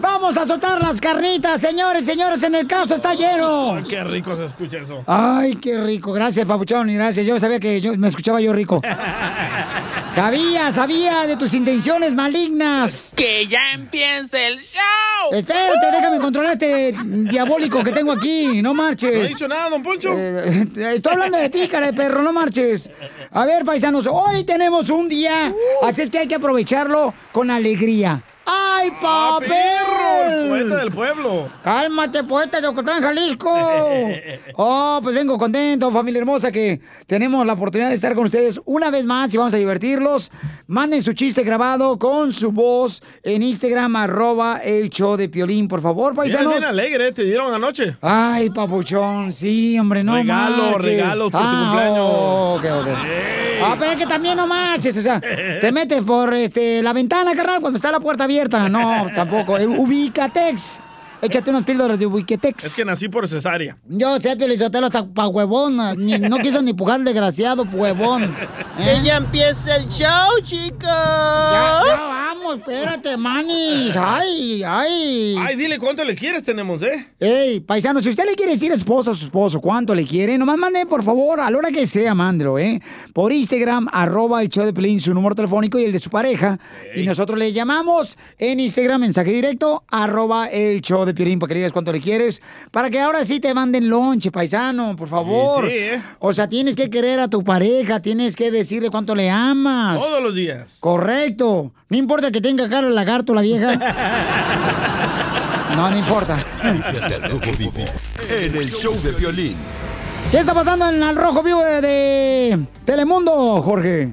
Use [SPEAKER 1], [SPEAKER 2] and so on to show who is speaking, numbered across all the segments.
[SPEAKER 1] vamos a soltar las carnitas, señores, señores, en el caso está lleno.
[SPEAKER 2] Ay, qué rico se escucha eso.
[SPEAKER 1] Ay, qué rico. Gracias, papuchón, y gracias. Yo sabía que yo, me escuchaba yo rico. sabía, sabía de tus intenciones malignas.
[SPEAKER 3] Que ya empiece el show. Uh.
[SPEAKER 1] Espérate, Este, déjame controlar este diabólico que tengo aquí. No marches.
[SPEAKER 2] No he dicho nada, don Poncho.
[SPEAKER 1] Eh, estoy hablando de ti, cara de perro. No marches. A ver, paisanos, hoy tenemos un día, así es que hay que aprovecharlo con alegría. ¡Ay,
[SPEAKER 2] Ah,
[SPEAKER 1] papel!
[SPEAKER 2] perro, el poeta del pueblo.
[SPEAKER 1] Cálmate, pues, poeta de Ocotlán, Jalisco. Oh, pues vengo contento, familia hermosa, que tenemos la oportunidad de estar con ustedes una vez más y vamos a divertirlos. Manden su chiste grabado con su voz en Instagram, arroba el show de Piolín, por favor,
[SPEAKER 2] Vienes
[SPEAKER 1] paisanos.
[SPEAKER 2] bien alegre, eh, te dieron anoche.
[SPEAKER 1] Ay, papuchón, sí, hombre, no
[SPEAKER 2] Regalo,
[SPEAKER 1] marches. Ah, oh,
[SPEAKER 2] regalos por tu cumpleaños.
[SPEAKER 1] ok, ok. Ah, pero es que también no marches, o sea, te metes por este, la ventana, carnal, cuando está la puerta abierta. No, tampoco. Eh, Ubicatex. Échate unas píldoras de Ubicatex.
[SPEAKER 2] Es que nací por cesárea.
[SPEAKER 1] Yo sé, Pelizotelo está pa' huevón. ah, ni- no quiso ni pujar, desgraciado huevón. ¿eh?
[SPEAKER 4] ¡Ella empieza el show, chicos!
[SPEAKER 1] Ya, ya vamos, espérate, manis. Ay, ay.
[SPEAKER 2] Ay, dile cuánto le quieres, tenemos, ¿eh?
[SPEAKER 1] Ey, paisano, si usted le quiere decir a su esposa, a su esposo, cuánto le quiere, nomás mande, por favor, a la hora que sea, mándelo, ¿eh? Por Instagram, arroba el show de Pelín, su número telefónico y el de su pareja. Y nosotros le llamamos en Instagram, mensaje directo, arroba el show de Pelín, para que le digas cuánto le quieres. Para que ahora sí te manden lonche, paisano, por favor.
[SPEAKER 2] Sí, sí, ¿eh?
[SPEAKER 1] O sea, tienes que querer a tu pareja, tienes que decirle cuánto le amas.
[SPEAKER 2] Todos los días.
[SPEAKER 1] Correcto. No importa que tenga cara de lagarto la vieja. No, no importa.
[SPEAKER 5] Noticias del Rojo Vivo. En el show de violín.
[SPEAKER 1] ¿Qué está pasando en el Rojo Vivo de, de Telemundo, Jorge?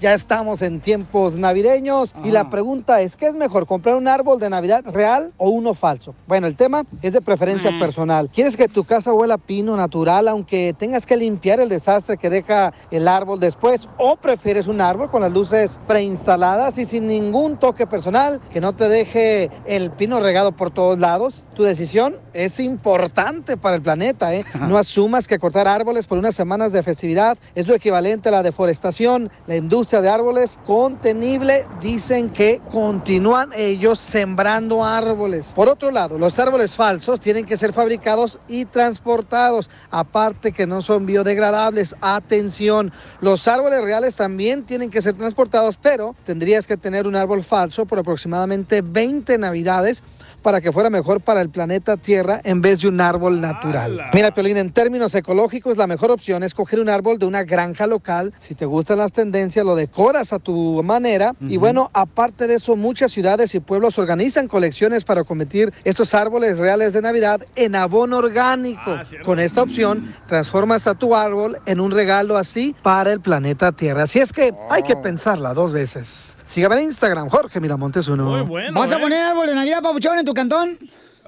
[SPEAKER 4] Ya estamos en tiempos navideños y
[SPEAKER 1] Ah.
[SPEAKER 4] la pregunta es, ¿qué es mejor, comprar un árbol de Navidad real o uno falso? Bueno, el tema es de preferencia personal. ¿Quieres que tu casa huela a pino natural aunque tengas que limpiar el desastre que deja el árbol después? ¿O prefieres un árbol con las luces preinstaladas y sin ningún toque personal que no te deje el pino regado por todos lados? Tu decisión es importante para el planeta, ¿eh? No asumas que cortar árboles por unas semanas de festividad es lo equivalente a la deforestación. La industria de árboles contenible dicen que continúan ellos sembrando árboles. Por otro lado, los árboles falsos tienen que ser fabricados y transportados, aparte que no son biodegradables. Atención, los árboles reales también tienen que ser transportados, pero tendrías que tener un árbol falso por aproximadamente 20 navidades para que fuera mejor para el planeta Tierra en vez de un árbol natural.
[SPEAKER 2] ¡Hala!
[SPEAKER 4] Mira, Piolín, en términos ecológicos, la mejor opción es coger un árbol de una granja local. Si te gustan las tendencias, lo decoras a tu manera. Y bueno, aparte de eso, muchas ciudades y pueblos organizan colecciones para convertir estos árboles reales de Navidad en abono orgánico.
[SPEAKER 2] Ah, cierto.
[SPEAKER 4] Con esta opción, transformas a tu árbol en un regalo así para el planeta Tierra. Así es
[SPEAKER 2] Oh.
[SPEAKER 4] que hay que pensarla dos veces. Sígame en Instagram, Jorge Miramontes uno.
[SPEAKER 2] Muy bueno.
[SPEAKER 1] Ah. ¿Vas a
[SPEAKER 2] ¿eh?
[SPEAKER 1] poner árbol de Navidad, Papuchón, en tu cantón?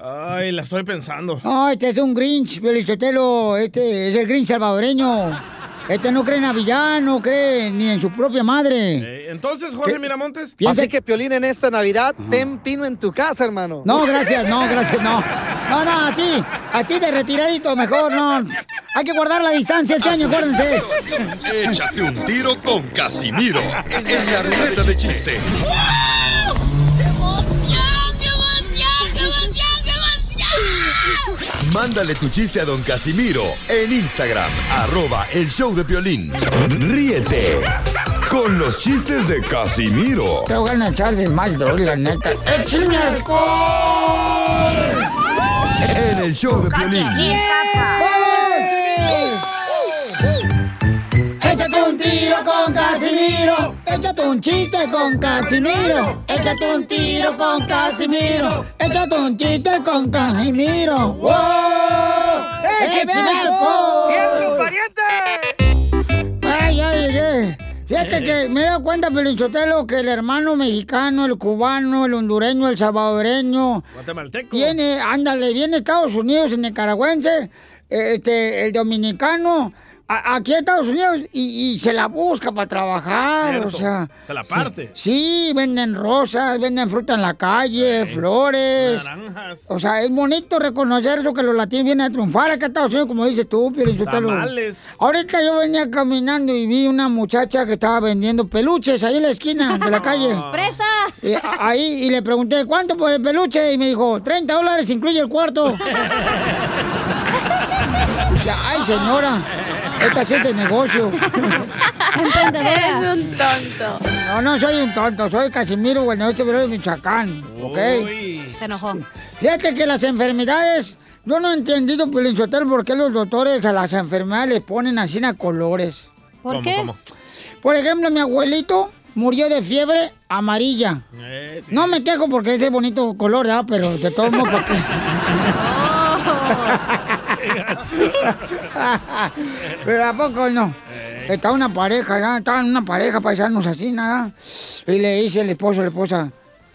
[SPEAKER 2] Ay, la estoy pensando.
[SPEAKER 1] No, este es un Grinch, Belichotelo. Este es el Grinch salvadoreño. Este no cree en Navidad, no cree ni en su propia madre.
[SPEAKER 2] Eh, entonces, Jorge Miramontes.
[SPEAKER 1] Piensa
[SPEAKER 4] Así que Piolín en esta Navidad ten pino en tu casa, hermano.
[SPEAKER 1] No, gracias, no, gracias, no. No, no, así, así de retiradito, mejor, no. Hay que guardar la distancia este año, acuérdense.
[SPEAKER 5] Échate un tiro con Casimiro. En la ruleta de chistes. Mándale tu chiste a don Casimiro en Instagram, arroba el show de violín. Ríete con los chistes de Casimiro.
[SPEAKER 1] Te voy a echar de mal, la neta. ¡Eh, ¡Échame alcohol!
[SPEAKER 5] En el show de violín.
[SPEAKER 1] ¡Vamos! Échate un tiro con Casimiro. Échate un chiste con Casimiro. Échate un tiro con Casimiro. Échate un chiste con Casimiro. ¡Wow!
[SPEAKER 6] ¡Eh,
[SPEAKER 1] ¡Échame alcohol! Ay, ya llegué. Fíjate que me he dado cuenta, Pelichotelo, que el hermano mexicano, el cubano, el hondureño, el salvadoreño,
[SPEAKER 2] Guatemalteco.
[SPEAKER 1] viene, ándale, viene Estados Unidos, el nicaragüense, eh, este, el dominicano, a- aquí a Estados Unidos y, y se la busca para trabajar,
[SPEAKER 2] Cierto.
[SPEAKER 1] o sea.
[SPEAKER 2] Se la parte.
[SPEAKER 1] Sí, venden rosas, venden fruta en la calle, flores.
[SPEAKER 2] Naranjas.
[SPEAKER 1] O sea, es bonito reconocer eso que los latinos vienen a triunfar acá a Estados Unidos, como dices tú, Piolín Sotelo.
[SPEAKER 2] Tamales.
[SPEAKER 1] Ahorita yo venía caminando y vi una muchacha que estaba vendiendo peluches ahí en la esquina de la calle.
[SPEAKER 2] Ah.
[SPEAKER 7] ¡Presa!
[SPEAKER 1] Y a- ahí, y le pregunté, ¿cuánto por el peluche? Y me dijo, 30 dólares, incluye el cuarto. Ya, Ay, señora, esta sí es de negocio.
[SPEAKER 7] Emprendedora. Eres un
[SPEAKER 1] tonto. No, no soy un tonto, soy Casimiro, bueno, este de Michoacán, ¿ok?
[SPEAKER 7] Se enojó.
[SPEAKER 1] Fíjate que las enfermedades, yo no he entendido, Pelinchotel, por qué los doctores a las enfermedades les ponen así a colores.
[SPEAKER 7] ¿Por ¿Cómo, qué? cómo?
[SPEAKER 1] Por ejemplo, mi abuelito murió de fiebre amarilla. No me quejo porque ese es bonito color, ¿verdad? Pero de todos modos, ¿para qué? Pero a poco no. Está una pareja, ya, estaban una pareja paisanos así, nada. Y le dice el esposo a la esposa,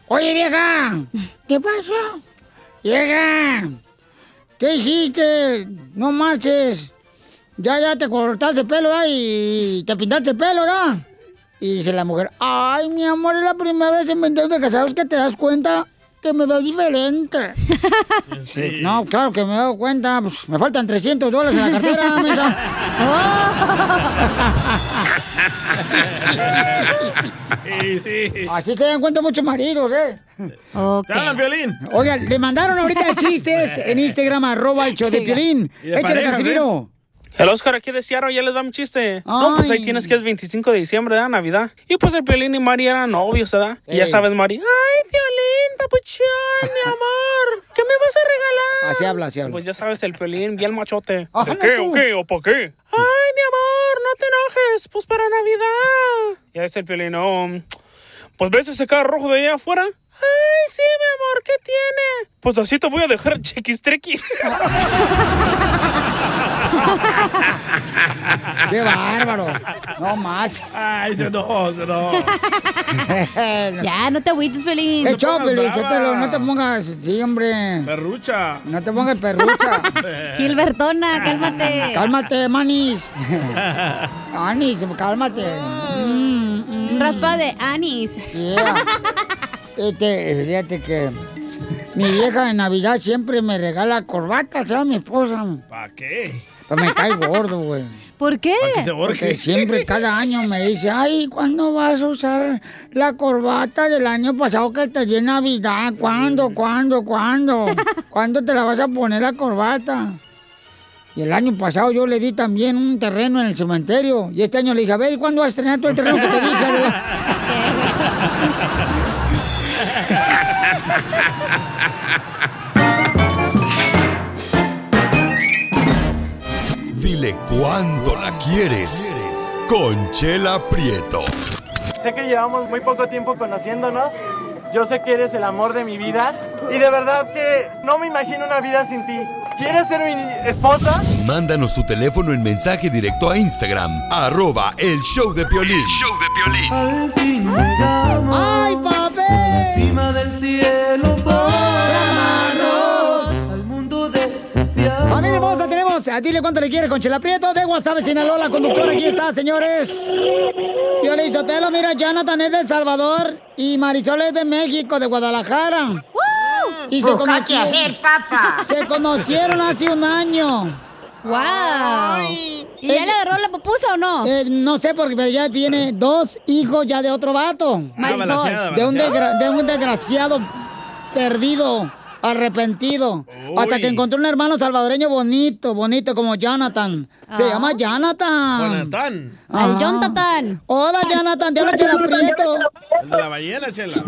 [SPEAKER 1] oye vieja, ¿qué pasó? Vieja, ¿qué hiciste? No marches. Ya, ya te cortaste el pelo, ¿verdad? Y te pintaste el pelo, ¿verdad? Y dice la mujer, ay, mi amor, es la primera vez en 20 años de casados que te das cuenta que me veo diferente. Sí, No, claro que me he dado cuenta. Pues, me faltan 300 dólares en la cartera, mensa.
[SPEAKER 2] Sí, sí.
[SPEAKER 1] Así se dan cuenta muchos maridos, ¿eh?
[SPEAKER 2] Te hablan, Piolín.
[SPEAKER 1] Oiga, le mandaron ahorita chistes en Instagram, arroba el show de Piolín.
[SPEAKER 8] Y de
[SPEAKER 1] Échale,
[SPEAKER 8] parejas, ¿eh?
[SPEAKER 1] Casimiro.
[SPEAKER 8] El Oscar aquí de Seattle ya les da un chiste. No, pues ahí tienes que es 25 de diciembre, ¿verdad? Navidad. Y pues el Piolín y Mari eran novios, ¿verdad? Y ya
[SPEAKER 1] Ey.
[SPEAKER 8] sabes, Mari. ¡Ay, Piolín, papuchón, mi amor! ¿Qué me vas a regalar?
[SPEAKER 1] Así habla, así habla.
[SPEAKER 8] Pues ya sabes, el Piolín, bien machote.
[SPEAKER 1] Ajá,
[SPEAKER 8] ¿De qué
[SPEAKER 1] no tú.
[SPEAKER 8] o qué o por qué? ¡Ay, mi amor, no te enojes! Pues para Navidad. Ya es el Piolín, no... Pues ves ese carro rojo de allá afuera. ¡Ay, sí, mi amor, qué tiene! Pues así te voy a dejar chiquistrequis.
[SPEAKER 1] ¡Qué bárbaros! No manches.
[SPEAKER 2] Ay, se enojó, se enojó.
[SPEAKER 7] ya, no te agüites, Pelín.
[SPEAKER 1] ¡Qué show, Piolín, Sotelo, No te pongas, sí, hombre.
[SPEAKER 2] Perrucha.
[SPEAKER 1] No te pongas perrucha.
[SPEAKER 7] Gilbertona, cálmate.
[SPEAKER 1] Cálmate, manis. Manis, cálmate. Mm, mm.
[SPEAKER 7] Raspa de anís.
[SPEAKER 1] Yeah. Este, fíjate que mi vieja en Navidad siempre me regala corbatas, ¿sabes? Mi esposa.
[SPEAKER 2] ¿Para qué?
[SPEAKER 1] Pero me cae gordo, güey.
[SPEAKER 7] ¿Por qué?
[SPEAKER 2] que se ahorque.
[SPEAKER 1] Porque siempre, cada año me dice, ay, ¿cuándo vas a usar la corbata del año pasado que te di en Navidad? ¿Cuándo, cuándo, cuándo? ¿Cuándo te la vas a poner la corbata? Y el año pasado yo le di también un terreno en el cementerio. Y este año le dije, a ver, ¿y cuándo vas a estrenar todo el terreno que te di? Chela?"
[SPEAKER 5] Dile cuánto la quieres. Conchela Prieto.
[SPEAKER 9] Sé que llevamos muy poco tiempo conociéndonos. Yo sé que eres el amor de mi vida. Y de verdad que no me imagino una vida sin ti. ¿Quieres ser mi esposa?
[SPEAKER 5] Mándanos tu teléfono en mensaje directo a Instagram, arroba el show de Piolín.
[SPEAKER 10] Al fin llegamos
[SPEAKER 1] ¡Ay, papel!
[SPEAKER 10] encima del cielo por amarnos al mundo desafiado.
[SPEAKER 1] Familia hermosa, tenemos a Dile Cuánto Le Quieres con Chela Prieto de WhatsApp Sinaloa, la conductora aquí está, señores. Yo le Sotelo, mira, Jonathan es de El Salvador y Marisol es de México, de Guadalajara. Y se
[SPEAKER 11] Buscaste
[SPEAKER 1] conocieron,
[SPEAKER 11] ayer, papá.
[SPEAKER 1] se conocieron hace un año.
[SPEAKER 7] ¡Wow! ¿Y ya le agarró la pupusa o no?
[SPEAKER 1] Eh, no sé, porque pero ya tiene dos hijos ya de otro vato.
[SPEAKER 7] Marisol. balanceada,
[SPEAKER 1] De un,
[SPEAKER 7] balanceada.
[SPEAKER 1] desgra- de un desgraciado perdido, arrepentido. Hasta que encontró un hermano salvadoreño bonito, bonito como Jonathan. Se
[SPEAKER 7] Ah.
[SPEAKER 1] llama Jonathan.
[SPEAKER 2] Jonathan.
[SPEAKER 1] Ajá.
[SPEAKER 7] Al Jonathan.
[SPEAKER 1] Hola, Jonathan, te habla Chela Prieto.
[SPEAKER 2] El de la ballena, chela.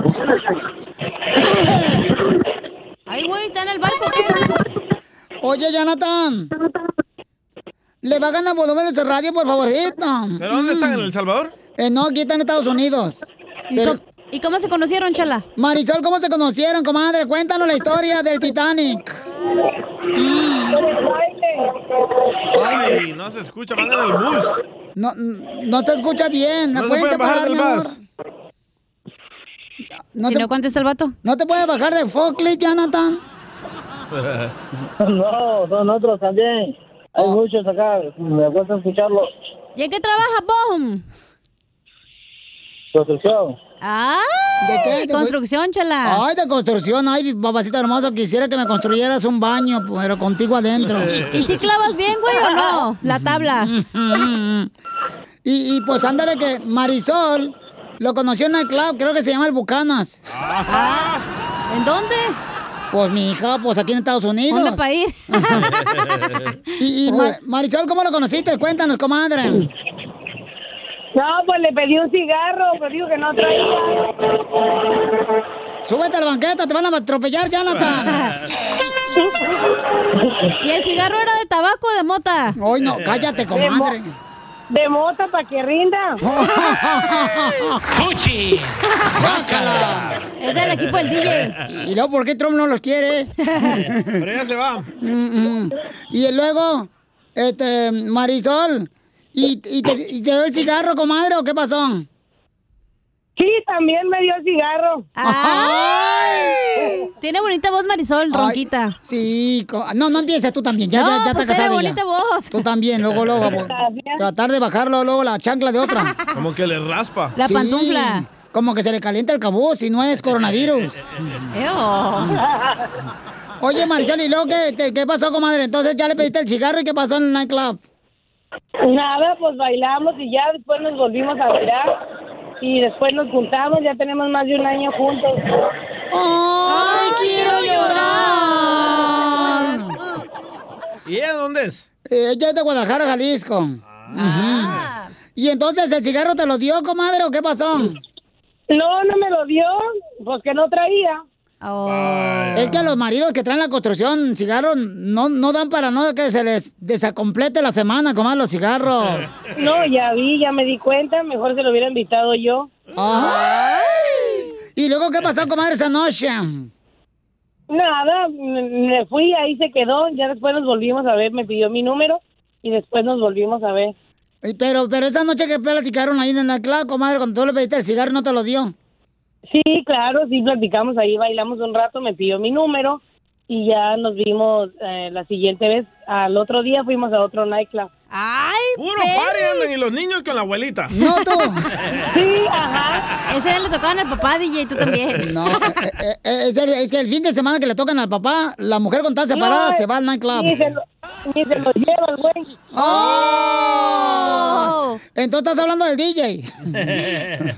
[SPEAKER 7] Ay, güey, ¿está en el barco qué?
[SPEAKER 1] Oye, Jonathan. Le bajan el volumen de su radio, por favorito.
[SPEAKER 2] ¿Pero dónde están? ¿En El Salvador?
[SPEAKER 1] Eh, no, aquí está en Estados Unidos.
[SPEAKER 7] ¿Y,
[SPEAKER 1] Pero-
[SPEAKER 7] cómo, y cómo se conocieron, Chala?
[SPEAKER 1] Marisol, ¿cómo se conocieron, comadre? Cuéntanos la historia del Titanic.
[SPEAKER 2] Ay, no se escucha, van en el bus.
[SPEAKER 1] No, no te escucha bien. ¿La
[SPEAKER 2] No se
[SPEAKER 1] pueden
[SPEAKER 2] pueden
[SPEAKER 1] separar,
[SPEAKER 2] bajar
[SPEAKER 1] mi
[SPEAKER 2] del
[SPEAKER 1] amor?
[SPEAKER 2] bus.
[SPEAKER 1] No
[SPEAKER 7] si
[SPEAKER 1] te,
[SPEAKER 7] no contesta el vato.
[SPEAKER 1] ¿no te puedes bajar de forklift, Jonathan?
[SPEAKER 12] No, son otros también.
[SPEAKER 6] Hay
[SPEAKER 1] Oh.
[SPEAKER 6] muchos acá, me gusta escucharlo.
[SPEAKER 7] ¿Y en qué trabajas vos?
[SPEAKER 6] Construcción.
[SPEAKER 7] Ah, ¿de qué? Construcción, chala.
[SPEAKER 1] Ay, de construcción, ay, papacito hermoso, quisiera que me construyeras un baño, pero contigo adentro.
[SPEAKER 7] ¿Y si clavas bien, güey, o no? La tabla.
[SPEAKER 1] Y, y pues ándale que Marisol lo conoció en el club, creo que se llama el Bucanas.
[SPEAKER 7] ¿En dónde?
[SPEAKER 1] Pues mi hija, pues aquí en Estados Unidos.
[SPEAKER 7] ¿Dónde para ir?
[SPEAKER 1] y y Mar- Marisol, ¿cómo lo conociste? Cuéntanos, comadre.
[SPEAKER 13] No, pues le pedí un cigarro, pero dijo que no traía.
[SPEAKER 1] Súbete a la banqueta, te van a atropellar, Jonathan.
[SPEAKER 7] ¿Y el cigarro era de tabaco o de mota?
[SPEAKER 1] Hoy no, cállate, comadre.
[SPEAKER 13] De mota para que rinda.
[SPEAKER 14] ¡Fuchi!
[SPEAKER 1] ¡Guácala!
[SPEAKER 7] Es el equipo del DJ.
[SPEAKER 1] ¿Y luego por qué Trump no los quiere?
[SPEAKER 2] Pero ya se va.
[SPEAKER 1] Mm, mm. y luego, este, Marisol, ¿y, y te, y te dio el cigarro, comadre, o qué pasó?
[SPEAKER 13] Sí, también me dio el cigarro.
[SPEAKER 7] ¡Ay! Tiene bonita voz Marisol, ronquita.
[SPEAKER 1] Sí, co- ah, no, no empieces tú también, ya,
[SPEAKER 7] No,
[SPEAKER 1] ya, ya
[SPEAKER 7] pues
[SPEAKER 1] está casada.
[SPEAKER 7] tiene bonita
[SPEAKER 1] ella.
[SPEAKER 7] voz.
[SPEAKER 1] Tú también, luego, luego, amor.
[SPEAKER 7] Gracias.
[SPEAKER 1] tratar de bajarlo luego la chancla de otra.
[SPEAKER 2] Como que le raspa.
[SPEAKER 1] Sí, Como que se le calienta el cabuz si no es coronavirus.
[SPEAKER 7] Oh.
[SPEAKER 1] Oye, Marisol, ¿y luego qué, te- qué pasó, comadre? Entonces ya le pediste el cigarro y qué pasó en el nightclub.
[SPEAKER 13] Nada, pues bailamos y ya después nos volvimos a mirar. Y después nos juntamos, ya tenemos más de un año juntos.
[SPEAKER 1] Oh, ¡Ay, quiero llorar!
[SPEAKER 2] ¿Y ella dónde es?
[SPEAKER 1] Ella es Eh, de Guadalajara, Jalisco.
[SPEAKER 2] Ah.
[SPEAKER 1] Ujú. ¿Y entonces el cigarro te lo dio, comadre, o qué pasó?
[SPEAKER 13] No, no me lo dio, pues que no traía.
[SPEAKER 1] Es que a los maridos que traen la construcción cigarros no, no dan para nada que se les desacomplete la semana, comadre, los cigarros.
[SPEAKER 13] No, ya vi, ya me di cuenta, mejor se lo hubiera invitado yo.
[SPEAKER 1] Ay. ¿Y luego qué pasó, comadre, esa noche?
[SPEAKER 13] Nada, me me fui, ahí se quedó, ya después nos volvimos a ver, me pidió mi número y después nos volvimos a ver.
[SPEAKER 1] Ay, Pero, pero esa noche que platicaron ahí en la clave, comadre, cuando tú le pediste el cigarro no te lo dio.
[SPEAKER 13] Sí, claro, sí, platicamos ahí, bailamos un rato, me pidió mi número y ya nos vimos eh, la siguiente vez. Al otro día fuimos a otro nightclub.
[SPEAKER 7] ¡Ay,
[SPEAKER 2] Puro party andan y los niños con la abuelita.
[SPEAKER 1] No, tú.
[SPEAKER 13] Sí, ajá.
[SPEAKER 7] Ese día le tocaban al papá, DJ, tú también.
[SPEAKER 1] No, eh, eh, eh, es, el- es que el fin de semana que le tocan al papá, la mujer con tal separada
[SPEAKER 13] No,
[SPEAKER 1] se va al nightclub.
[SPEAKER 13] Ni se lo, ni se lo lleva el güey.
[SPEAKER 1] ¡Oh! Entonces estás hablando del DJ.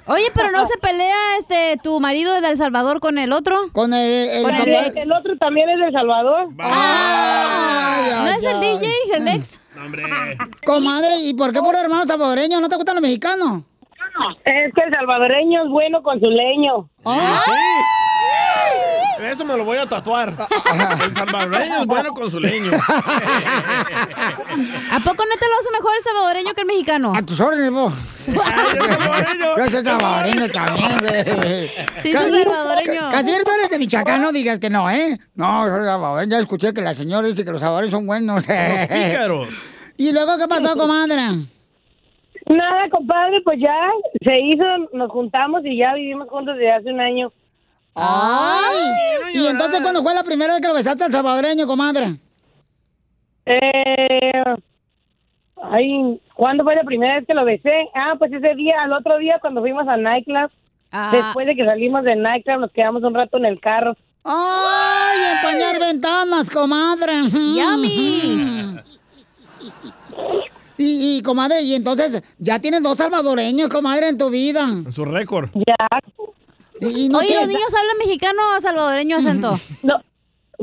[SPEAKER 7] Oye, pero no se pelea este tu marido de El Salvador con el otro.
[SPEAKER 1] Con el,
[SPEAKER 7] Con el
[SPEAKER 13] el,
[SPEAKER 7] ex.
[SPEAKER 13] el otro también es de El Salvador.
[SPEAKER 7] ¿No es el DJ, el ex?
[SPEAKER 1] Comadre, ¿y por qué por hermanos salvadoreños? ¿No te gustan los mexicanos?
[SPEAKER 13] Es que el salvadoreño es bueno con su leño.
[SPEAKER 1] ¿Ah?
[SPEAKER 2] Eso me lo voy a tatuar.
[SPEAKER 1] Ah,
[SPEAKER 2] El salvadoreño es bueno con su leño.
[SPEAKER 7] ¿A poco no te lo hace mejor el salvadoreño que el mexicano? Ah,
[SPEAKER 1] A tus órdenes, vos. Yo soy salvadoreño también, güey.
[SPEAKER 7] Sí, soy
[SPEAKER 1] Casi-
[SPEAKER 7] salvadoreño.
[SPEAKER 1] Casimiro, tú eres de Michoacán, no digas que no, ¿eh? No, soy salvadoreño. Ya escuché que la señora dice que los salvadoreños son buenos. ¿eh?
[SPEAKER 2] Los pícaros.
[SPEAKER 1] ¿Y luego qué pasó, comadre?
[SPEAKER 13] Nada, compadre, pues ya se hizo, nos juntamos y ya vivimos juntos desde hace un año.
[SPEAKER 1] ¡Ay! ¿Y entonces cuándo fue la primera vez que lo besaste al salvadoreño, comadre?
[SPEAKER 13] Eh, ay, ¿cuándo fue la primera vez que lo besé? Ah, pues ese día, al otro día cuando fuimos a nightclub,
[SPEAKER 7] Ah.
[SPEAKER 13] después de que salimos de nightclub nos quedamos un rato en el carro.
[SPEAKER 7] Oh.
[SPEAKER 1] ¡Ay! Empañar ventanas, comadre.
[SPEAKER 7] Yummy.
[SPEAKER 1] Y, y, comadre, y entonces ya tienes dos salvadoreños, comadre, en tu vida.
[SPEAKER 2] Su récord.
[SPEAKER 13] Ya.
[SPEAKER 1] Y, y no
[SPEAKER 7] Oye,
[SPEAKER 1] quieres-
[SPEAKER 7] ¿los niños hablan mexicano o salvadoreño acento?
[SPEAKER 13] No,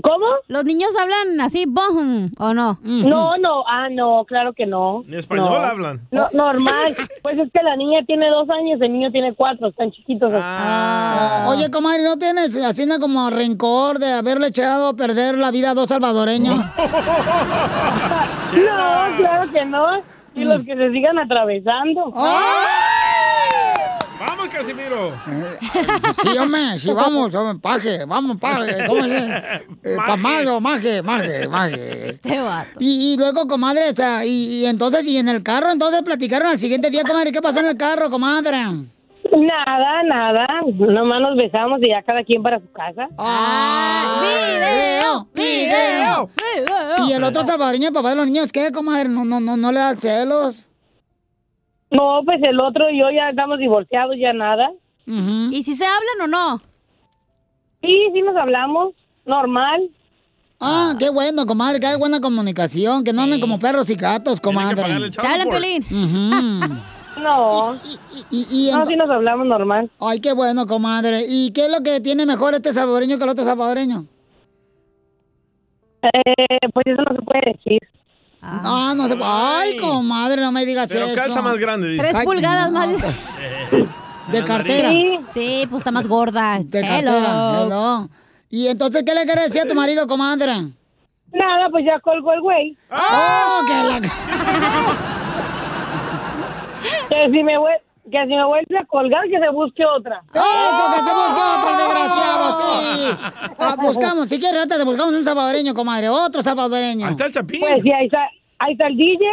[SPEAKER 13] ¿Cómo?
[SPEAKER 7] ¿Los niños hablan así, bojum, o no?
[SPEAKER 1] Mm.
[SPEAKER 13] No, no, ah, no, claro que no.
[SPEAKER 2] Ni español
[SPEAKER 13] No.
[SPEAKER 2] hablan.
[SPEAKER 13] No, normal. Pues es que la niña tiene dos años, el niño tiene cuatro, están chiquitos.
[SPEAKER 2] Ah.
[SPEAKER 1] Oye, comadre, ¿no tienes así ¿no? como rencor de haberle echado a perder la vida a dos salvadoreños?
[SPEAKER 13] No, claro que no. Y los que se sigan atravesando.
[SPEAKER 1] Ah.
[SPEAKER 2] Vamos, Casimiro.
[SPEAKER 1] Eh, Sí, hombre, sí, vamos, hombre, paje, vamos, paje, ¿cómo se dice? Eh,
[SPEAKER 2] Maje.
[SPEAKER 1] Pamado, maje, maje, maje.
[SPEAKER 7] Este vato.
[SPEAKER 1] Y, y luego, comadre, o sea, y, y entonces, y en el carro, entonces platicaron al siguiente día, comadre, ¿qué pasó en el carro, comadre?
[SPEAKER 13] Nada, nada. Nomás nos besamos y ya cada quien para su casa.
[SPEAKER 1] Ah,
[SPEAKER 7] ¡Video! ¡Video! ¡Video!
[SPEAKER 1] Y el otro salvadoreño, el papá de los niños, ¿qué, comadre? No, no, no, no le da celos.
[SPEAKER 12] No, pues el otro y yo ya estamos divorciados, ya nada.
[SPEAKER 7] ¿Y si se hablan o no?
[SPEAKER 12] Sí, sí nos hablamos, normal.
[SPEAKER 1] Ah, qué bueno, comadre, que hay buena comunicación, que no anden como perros y gatos, comadre.
[SPEAKER 12] pagarle el chavo Dale, por- Piolín.
[SPEAKER 1] No. Y, no, sí nos hablamos normal. Ay, qué bueno, comadre. ¿Y qué es lo que tiene mejor este salvadoreño que el otro salvadoreño? pues eso no se puede decir. Ah, no se puede. Ay, comadre, no me digas
[SPEAKER 2] Pero
[SPEAKER 1] eso.
[SPEAKER 2] calza más grande, dice.
[SPEAKER 7] Tres
[SPEAKER 1] Ay,
[SPEAKER 7] pulgadas
[SPEAKER 1] no.
[SPEAKER 7] más.
[SPEAKER 1] De
[SPEAKER 2] la
[SPEAKER 1] cartera.
[SPEAKER 7] Sí, sí, pues está más gorda.
[SPEAKER 1] De cartera,
[SPEAKER 7] Hello.
[SPEAKER 1] hello. Y entonces, ¿qué le quiere decir a tu marido, comadre? Nada, pues ya colgó el güey. ¡Oh, que la...
[SPEAKER 12] Que si me, vuel- que si me vuelve a colgar, que se busque otra.
[SPEAKER 1] ¡Eso, que se busque otro desgraciado! ¡Sí! Ah, buscamos, si quieres, ahorita te buscamos un salvadoreño, comadre. Otro salvadoreño. Ahí está el Chapín. Pues sí, ahí está, ahí está el DJ.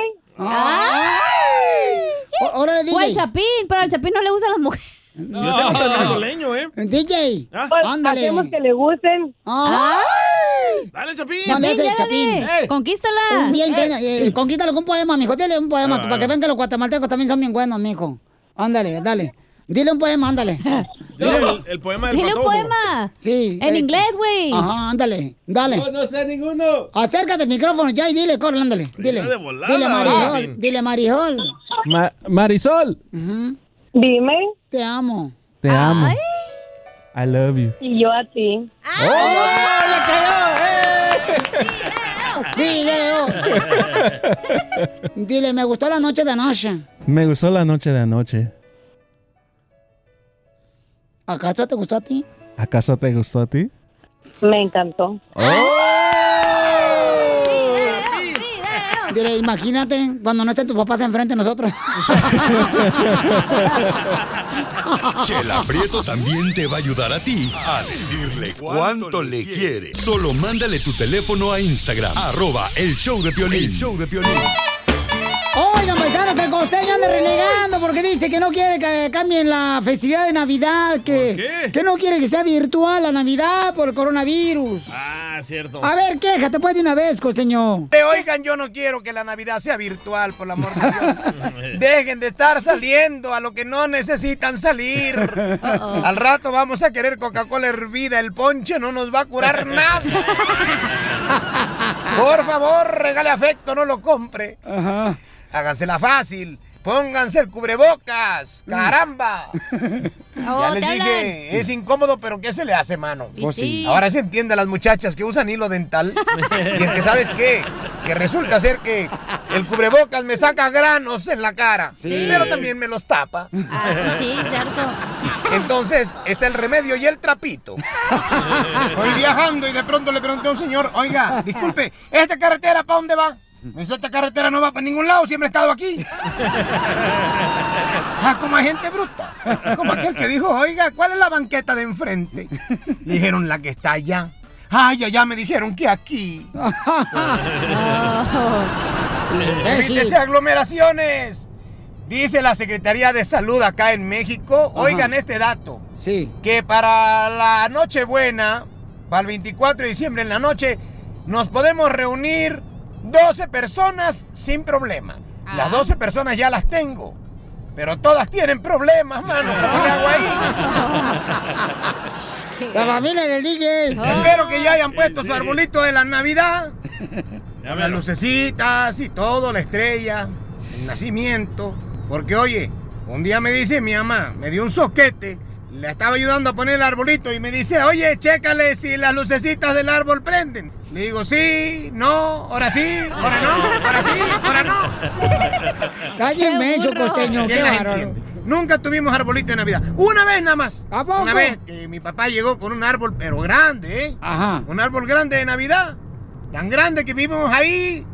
[SPEAKER 1] Ahora
[SPEAKER 7] O el Chapín, pero al Chapín no le gustan las mujeres.
[SPEAKER 2] Yo tengo hasta el leño, ¿eh?
[SPEAKER 1] DJ,
[SPEAKER 7] Pues,
[SPEAKER 1] Ah. ándale.
[SPEAKER 7] hacemos
[SPEAKER 1] que le gusten.
[SPEAKER 2] Dale, Ah, Chapín.
[SPEAKER 1] ah. No le hace el chapín.
[SPEAKER 7] Conquístala.
[SPEAKER 1] Un día
[SPEAKER 7] Ey.
[SPEAKER 1] entrena- eh, conquístalo con un poema, mijo. Dile un poema,
[SPEAKER 7] Ah,
[SPEAKER 1] para que vean que los guatemaltecos también son bien buenos, mijo. Ándale, dale. Dile un poema, ándale.
[SPEAKER 2] Dile el, el poema del
[SPEAKER 1] Dile un
[SPEAKER 2] patojo.
[SPEAKER 1] poema. Sí.
[SPEAKER 2] En
[SPEAKER 1] inglés, güey. Ajá, ándale, dale.
[SPEAKER 2] No,
[SPEAKER 1] sé ninguno. Acércate al micrófono ya y dile, corre, ándale. Dile.
[SPEAKER 2] de volada,
[SPEAKER 1] Dile Marijol.
[SPEAKER 2] Martín.
[SPEAKER 1] Dile Marijol.
[SPEAKER 15] Marisol,
[SPEAKER 1] Dime. Te amo.
[SPEAKER 15] te amo. I love you.
[SPEAKER 12] Y yo a ti.
[SPEAKER 1] Oh, Video. Dile, me gustó la noche de anoche.
[SPEAKER 15] Me gustó la noche de anoche.
[SPEAKER 1] ¿Acaso te gustó a ti?
[SPEAKER 15] ¿Acaso te gustó a ti?
[SPEAKER 12] Me encantó.
[SPEAKER 1] Oh. Dile, imagínate cuando no estén tus papás enfrente de nosotros.
[SPEAKER 5] Chela Prieto también te va a ayudar a ti a decirle cuánto le quiere. Solo mándale tu teléfono a Instagram, arroba el show de Piolín.
[SPEAKER 1] Oigan, paisanos, el costeño anda renegando porque dice que no quiere que cambien la festividad de Navidad, que, que no quiere que sea virtual la Navidad por el coronavirus.
[SPEAKER 2] Ah, cierto.
[SPEAKER 1] A ver, quéjate pues de una vez, costeño.
[SPEAKER 16] Te oigan, yo no quiero que la Navidad sea virtual, por el amor de Dios. Dejen de estar saliendo a lo que no necesitan salir.
[SPEAKER 1] Uh-oh.
[SPEAKER 16] Al rato vamos a querer Coca-Cola hervida. El ponche no nos va a curar nada. Por favor, regale afecto, no lo compre. Hágansela fácil. Pónganse el cubrebocas. Caramba.
[SPEAKER 7] Mm. Oh,
[SPEAKER 16] Ya
[SPEAKER 7] te
[SPEAKER 16] les
[SPEAKER 7] hablan.
[SPEAKER 16] dije, es incómodo, pero ¿qué se le hace, mano?
[SPEAKER 7] Y Pues sí. sí.
[SPEAKER 16] Ahora se entiende a las muchachas que usan hilo dental. y es que, ¿sabes qué? Que resulta ser que el cubrebocas me saca granos en la cara,
[SPEAKER 7] Sí. Ah, pues
[SPEAKER 16] pero también me los tapa.
[SPEAKER 7] Sí, cierto.
[SPEAKER 16] Entonces, está el remedio y el trapito. Voy viajando y de pronto le pregunté a un señor, oiga, disculpe, ¿esta carretera para dónde va? Me dice, esta carretera no va para ningún lado, siempre he estado aquí. Ah, como a gente bruta. Como aquel que dijo, oiga, ¿cuál es la banqueta de enfrente? Le dijeron, la que está allá. Ay, allá me dijeron que aquí.
[SPEAKER 1] Eh,
[SPEAKER 16] Evítese aglomeraciones. Dice la Secretaría de Salud acá en México, oigan este dato.
[SPEAKER 1] Sí.
[SPEAKER 16] Que para la Nochebuena, para el 24 de diciembre en la noche, nos podemos reunir 12 personas sin problema. Las 12 personas ya las tengo. Pero todas tienen problemas, mano. ¿Cómo le hago ahí?
[SPEAKER 1] La familia del DJ.
[SPEAKER 16] Espero que ya hayan puesto su arbolito de la Navidad. Con las lucecitas y todo, la estrella, el nacimiento. Porque oye, un día me dice mi mamá, me dio un soquete, le estaba ayudando a poner el arbolito y me dice, oye, chécale si las lucecitas del árbol prenden. Le digo, sí, no, ahora sí, ahora no, ahora sí, ahora no.
[SPEAKER 1] Está bien menso, costeño,
[SPEAKER 16] ¿Quién
[SPEAKER 1] qué
[SPEAKER 16] las
[SPEAKER 1] bárbaro.
[SPEAKER 16] entiende? Nunca tuvimos arbolito de Navidad. Una vez nada más.
[SPEAKER 1] poco?
[SPEAKER 16] Una vez que mi papá llegó con un árbol, pero grande, ¿eh?
[SPEAKER 1] Ajá.
[SPEAKER 16] Un árbol grande de Navidad. Tan grande que vivimos ahí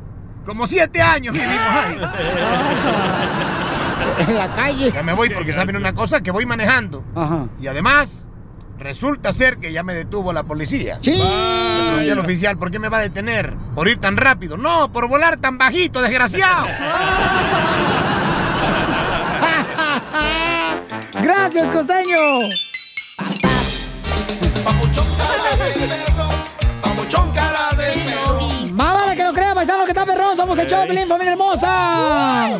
[SPEAKER 16] como siete años vivimos ahí.
[SPEAKER 1] Ah. En la calle.
[SPEAKER 16] Ya me voy porque saben una cosa que voy manejando.
[SPEAKER 1] Ajá.
[SPEAKER 16] Y además, resulta ser que ya me detuvo la policía.
[SPEAKER 1] Sí.
[SPEAKER 16] Le pregunté al oficial, ¿por qué me va a detener? ¿Por ir tan rápido? No, por volar tan bajito, desgraciado.
[SPEAKER 1] Gracias, costeño.
[SPEAKER 16] Papuchón cara de perro.
[SPEAKER 1] Más vale que lo crea somos el
[SPEAKER 6] Ey.
[SPEAKER 1] Choplin, familia hermosa.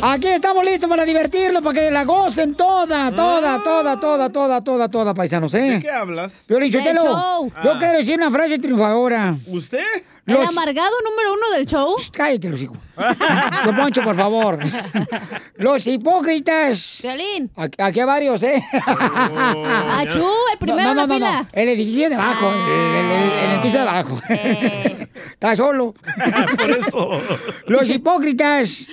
[SPEAKER 1] Aquí estamos listos para divertirlo, para que la gocen toda, toda, toda, toda, toda, toda, toda, paisanos, ¿eh?
[SPEAKER 2] Mm. ¿De qué hablas?
[SPEAKER 1] Piolín, Sotelo, yo
[SPEAKER 2] Ah.
[SPEAKER 1] quiero decir una frase triunfadora.
[SPEAKER 2] ¿Usted?
[SPEAKER 7] ¿El amargado número uno del show?
[SPEAKER 1] Cállate, los hijos. Don Poncho, por favor. Los hipócritas.
[SPEAKER 7] Violín. Oh,
[SPEAKER 1] Aquí, aquí hay varios, ¿eh?
[SPEAKER 7] Achú, el primero en la fila. Ah.
[SPEAKER 1] El edificio de abajo. El, el- el- el piso de abajo.
[SPEAKER 7] Eh.
[SPEAKER 1] Está solo.
[SPEAKER 6] Por eso.
[SPEAKER 1] Los hipócritas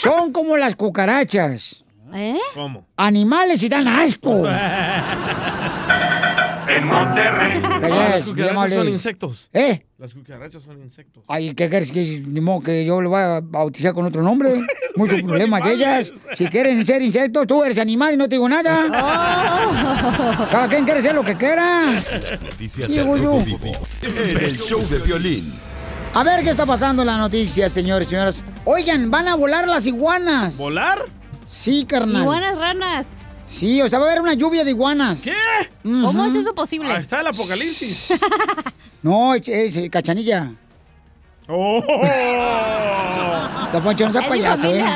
[SPEAKER 1] son como las cucarachas.
[SPEAKER 7] ¿Eh?
[SPEAKER 2] ¿Cómo?
[SPEAKER 1] Animales y dan
[SPEAKER 5] Oh.
[SPEAKER 1] asco.
[SPEAKER 2] En Monterrey.
[SPEAKER 1] Gracias,
[SPEAKER 2] Ah, las
[SPEAKER 1] bien
[SPEAKER 2] cucarachas
[SPEAKER 1] amable.
[SPEAKER 2] son insectos.
[SPEAKER 1] ¿Eh?
[SPEAKER 2] Las cucarachas son insectos.
[SPEAKER 1] Ay, ¿qué quieres? Que, ni modo que yo lo vaya a bautizar con otro nombre. Mucho problema de ellas. Si quieren ser insectos, tú eres animal y no te digo nada. Cada quien quiere ser lo que quiera.
[SPEAKER 5] Las noticias
[SPEAKER 1] Sí,
[SPEAKER 5] del
[SPEAKER 1] voy yo.
[SPEAKER 5] Grupo Vivo. En el show de violín.
[SPEAKER 1] A ver qué está pasando en las noticias, señores y señoras. Oigan, van a volar las iguanas.
[SPEAKER 2] ¿Volar?
[SPEAKER 1] Sí, carnal.
[SPEAKER 7] Iguanas ranas.
[SPEAKER 1] Sí, o sea, va a haber una lluvia de iguanas. ¿Qué?
[SPEAKER 7] ¿Cómo es eso posible?
[SPEAKER 2] Ah, está el apocalipsis.
[SPEAKER 1] No, es, es- cachanilla.
[SPEAKER 2] Oh.
[SPEAKER 1] Papuchón, no seas
[SPEAKER 6] Es mi
[SPEAKER 1] payaso, ¿eh?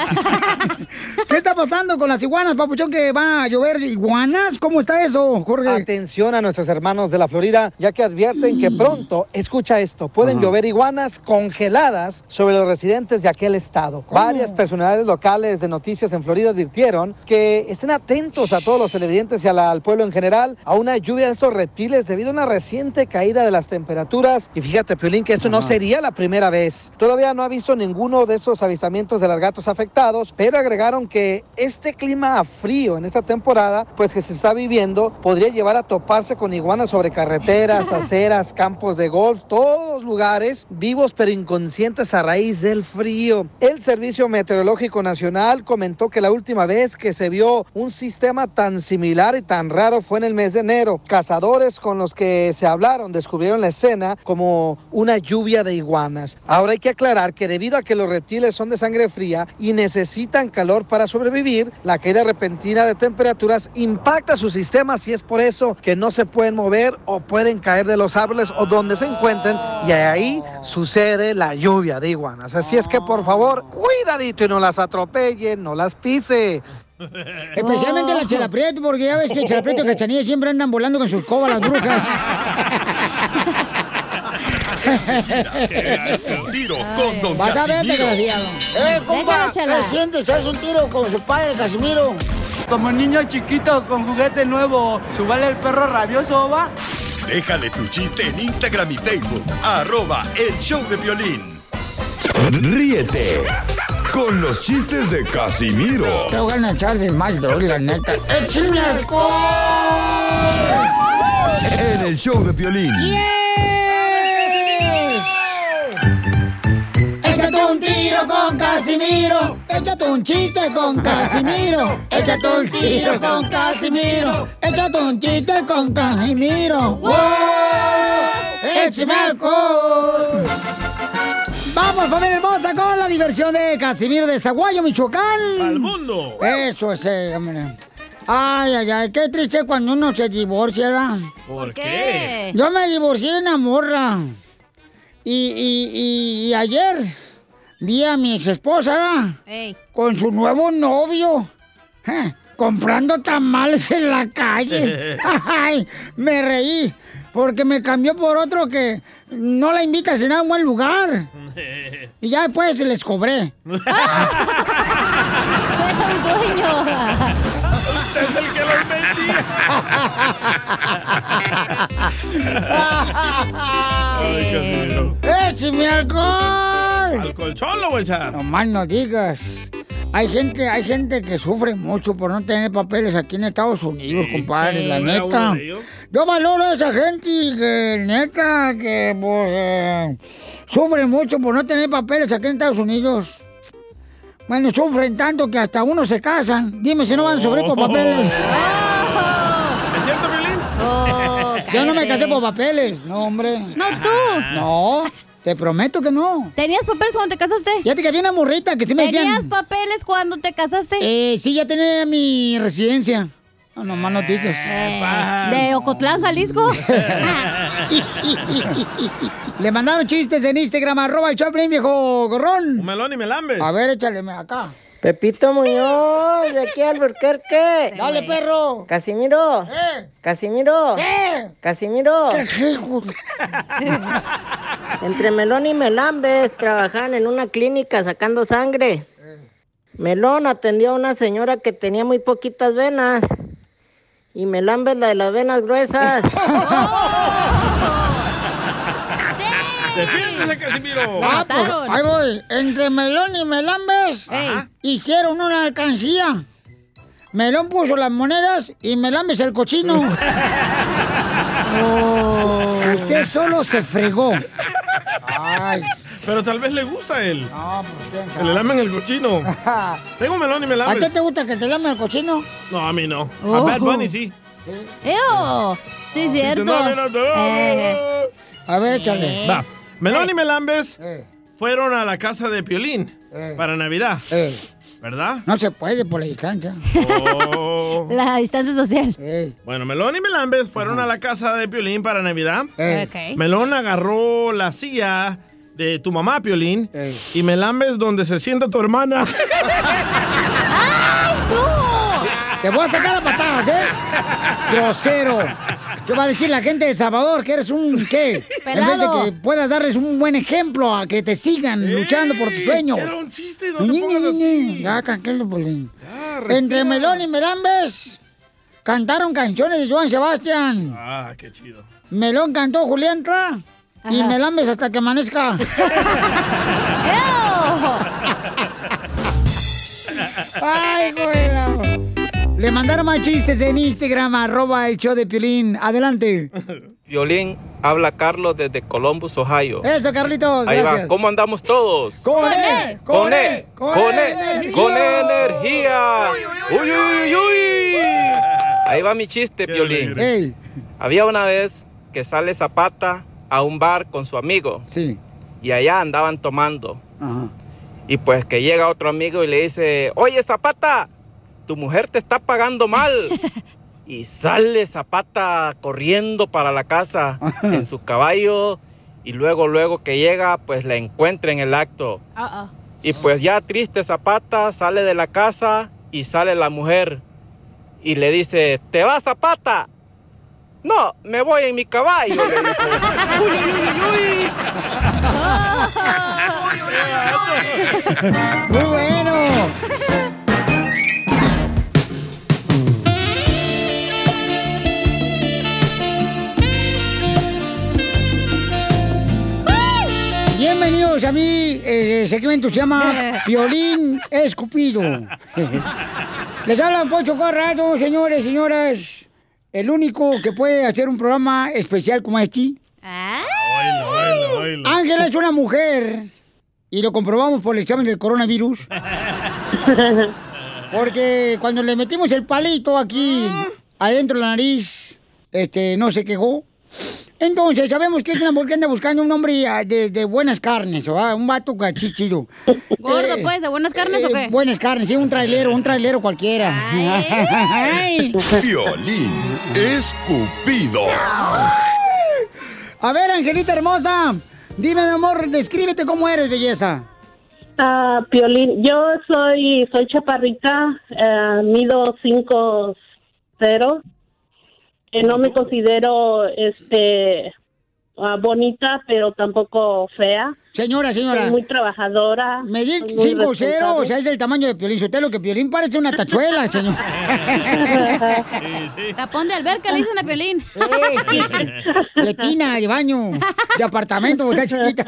[SPEAKER 1] ¿Qué está pasando con las iguanas, papuchón, que van a llover iguanas? ¿Cómo está eso, Jorge?
[SPEAKER 4] Atención a nuestros hermanos de la Florida, ya que advierten
[SPEAKER 1] Mm.
[SPEAKER 4] que pronto, escucha esto, pueden llover iguanas congeladas sobre los residentes de aquel estado. Varias personalidades locales de noticias en Florida advirtieron que estén atentos a todos los televidentes y a la- al pueblo en general a una lluvia de estos reptiles debido a una reciente caída de las temperaturas. Y fíjate, Piolín, que esto no sería la primera vez. Todavía no ha visto ninguno de esos avistamientos de largatos afectados, pero agregaron que este clima a frío en esta temporada, pues que se está viviendo, podría llevar a toparse con iguanas sobre carreteras, aceras, campos de golf, todos lugares vivos pero inconscientes a raíz del frío. El Servicio Meteorológico Nacional comentó que la última vez que se vio un sistema tan similar y tan raro fue en el mes de enero. Cazadores con los que se hablaron descubrieron la escena como una lluvia de iguanas. Ahora hay que aclarar que debido a que los reptiles son de sangre fría y necesitan calor para sobrevivir, la caída repentina de temperaturas impacta sus sistemas y es por eso que no se pueden mover o pueden caer de los árboles o donde se encuentren y ahí sucede la lluvia de iguanas. Así es que por favor, cuidadito y no las atropellen, no las pise.
[SPEAKER 1] Especialmente
[SPEAKER 4] Oh.
[SPEAKER 1] la Chela Prieto, porque ya ves que Chela Prieto y Cachanilla siempre andan volando con sus cobas las brujas.
[SPEAKER 5] Échate un tiro con Don
[SPEAKER 1] Vas a ver,
[SPEAKER 5] Casimiro.
[SPEAKER 1] desgraciado. Eh, compa, ¿qué sientes? ¿Haz un tiro con su padre, Casimiro?
[SPEAKER 10] Como niño chiquito con juguete nuevo, ¿subale el perro rabioso va?
[SPEAKER 5] Déjale tu chiste en Instagram y Facebook. Arroba el show de violín. Ríete. Con los chistes de Casimiro.
[SPEAKER 1] Te voy a echar de mal, doy, la neta. ¡Eh, ¡Échame Eh.
[SPEAKER 5] En el show de violín.
[SPEAKER 1] Échate un tiro con Casimiro. Échate un chiste con Casimiro. Échate un tiro con Casimiro. Échate un chiste con Casimiro. ¡Wow! ¡Échame alcohol! Vamos, familia hermosa, con la diversión de Casimiro de Zaguayo, Michoacán. ¡Al
[SPEAKER 2] mundo!
[SPEAKER 1] Eso es, eh, hombre. Ay, ay, ay, qué triste cuando uno se divorcia, ¿verdad?
[SPEAKER 2] ¿Por
[SPEAKER 6] qué?
[SPEAKER 1] Yo me divorcié de una morra. Y, y- y- y ayer vi a mi ex esposa
[SPEAKER 6] Eh.
[SPEAKER 7] Ey.
[SPEAKER 1] con su nuevo novio ja, comprando tamales en la calle. Ay, me reí porque me cambió por otro que no la invita a cenar a un buen lugar. Y ya después les cobré.
[SPEAKER 6] Usted es el que los vendía.
[SPEAKER 2] Ay, Casimiro.
[SPEAKER 1] Eh, ¡Écheme alcohol!
[SPEAKER 2] Al colchón lo voy a echar.
[SPEAKER 1] No mal no digas. Hay gente, hay gente que sufre mucho por no tener papeles aquí en Estados Unidos,
[SPEAKER 6] Sí.
[SPEAKER 1] compadre,
[SPEAKER 6] Sí.
[SPEAKER 1] la
[SPEAKER 6] ¿No era
[SPEAKER 1] neta.
[SPEAKER 6] uno de ellos?
[SPEAKER 1] Yo valoro a esa gente que neta que pues eh, sufre mucho por no tener papeles aquí en Estados Unidos. Bueno, sufren tanto que hasta unos se casan. Dime si no van a sufrir
[SPEAKER 6] Oh.
[SPEAKER 1] por papeles.
[SPEAKER 2] Oh. ¿Es cierto, Violín?
[SPEAKER 1] Yo no me casé por papeles, no, hombre. No, tú. No, te prometo que no. ¿Tenías papeles cuando te casaste? Ya te que había una morrita que sí me decían.
[SPEAKER 7] ¿Tenías papeles cuando te casaste?
[SPEAKER 1] Eh, sí, ya tenía mi Eh. residencia. No, nomás no digas.
[SPEAKER 7] ¿De Ocotlán, Jalisco?
[SPEAKER 1] Le mandaron chistes en Instagram, arroba el Choplin, viejo gorrón. Un
[SPEAKER 2] melón y melambes.
[SPEAKER 1] A ver, échale acá.
[SPEAKER 17] Pepito Muñoz, de aquí al Burquerque.
[SPEAKER 1] Dale, perro.
[SPEAKER 17] Casimiro.
[SPEAKER 1] ¿Eh?
[SPEAKER 17] Casimiro.
[SPEAKER 1] ¿Eh?
[SPEAKER 17] Casimiro.
[SPEAKER 1] ¿Qué
[SPEAKER 17] Entre Melón y Melambes trabajaban en una clínica sacando sangre.
[SPEAKER 1] Eh.
[SPEAKER 17] Melón atendió a una señora que tenía muy poquitas venas. Y Melambes la de las venas gruesas.
[SPEAKER 2] ¡Defiéndese, Casimiro!
[SPEAKER 1] Ah, pues, ahí voy. Entre Melón y Melambes hicieron una alcancía. Melón puso las monedas y Melambes el cochino. Oh, usted solo se fregó.
[SPEAKER 2] Pero tal vez le gusta a él.
[SPEAKER 7] Ah,
[SPEAKER 1] pues,
[SPEAKER 2] Que le lamen el cochino. Tengo melón y me
[SPEAKER 1] ¿A ti
[SPEAKER 2] lamen.
[SPEAKER 1] te gusta que te llame el cochino?
[SPEAKER 2] No, a mí no. A
[SPEAKER 1] Oh.
[SPEAKER 2] Bad Bunny sí.
[SPEAKER 7] ¡Eo! Sí, cierto.
[SPEAKER 2] no, no, no.
[SPEAKER 7] Eh,
[SPEAKER 1] A ver,
[SPEAKER 7] échale.
[SPEAKER 2] Va. Melón y Melambes
[SPEAKER 1] Eh.
[SPEAKER 2] fueron a la casa de Piolín
[SPEAKER 1] Eh.
[SPEAKER 2] para Navidad.
[SPEAKER 1] Eh.
[SPEAKER 2] ¿Verdad?
[SPEAKER 1] No se puede por la distancia.
[SPEAKER 2] Oh.
[SPEAKER 7] La distancia social.
[SPEAKER 1] Eh.
[SPEAKER 2] Bueno, Melón y Melambes fueron a la casa de Piolín para Navidad.
[SPEAKER 7] Eh. Ok.
[SPEAKER 2] Melón agarró la silla de tu mamá, Piolín,
[SPEAKER 1] Eh.
[SPEAKER 2] y Melambes donde se sienta tu hermana.
[SPEAKER 1] ¡Ay, tú! Te voy a sacar a patadas, ¿eh? Grosero. ¿Qué va a decir la gente de El Salvador? Que eres un qué.
[SPEAKER 7] Pelado.
[SPEAKER 1] En vez de que puedas darles un buen ejemplo a que te sigan luchando por tus sueños.
[SPEAKER 2] Era un chiste, no
[SPEAKER 1] Ñe,
[SPEAKER 2] te
[SPEAKER 1] Ñe,
[SPEAKER 2] pongas
[SPEAKER 1] Ñe.
[SPEAKER 2] así.
[SPEAKER 1] Ya, tranquilo, Piolín. Entre Melón y Melambes cantaron canciones de Joan Sebastián.
[SPEAKER 2] Ah, qué chido.
[SPEAKER 1] Melón cantó Julián Tra y
[SPEAKER 2] Ajá.
[SPEAKER 1] Melambes hasta que amanezca. ¡Ay, güey! Le mandaron más chistes en Instagram, arroba el show de Piolín. Adelante.
[SPEAKER 18] Violín, habla Carlos desde Columbus, Ohio.
[SPEAKER 1] Eso, Carlitos,
[SPEAKER 18] Ahí va.
[SPEAKER 1] gracias.
[SPEAKER 18] ¿Cómo andamos todos?
[SPEAKER 1] ¡Con él!
[SPEAKER 18] Con él, con él,
[SPEAKER 1] él!
[SPEAKER 18] con energía. Uy, uy, uy, uy. Ahí va mi chiste, Violín. Había una vez que sale Zapata a un bar con su amigo.
[SPEAKER 1] Sí.
[SPEAKER 18] Y allá andaban tomando.
[SPEAKER 1] Ajá.
[SPEAKER 18] Y pues que llega otro amigo y le dice, oye Zapata, tu mujer te está pagando mal. Y sale Zapata corriendo para la casa en su caballo y luego, luego que llega, pues la encuentra en el acto.
[SPEAKER 7] Uh-oh.
[SPEAKER 18] Y pues ya triste Zapata sale de la casa y sale la mujer y le dice, ¿te vas Zapata? No, me voy en mi caballo. le dijo. Uy, uy, uy, uy.
[SPEAKER 1] ¡Muy bueno! Bienvenidos a mi eh, segmento se llama Violín Escupido. Les habla Pocho Corrado, señores, señoras. El único que puede hacer un programa especial como este.
[SPEAKER 2] Oilo, oilo, oilo.
[SPEAKER 1] Ángela es una mujer. Y lo comprobamos por el examen del coronavirus. Porque cuando le metimos el palito aquí adentro de la nariz, este, no se quejó. Entonces, sabemos que es una mujer que anda buscando un hombre ah, de, de buenas carnes, ¿verdad? un vato cachichido. Eh,
[SPEAKER 7] Gordo, pues, ¿de buenas carnes o qué? eh.
[SPEAKER 1] Buenas carnes, sí, un trailero, un trailero cualquiera.
[SPEAKER 5] Violín escupido.
[SPEAKER 1] A ver, Angelita hermosa, dime, mi amor, descríbete cómo eres, belleza.
[SPEAKER 11] Ah, Piolín, yo soy soy chaparrita, eh, mido 5'0". Eh, no me considero este ah, bonita, pero tampoco fea.
[SPEAKER 1] Señora, señora.
[SPEAKER 11] Soy muy trabajadora.
[SPEAKER 1] Medir
[SPEAKER 11] soy muy
[SPEAKER 1] 5-0, o sea,
[SPEAKER 11] responsable.
[SPEAKER 1] es del tamaño de Piolín Sotelo, que Piolín parece una tachuela, señor.
[SPEAKER 7] Tapón de alberca le dicen a Piolín.
[SPEAKER 1] De tina, de baño, de apartamento, porque está chiquita.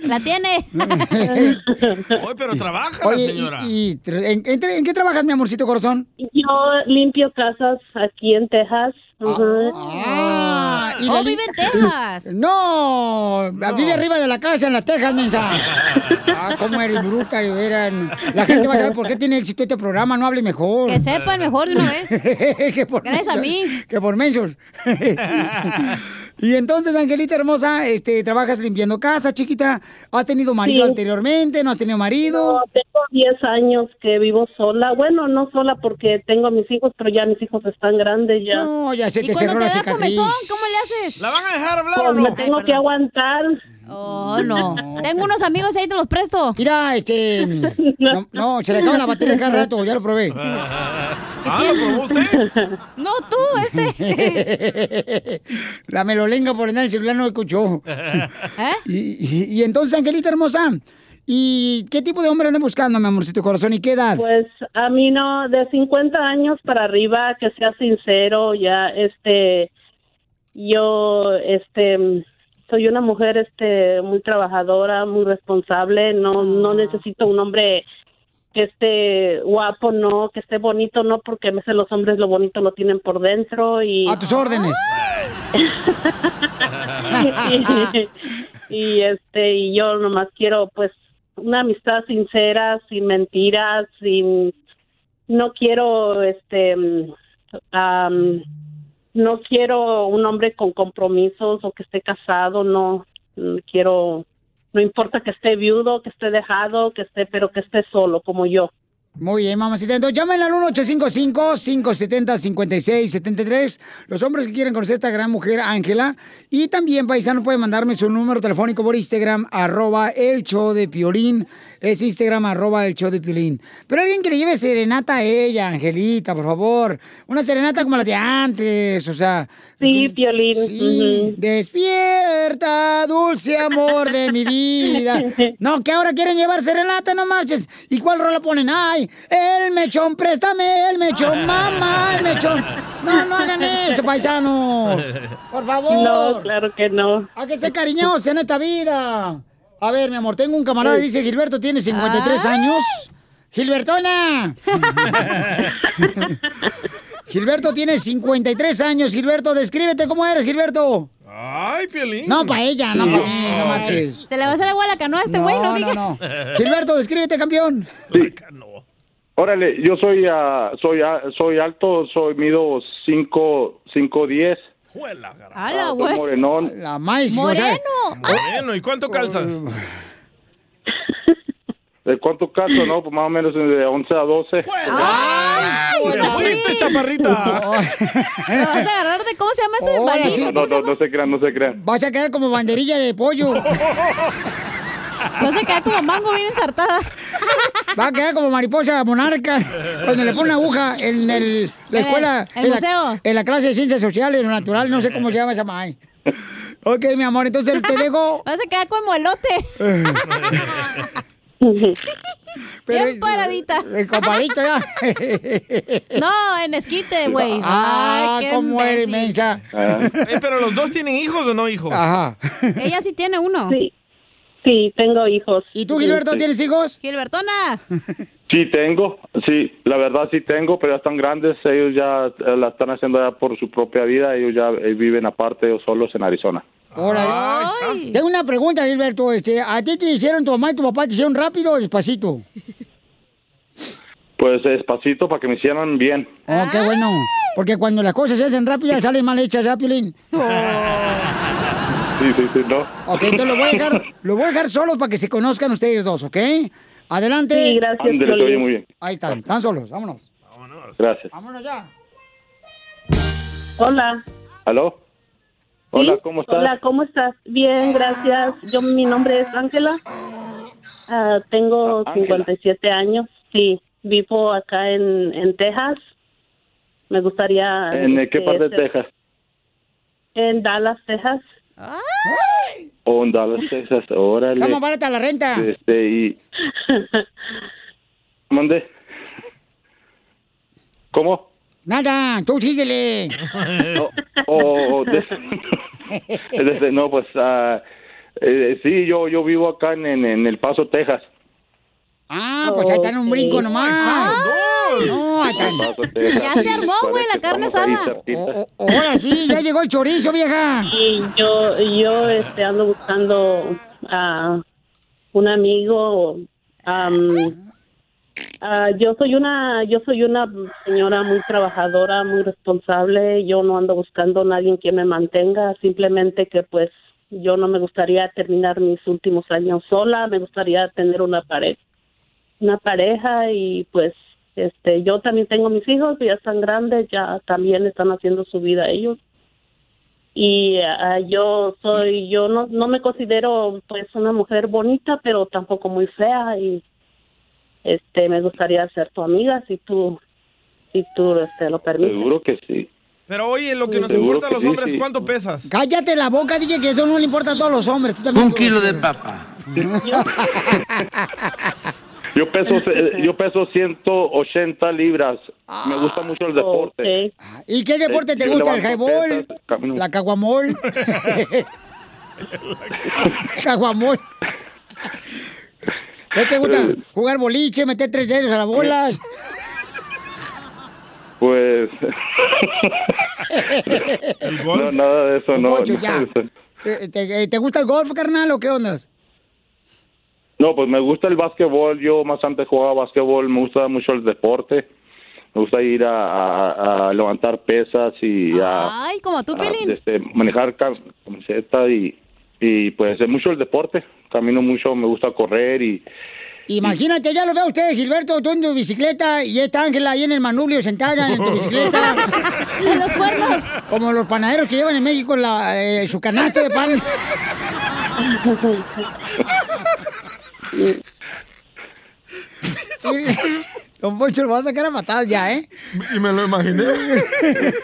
[SPEAKER 7] La tiene.
[SPEAKER 2] Oye, pero trabaja la
[SPEAKER 1] Oye,
[SPEAKER 2] señora.
[SPEAKER 1] y, y- ¿en, en- en qué trabajas, mi amorcito corazón?
[SPEAKER 11] Yo limpio casas aquí en Texas. Ujú.
[SPEAKER 1] Ah,
[SPEAKER 7] Oh,
[SPEAKER 1] y la li- No, vive arriba de la casa en las Texas, mensa. Ah, cómo eres bruta, de veras. La gente va a saber por qué tiene éxito este programa, no hable mejor.
[SPEAKER 7] Que sepan mejor de una vez.
[SPEAKER 1] Que por
[SPEAKER 7] Gracias a
[SPEAKER 1] mensos-
[SPEAKER 7] mí.
[SPEAKER 1] Que por mensos. Y entonces, Angelita hermosa, este, trabajas limpiando casa, chiquita. ¿Has tenido marido
[SPEAKER 11] Sí.
[SPEAKER 1] anteriormente? ¿No has tenido marido?
[SPEAKER 11] No, tengo 10 años que vivo sola. Bueno, no sola porque tengo a mis hijos, pero ya mis hijos están grandes ya.
[SPEAKER 1] No, ya
[SPEAKER 7] y cuando te da comezón, ¿cómo le haces?
[SPEAKER 2] ¿La van a dejar
[SPEAKER 11] Pues me tengo que aguantar.
[SPEAKER 7] Oh, no. Tengo unos amigos ahí, te los presto.
[SPEAKER 1] Mira, este... No, no, se le acaba la batería cada rato, ya lo probé.
[SPEAKER 2] Ah, ¿lo probó usted?
[SPEAKER 7] No, tú,
[SPEAKER 1] este. la melolenga por en el celular no escuchó. Y, y- y entonces, Angelita hermosa, ¿y qué tipo de hombre andan buscando, mi amorcito corazón? ¿Y qué edad?
[SPEAKER 11] Pues a mí no, de 50 años para arriba, que sea sincero, ya este, yo este, soy una mujer este, muy trabajadora, muy responsable, no, no necesito un hombre que esté guapo, no, que esté bonito, no, porque a veces los hombres lo bonito lo tienen por dentro y...
[SPEAKER 1] A tus órdenes.
[SPEAKER 11] y, y, este y yo nomás quiero pues una amistad sincera sin mentiras sin no quiero este mm, am, no quiero un hombre con compromisos o que esté casado no Mm, quiero no importa que esté viudo que esté dejado que esté pero que esté solo como yo
[SPEAKER 1] Muy bien, mamacita. Entonces, llamen al 1-855-570-5673. Los hombres que quieren conocer a esta gran mujer, Ángela. Y también, paisano, pueden mandarme su número telefónico por Instagram, arroba el show de Piolín. Es Instagram, arroba el show de Piolín. Pero alguien que le lleve serenata a ella, Angelita, por favor. Una serenata como la de antes, o sea...
[SPEAKER 11] Sí, Piolín.
[SPEAKER 1] Sí. Despierta, dulce amor de mi vida. No, que ahora quieren llevar serenata, no marches. ¿Y cuál rola ponen? Ay, el mechón, préstame el mechón, mamá, el mechón. No, no hagan eso, paisanos. Oh. Por favor.
[SPEAKER 11] no claro que no
[SPEAKER 1] Hay que ser cariñosos en esta vida. A ver, mi amor, tengo un camarada, dice Gilberto, tiene
[SPEAKER 7] Ah.
[SPEAKER 1] 53 años. ¡Gilbertona! Gilberto tiene 53 años. Gilberto, descríbete cómo eres, Gilberto.
[SPEAKER 2] Ay, Piolín.
[SPEAKER 1] No, para ella, no para mí, no
[SPEAKER 2] No.
[SPEAKER 1] marches.
[SPEAKER 7] Se le va a hacer agua a la canoa a este güey, no, digas.
[SPEAKER 1] Gilberto, descríbete, campeón.
[SPEAKER 19] Órale, yo soy ah, soy ah, soy alto, soy mido 5 5 10.
[SPEAKER 1] Ah,
[SPEAKER 7] ¡Hala,
[SPEAKER 19] Soy
[SPEAKER 7] güey!
[SPEAKER 19] morenón.
[SPEAKER 1] La maíz,
[SPEAKER 7] ¡Moreno!
[SPEAKER 2] Bueno, ¿y cuánto calzas?
[SPEAKER 19] ¿De cuánto caso, no? Pues más o menos de 11 a 12.
[SPEAKER 1] Ah,
[SPEAKER 2] ¡Te fuiste, chaparrita!
[SPEAKER 7] Lo vas a agarrar de cómo se llama ese
[SPEAKER 1] Ahora sí.
[SPEAKER 7] marido.
[SPEAKER 19] No, no, no, no se crean, no se crean.
[SPEAKER 1] Vas a quedar como banderilla de pollo.
[SPEAKER 7] Vas a quedar como mango bien ensartada.
[SPEAKER 1] Va a quedar como mariposa monarca. Cuando le pone una aguja en el, la
[SPEAKER 7] En el-
[SPEAKER 1] escuela.
[SPEAKER 7] el
[SPEAKER 1] en la-
[SPEAKER 7] museo.
[SPEAKER 1] en la clase de ciencias sociales, lo natural, no sé cómo se llama esa maíz. Ok, mi amor, entonces te dejo.
[SPEAKER 7] Vas a quedar como elote. bien paradita.
[SPEAKER 1] El compadito ya.
[SPEAKER 7] No, en esquite, güey.
[SPEAKER 1] Ah,
[SPEAKER 7] Ay, qué
[SPEAKER 1] cómo eres,
[SPEAKER 7] imbécil.
[SPEAKER 1] mensa.
[SPEAKER 2] Eh, pero los dos tienen hijos o no hijos?
[SPEAKER 1] Ajá.
[SPEAKER 7] Ella sí tiene uno.
[SPEAKER 11] Sí. sí tengo hijos
[SPEAKER 1] ¿Y tú, Gilberto,
[SPEAKER 19] Sí.
[SPEAKER 1] tienes hijos?
[SPEAKER 7] Gilbertona.
[SPEAKER 19] Sí tengo, sí, la verdad sí tengo, pero ya están grandes, ellos ya eh, la están haciendo ya por su propia vida, ellos ya eh, viven aparte, ellos solos en Arizona.
[SPEAKER 1] Órale. Tengo una pregunta, Gilberto. Este, ¿A ti te hicieron tu mamá y tu papá te hicieron rápido o despacito?
[SPEAKER 19] Pues despacito para que me hicieran bien.
[SPEAKER 1] Oh, qué bueno. Porque cuando las cosas se hacen rápidas, salen mal hechas, ¿ya, Piolín?
[SPEAKER 19] Sí, sí, sí, no.
[SPEAKER 1] Ok, entonces lo voy a dejar, lo voy a dejar solos para que se conozcan ustedes dos, ¿ok? Adelante.
[SPEAKER 19] Sí, gracias, Ándale, te oye Piolín. muy bien.
[SPEAKER 1] Ahí están, están solos, vámonos.
[SPEAKER 19] Gracias.
[SPEAKER 1] Vámonos ya.
[SPEAKER 11] hola
[SPEAKER 19] ¿Aló? Hola, ¿cómo estás?
[SPEAKER 11] Hola, ¿cómo estás?
[SPEAKER 19] Ah.
[SPEAKER 11] Bien, gracias. Yo, mi nombre es Ángela. Ah, tengo
[SPEAKER 19] Ah, Ángela.
[SPEAKER 11] 57 años. Sí, vivo acá en, en Texas. Me gustaría...
[SPEAKER 19] ¿En eh, qué
[SPEAKER 11] este,
[SPEAKER 19] parte de
[SPEAKER 11] ser-
[SPEAKER 19] Texas?
[SPEAKER 11] En Dallas, Texas.
[SPEAKER 19] Oh, en Dallas,
[SPEAKER 11] este.
[SPEAKER 19] Texas, órale.
[SPEAKER 1] Estamos barata la renta.
[SPEAKER 19] Este, y... ¿Mande? ¿Cómo? oh,
[SPEAKER 1] Nada, tú síguele.
[SPEAKER 19] O desde- no, pues, ah, eh, sí, yo, yo vivo acá en, en, en El Paso, Texas.
[SPEAKER 1] Ah, pues ahí están un brinco nomás. No, ahí están.
[SPEAKER 19] El Paso, Texas.
[SPEAKER 1] Ah, Ya Oh, se armó,
[SPEAKER 19] Parece
[SPEAKER 1] güey, la
[SPEAKER 19] que
[SPEAKER 1] carne
[SPEAKER 19] estamos ahí
[SPEAKER 1] asada.
[SPEAKER 19] cerquita.
[SPEAKER 1] Ahora sí, ya llegó el chorizo, vieja.
[SPEAKER 11] Y yo, yo este, ando buscando a un amigo am, Ah, yo soy una yo soy una señora muy trabajadora, muy responsable, yo no ando buscando a nadie que me mantenga, simplemente que pues yo no me gustaría terminar mis últimos años sola, me gustaría tener una pareja, una pareja y pues este yo también tengo mis hijos, ya están grandes, ya también están haciendo su vida ellos. Y ah, yo soy yo no no me considero pues una mujer bonita, pero tampoco muy fea y este me gustaría ser tu amiga si tú si tú este, lo
[SPEAKER 1] oh.
[SPEAKER 11] permites.
[SPEAKER 19] Seguro que sí.
[SPEAKER 2] Pero oye, lo que nos
[SPEAKER 19] Seguro
[SPEAKER 2] importa a
[SPEAKER 19] que
[SPEAKER 2] los
[SPEAKER 19] sí,
[SPEAKER 2] hombres,
[SPEAKER 19] sí.
[SPEAKER 2] ¿cuánto pesas?
[SPEAKER 1] Cállate la boca, dije que eso no le importa a todos los hombres. Tú también
[SPEAKER 2] Un
[SPEAKER 1] tú.
[SPEAKER 2] kilo de
[SPEAKER 19] papa. Yo peso, eh, yo peso 180 libras. Me gusta mucho el deporte.
[SPEAKER 1] Ah, ¿Y qué deporte
[SPEAKER 19] Eh,
[SPEAKER 1] te
[SPEAKER 19] yo
[SPEAKER 1] gusta? ¿El
[SPEAKER 19] levanto
[SPEAKER 1] highball?
[SPEAKER 19] pesas, camino.
[SPEAKER 1] ¿La caguamol? ¿Caguamol? ¿Qué te gusta? ¿Jugar boliche? ¿Meter tres dedos a las bolas?
[SPEAKER 19] Pues. no, nada de eso, no.
[SPEAKER 1] Poncho,
[SPEAKER 19] nada
[SPEAKER 1] ya.
[SPEAKER 19] de eso.
[SPEAKER 1] Eh, ¿Te, eh, te gusta el golf, carnal, o qué ondas?
[SPEAKER 19] No, pues me gusta el básquetbol. Yo más antes jugaba básquetbol. Me gusta mucho el deporte. Me gusta ir a, a- a levantar pesas y a,
[SPEAKER 7] Ay,
[SPEAKER 1] Ah,
[SPEAKER 7] como tú,
[SPEAKER 19] a,
[SPEAKER 11] Ah,
[SPEAKER 7] Pelín.
[SPEAKER 19] este, manejar cam- camiseta y, y pues es mucho el deporte. Camino mucho, me gusta correr y
[SPEAKER 1] Imagínate, ya lo veo a usted, Gilberto, tú en tu bicicleta y esta Ángela ahí en el manubrio sentada en tu bicicleta. ¡En los cuernos! Como los panaderos que llevan en México la, eh, su canasto de pan. Sí, Don Poncho lo va a sacar a matar ya, ¿eh?
[SPEAKER 2] Y me lo imaginé.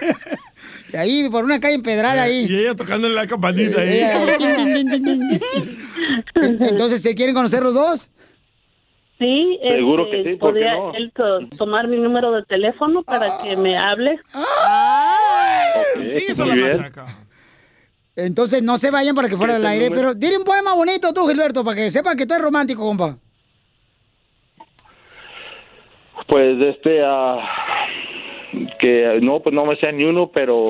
[SPEAKER 1] Y ahí, por una calle empedrada ahí.
[SPEAKER 2] Y ella tocándole la campanita ahí.
[SPEAKER 1] Eh, tin, tin, tin, tin, tin. Entonces, ¿se quieren conocer los dos?
[SPEAKER 11] Sí,
[SPEAKER 1] Seguro
[SPEAKER 11] este,
[SPEAKER 1] que sí, ¿por qué
[SPEAKER 11] podría
[SPEAKER 1] no?
[SPEAKER 11] él to- tomar mi número de teléfono para que me hable.
[SPEAKER 19] sí, muy bien.
[SPEAKER 1] Entonces, no se vayan para que fuera del
[SPEAKER 19] Este
[SPEAKER 1] aire,
[SPEAKER 19] número-
[SPEAKER 1] pero dile un poema bonito tú, Gilberto, para que sepa que tú eres romántico, compa.
[SPEAKER 19] Pues este, ah, que no, pues no me sé ni uno, pero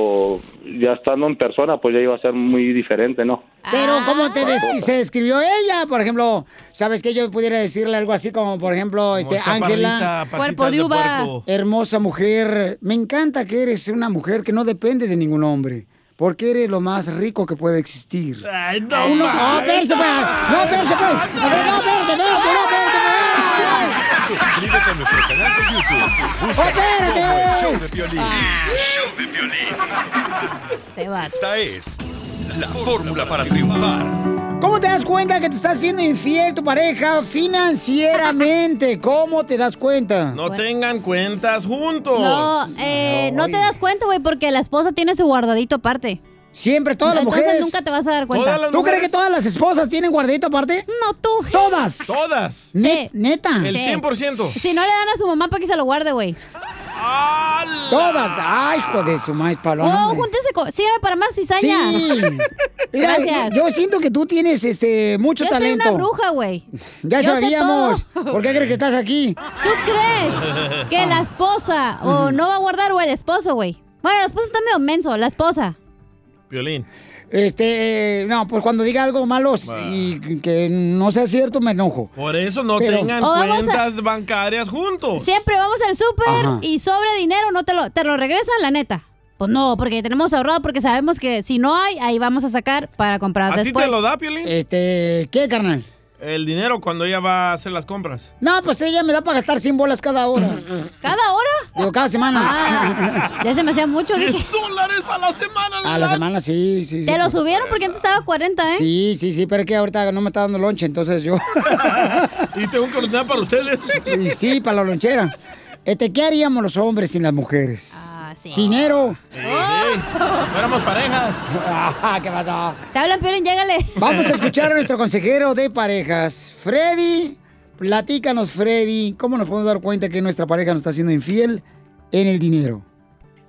[SPEAKER 19] ya estando en persona, pues ya iba a ser muy diferente, ¿no?
[SPEAKER 1] Pero
[SPEAKER 2] Ah.
[SPEAKER 1] ¿cómo te des- se describió ella? Por ejemplo, ¿sabes que yo pudiera decirle algo así como, por ejemplo, este
[SPEAKER 2] chaparrita,
[SPEAKER 1] Ángela?
[SPEAKER 2] patitas Cuerpo de de uva. puerco.
[SPEAKER 1] Hermosa mujer. Me encanta que eres una mujer que no depende de ningún hombre. Porque eres lo más rico que puede existir.
[SPEAKER 2] Ay,
[SPEAKER 1] Ah, no, no, espérense, pues. No, espérense, pues. A ver, no, espérate, espérate, no, espérate, espérate.
[SPEAKER 5] Suscríbete a nuestro canal de YouTube. Búscanos
[SPEAKER 1] Espérate.
[SPEAKER 5] como el show de violín.
[SPEAKER 7] Este va.
[SPEAKER 5] Esta es la fórmula para triunfar.
[SPEAKER 1] ¿Cómo te das cuenta que te está haciendo infiel tu pareja financieramente? ¿Cómo te das cuenta?
[SPEAKER 2] No tengan cuentas juntos.
[SPEAKER 7] No, eh, no te das cuenta, güey, porque la esposa tiene su guardadito aparte.
[SPEAKER 1] Siempre, todas las
[SPEAKER 7] Entonces
[SPEAKER 1] mujeres.
[SPEAKER 7] nunca te vas a dar cuenta.
[SPEAKER 1] ¿Tú crees que todas las esposas tienen guardadito aparte?
[SPEAKER 7] No, tú.
[SPEAKER 1] Todas.
[SPEAKER 2] Todas.
[SPEAKER 1] Ne- Neta.
[SPEAKER 2] El 100%.
[SPEAKER 7] Si no le dan a su mamá para que se lo guarde, güey.
[SPEAKER 1] Todas. Ay, hijo de su maíz paloma.
[SPEAKER 7] Oh,
[SPEAKER 1] hombre.
[SPEAKER 7] júntense con... Sí, para más cizaña.
[SPEAKER 1] Sí. Mira,
[SPEAKER 7] Gracias.
[SPEAKER 1] Yo siento que tú tienes este mucho
[SPEAKER 7] Yo soy
[SPEAKER 1] talento.
[SPEAKER 7] una bruja, güey.
[SPEAKER 1] Ya
[SPEAKER 7] Yo sé
[SPEAKER 1] sabíamos.
[SPEAKER 7] todo.
[SPEAKER 1] ¿Por qué crees que estás aquí?
[SPEAKER 7] ¿Tú crees que la esposa o no va a guardar o el esposo, güey? Bueno, la esposa está medio menso, la esposa.
[SPEAKER 2] Violín.
[SPEAKER 1] Este, eh, no, pues cuando diga algo malo y que no sea cierto, me enojo.
[SPEAKER 2] Por eso no
[SPEAKER 1] Pero-
[SPEAKER 2] tengan
[SPEAKER 1] O vamos a-
[SPEAKER 2] cuentas bancarias juntos.
[SPEAKER 7] Siempre vamos al
[SPEAKER 1] Ajá.
[SPEAKER 7] súper y sobre dinero no te lo, te lo regresan, la neta. Pues no, porque tenemos ahorrado, porque sabemos que si no hay, ahí vamos a sacar para comprar
[SPEAKER 2] ¿A ti
[SPEAKER 7] después.
[SPEAKER 2] te lo da, Piolín?
[SPEAKER 1] Este, ¿qué, carnal?
[SPEAKER 2] El dinero cuando ella va a hacer las compras.
[SPEAKER 1] No, pues ella me da para gastar 100 bolas cada hora.
[SPEAKER 7] ¿Cada hora?
[SPEAKER 1] Digo, cada semana.
[SPEAKER 7] Ah, ya se me hacía mucho, dije.
[SPEAKER 2] dólares a la semana!
[SPEAKER 1] A la semana, sí, sí.
[SPEAKER 7] Te
[SPEAKER 1] sí.
[SPEAKER 7] lo subieron porque antes estaba 40, ¿eh?
[SPEAKER 1] Sí, sí, sí, pero es que ahorita no me está dando lonche, entonces yo.
[SPEAKER 2] y tengo un coronel para ustedes.
[SPEAKER 1] Y sí, para la lonchera. Este, ¿qué haríamos los hombres sin las mujeres?
[SPEAKER 7] Ah, sí.
[SPEAKER 1] Dinero.
[SPEAKER 2] Éramos parejas.
[SPEAKER 1] Oh. Ah, ¿Qué pasó?
[SPEAKER 7] Te hablan, Piolín, llégale.
[SPEAKER 1] Vamos a escuchar a nuestro consejero de parejas, Freddy. Platícanos, Freddy, ¿cómo nos podemos dar cuenta que nuestra pareja nos está siendo infiel en el dinero?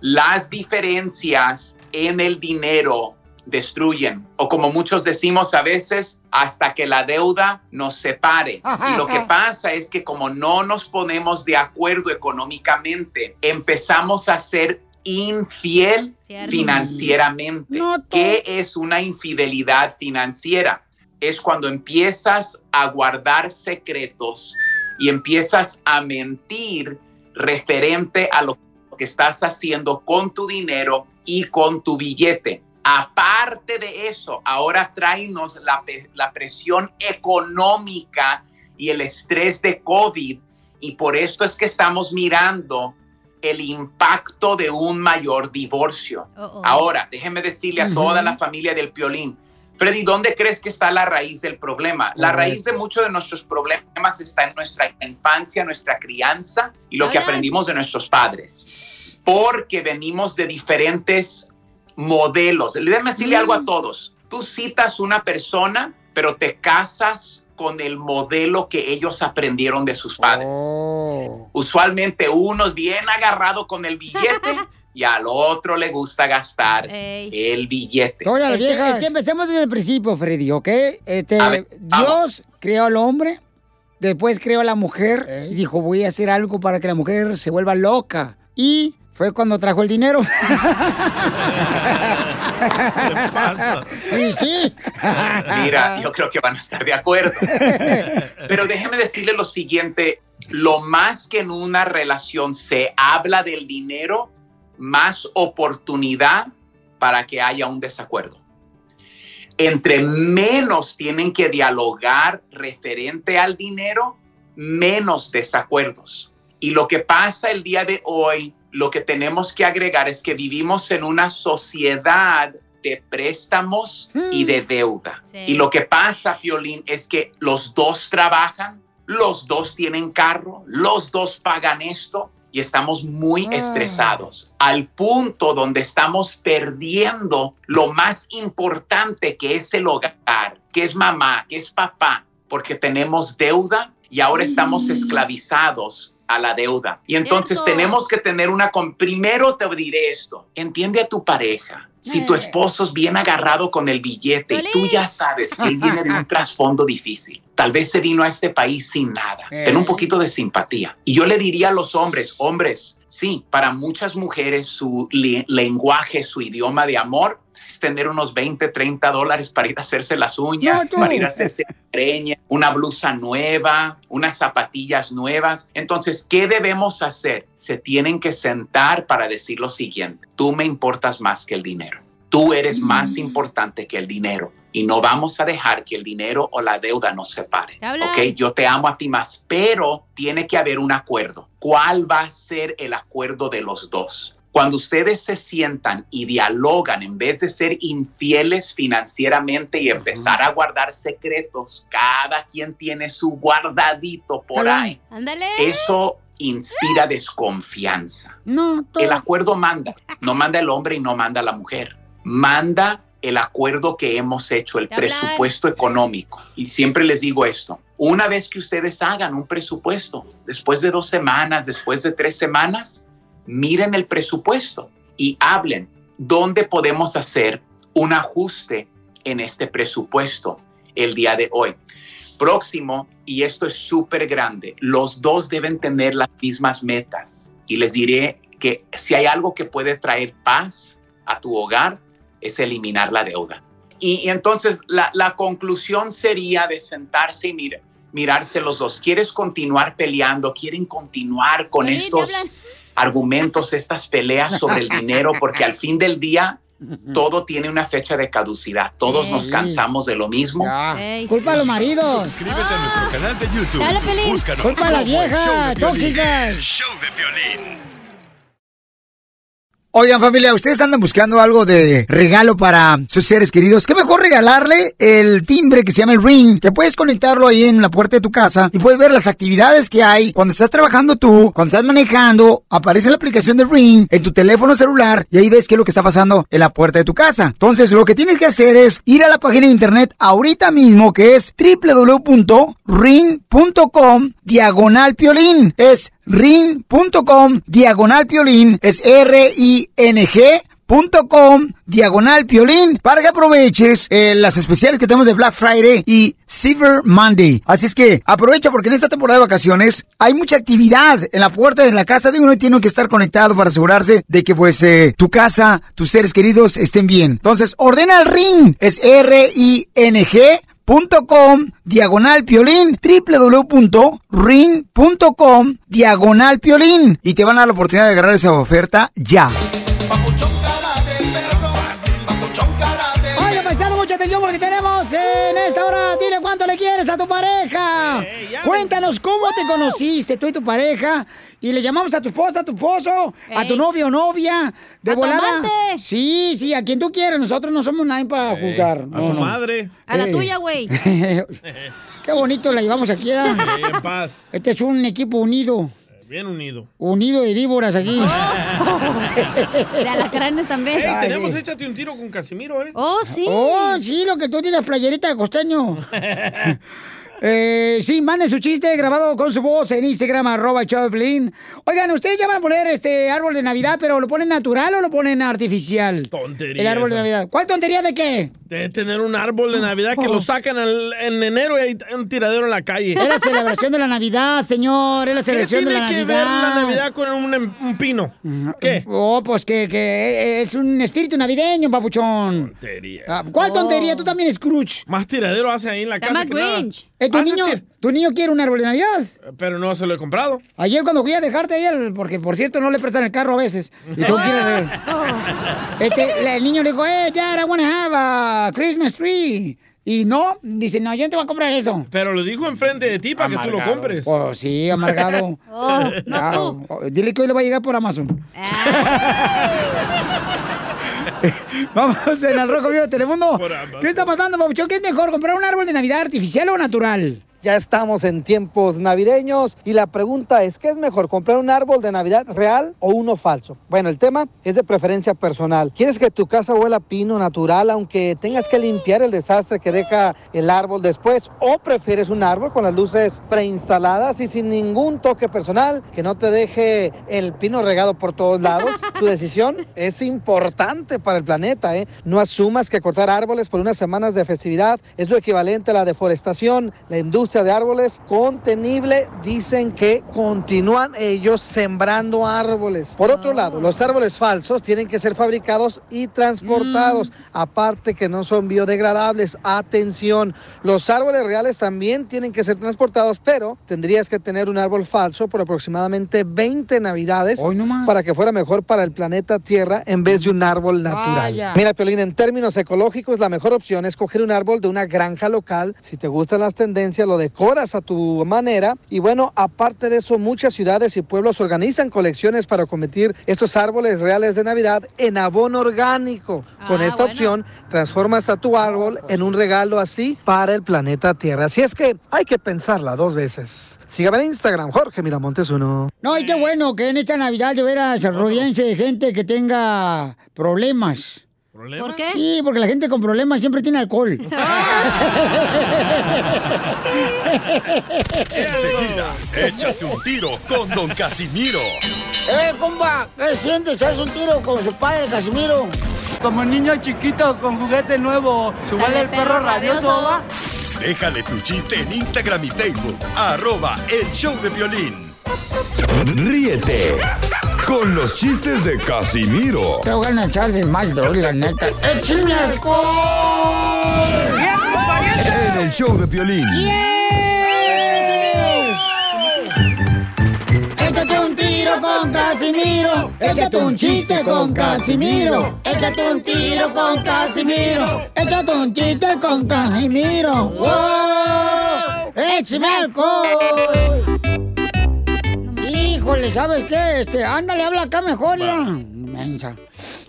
[SPEAKER 20] las diferencias en el dinero destruyen o como muchos decimos a veces hasta que la deuda nos separe y lo que pasa es que como no nos ponemos de acuerdo económicamente empezamos a ser infiel
[SPEAKER 21] Cierto.
[SPEAKER 20] financieramente ¿qué es una infidelidad financiera? es cuando empiezas a guardar secretos y empiezas a mentir referente a lo que estás haciendo con tu dinero y con tu billete. Aparte de eso, ahora tráenos la, pe- la presión económica y el estrés de COVID y por esto es que estamos mirando el impacto de un mayor divorcio.
[SPEAKER 6] Uh-oh.
[SPEAKER 20] Ahora, déjeme decirle a toda la familia del Piolín, Freddy, ¿dónde crees que está la raíz del problema? La
[SPEAKER 6] Correcto.
[SPEAKER 20] raíz de muchos de nuestros problemas está en nuestra infancia, nuestra crianza y lo que
[SPEAKER 6] Hablan.
[SPEAKER 20] aprendimos de nuestros padres, porque venimos de diferentes modelos. Déjeme decirle algo a todos. Tú citas una persona, pero te casas con el modelo que ellos aprendieron de sus padres. Usualmente uno es bien agarrado con el billete y al otro le gusta gastar
[SPEAKER 7] Ey.
[SPEAKER 20] el billete.
[SPEAKER 1] Oye, es, que,
[SPEAKER 20] viejas.
[SPEAKER 1] es que Este, empecemos desde el principio, Freddy, ¿ok? Este,
[SPEAKER 20] A ver,
[SPEAKER 1] Dios creó al hombre, después creó a la mujer y dijo, voy a hacer algo para que la mujer se vuelva loca. Y fue cuando trajo el dinero. y sí.
[SPEAKER 20] Mira, yo creo que van a estar de acuerdo. Pero déjeme decirle lo siguiente, lo más que en una relación se habla del dinero, más oportunidad para que haya un desacuerdo. Entre menos tienen que dialogar referente al dinero, menos desacuerdos. Y lo que pasa el día de hoy, lo que tenemos que agregar es que vivimos en una sociedad de préstamos y de deuda.
[SPEAKER 6] Sí.
[SPEAKER 20] Y lo que pasa, Violín, es que los dos trabajan, los dos tienen carro, los dos pagan esto y estamos muy
[SPEAKER 6] Ah.
[SPEAKER 20] estresados al punto donde estamos perdiendo lo más importante que es el hogar, que es mamá, que es papá, porque tenemos deuda y ahora estamos esclavizados a la deuda. Y entonces
[SPEAKER 6] Cierto.
[SPEAKER 20] tenemos que tener una... con- Primero te diré esto, entiende a tu pareja. Si tu esposo es bien agarrado con el billete y tú ya sabes que él viene de un trasfondo difícil, tal vez se vino a este país sin nada,
[SPEAKER 6] Eh.
[SPEAKER 20] ten un poquito de simpatía. Y yo le diría a los hombres, hombres, sí, para muchas mujeres su li- lenguaje, su idioma de amor es tener unos 20, 30 dólares para ir a hacerse las uñas,
[SPEAKER 6] No, no.
[SPEAKER 20] para ir a hacerse preña, una blusa nueva, unas zapatillas nuevas. Entonces, ¿qué debemos hacer? Se tienen que sentar para decir lo siguiente, tú me importas más que el dinero. Tú eres más importante que el dinero y no vamos a dejar que el dinero o la deuda nos separe. Ok, yo te amo a ti más, pero tiene que haber un acuerdo. ¿Cuál va a ser el acuerdo de los dos? Cuando ustedes se sientan y dialogan en vez de ser infieles financieramente y empezar a guardar secretos, cada quien tiene su guardadito por ahí.
[SPEAKER 7] Ándale.
[SPEAKER 20] Eso inspira desconfianza.
[SPEAKER 1] No,
[SPEAKER 20] El acuerdo manda. No manda el hombre y no manda la mujer. Manda el acuerdo que hemos hecho, el
[SPEAKER 6] De hablar.
[SPEAKER 20] presupuesto económico. Y siempre les digo esto. Una vez que ustedes hagan un presupuesto, después de dos semanas, después de tres semanas, miren el presupuesto y hablen dónde podemos hacer un ajuste en este presupuesto el día de hoy. Próximo, y esto es súper grande, los dos deben tener las mismas metas. Y les diré que si hay algo que puede traer paz a tu hogar, es eliminar la deuda. Y, y entonces la, la conclusión sería de sentarse y mir- mirarse los dos. ¿Quieres continuar peleando? ¿Quieren continuar con estos argumentos, estas peleas sobre el dinero? Porque al fin del día todo tiene una fecha de caducidad. Todos nos cansamos de lo mismo.
[SPEAKER 1] Culpa a los maridos.
[SPEAKER 5] Suscríbete a nuestro canal de YouTube.
[SPEAKER 1] Dale, Pelín.
[SPEAKER 5] Búscanos
[SPEAKER 1] Culpa a la
[SPEAKER 5] como el
[SPEAKER 1] vieja,
[SPEAKER 5] show de Piolín.
[SPEAKER 1] tóxica.
[SPEAKER 5] El show de Piolín.
[SPEAKER 1] Oigan familia, ustedes andan buscando algo de regalo para sus seres queridos. ¿Qué mejor regalarle el timbre que se llama el ring? Te puedes conectarlo ahí en la puerta de tu casa y puedes ver las actividades que hay cuando estás trabajando tú, cuando estás manejando. Aparece la aplicación de ring en tu teléfono celular y ahí ves qué es lo que está pasando en la puerta de tu casa. Entonces lo que tienes que hacer es ir a la página de internet ahorita mismo que es www.ring.com diagonal piolín. Es ring.com diagonal piolín es r-i-n-g.com diagonal piolín para que aproveches eh, las especiales que tenemos de Black Friday y Silver Monday. Así es que aprovecha porque en esta temporada de vacaciones hay mucha actividad en la puerta de la casa de uno y tiene que estar conectado para asegurarse de que pues eh, tu casa, tus seres queridos estén bien. Entonces ordena el ring es r-i-n-g ring.com diagonal piolín, www.ring.com diagonal piolín. Y te van a dar la oportunidad de agarrar esa oferta ya. Oye, paisano, mucha atención porque tenemos en esta hora, dile cuánto le quieres a tu pareja. Cuéntanos cómo te conociste tú y tu pareja. Y le llamamos a tu esposa, a tu esposo, a tu
[SPEAKER 7] Ey.
[SPEAKER 1] novio o novia. De
[SPEAKER 7] A tu
[SPEAKER 1] volada.
[SPEAKER 7] amante.
[SPEAKER 1] Sí, sí, a quien tú quieras. Nosotros no somos nadie para juzgar.
[SPEAKER 2] a
[SPEAKER 1] No,
[SPEAKER 2] tu
[SPEAKER 1] no.
[SPEAKER 2] madre.
[SPEAKER 7] A la
[SPEAKER 1] Eh.
[SPEAKER 7] tuya, güey.
[SPEAKER 1] Qué bonito la llevamos aquí. ¿eh?
[SPEAKER 2] en paz.
[SPEAKER 1] Este es un equipo unido.
[SPEAKER 2] Bien unido.
[SPEAKER 1] Unido de víboras aquí.
[SPEAKER 7] Oh. De alacranes también.
[SPEAKER 2] Ey, tenemos
[SPEAKER 1] Ay.
[SPEAKER 2] Échate un tiro con Casimiro, ¿eh?
[SPEAKER 1] Oh, sí, lo que tú digas, playerita de costeño. Eh, sí, manden su chiste grabado con su voz en Instagram, arroba el show de Piolín. Oigan, ustedes ya van a poner este árbol de Navidad, pero ¿lo ponen natural o lo ponen artificial?
[SPEAKER 2] Tontería
[SPEAKER 1] El árbol de
[SPEAKER 2] esa.
[SPEAKER 1] Navidad. ¿Cuál tontería de qué?
[SPEAKER 2] Debe tener un árbol de Navidad que lo sacan al- en enero y hay un tiradero en la calle.
[SPEAKER 1] Es la celebración de la Navidad, señor. Es la
[SPEAKER 2] ¿Qué
[SPEAKER 1] celebración de
[SPEAKER 2] tiene
[SPEAKER 1] la
[SPEAKER 2] que
[SPEAKER 1] Navidad.
[SPEAKER 2] ver la Navidad con un, em- un pino? ¿Qué?
[SPEAKER 1] Oh, pues que, que es un espíritu navideño, papuchón.
[SPEAKER 2] Tontería.
[SPEAKER 1] Ah, ¿Cuál tontería? Tú también, Scrooge.
[SPEAKER 2] Oh. Más tiradero hace ahí en la casa. que nada.
[SPEAKER 1] Eh, ¿tu,
[SPEAKER 2] Hace
[SPEAKER 1] niño,
[SPEAKER 2] tir-
[SPEAKER 1] ¿Tu niño quiere un árbol de Navidad?
[SPEAKER 2] Pero no se lo he comprado.
[SPEAKER 1] Ayer cuando fui a dejarte ayer, porque por cierto no le prestan el carro a veces. Y tú quieres ver. Este, la- el niño le dijo, eh, ya, I wanna have a Christmas tree. Y no, dice, no, yo no te voy a comprar eso.
[SPEAKER 2] Pero lo dijo enfrente de ti para que tú lo
[SPEAKER 1] Amargado.
[SPEAKER 2] compres.
[SPEAKER 1] Pues sí, amargado.
[SPEAKER 10] Oh,
[SPEAKER 1] Ya, o- Dile que hoy le va a llegar por Amazon.
[SPEAKER 10] Ah.
[SPEAKER 1] Vamos en el rojo vivo de Telemundo. ¿Qué está pasando, Pabuchón? ¿Qué es mejor, comprar un árbol de Navidad artificial o natural?
[SPEAKER 4] Ya estamos en tiempos navideños y la pregunta es, ¿qué es mejor, comprar un árbol de Navidad real o uno falso? Bueno, el tema es de preferencia personal. ¿Quieres que tu casa huela a pino natural aunque tengas que limpiar el desastre que deja el árbol después? ¿O prefieres un árbol con las luces preinstaladas y sin ningún toque personal que no te deje el pino regado por todos lados? Tu decisión es importante para el planeta, ¿eh? No asumas que cortar árboles por unas semanas de festividad es lo equivalente a la deforestación. La industria de árboles contenible dicen que continúan ellos sembrando árboles. Por otro lado, los árboles falsos tienen que ser fabricados y transportados, aparte que no son biodegradables. Atención, los árboles reales también tienen que ser transportados, pero tendrías que tener un árbol falso por aproximadamente 20 navidades para que fuera mejor para el planeta Tierra en vez de un árbol natural.
[SPEAKER 1] Vaya.
[SPEAKER 4] Mira, Piolín, en términos ecológicos, la mejor opción es coger un árbol de una granja local. Si te gustan las tendencias, lo decoras a tu manera. Y bueno, aparte de eso, muchas ciudades y pueblos organizan colecciones para convertir estos árboles reales de Navidad en abono orgánico. Con esta opción, transformas a tu árbol en un regalo así para el planeta Tierra. Así es que hay que pensarla dos veces. Sígame en Instagram, Jorge Miramontes uno.
[SPEAKER 1] No, y qué bueno que en esta Navidad de veras se rodeense de gente que tenga problemas.
[SPEAKER 2] ¿Problemas?
[SPEAKER 1] qué? Sí, porque la gente con problemas siempre tiene alcohol.
[SPEAKER 5] Enseguida, échate un tiro con Don Casimiro.
[SPEAKER 1] ¡Eh, compa! ¿Qué sientes? ¿Haz un tiro con su padre, Casimiro?
[SPEAKER 10] Como niño chiquito con juguete nuevo, subale el perro rabioso, va.
[SPEAKER 5] Déjale tu chiste en Instagram y Facebook. Arroba el show de violín. Ríete con los chistes de Casimiro
[SPEAKER 1] Te voy a echar de mal, bro, la neta. ¡Échame
[SPEAKER 5] en el show de violín.
[SPEAKER 1] Échate un tiro con Casimiro. Échate un chiste con Casimiro. Échate un tiro con Casimiro. Échate un chiste con Casimiro. ¡Wow! ¡Échame alcohol! Híjole, ¿sabes qué? Este, ándale, habla acá mejor, ya. Mensa.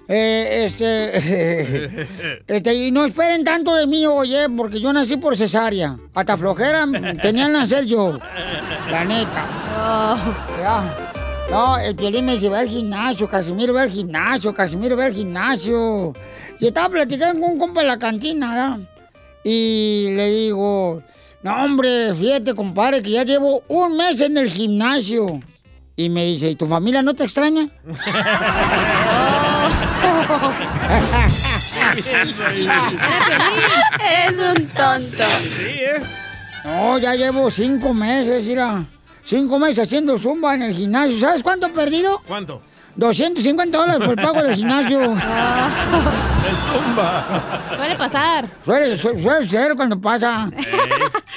[SPEAKER 1] Eh, este, este, y no esperen tanto de mí, oye, porque yo nací por cesárea. Hasta flojera tenía al nacer yo. La neta. Ya. No, el Piolín me dice, va al gimnasio, Casimiro va al gimnasio, Casimiro va al gimnasio. Y estaba platicando con un compa en la cantina, ¿verdad? Y le digo, no hombre, fíjate, compadre, que ya llevo un mes en el gimnasio. Y me dice, ¿y tu familia no te extraña?
[SPEAKER 6] Eres un tonto. Sí, ¿eh?
[SPEAKER 1] No, ya llevo cinco meses, mira. Cinco meses haciendo zumba en el gimnasio. ¿Sabes cuánto he perdido?
[SPEAKER 2] ¿Cuánto?
[SPEAKER 1] 250 dólares por el pago del gimnasio.
[SPEAKER 6] Ah,
[SPEAKER 7] Suele pasar.
[SPEAKER 1] Suele, su- suele ser cuando pasa.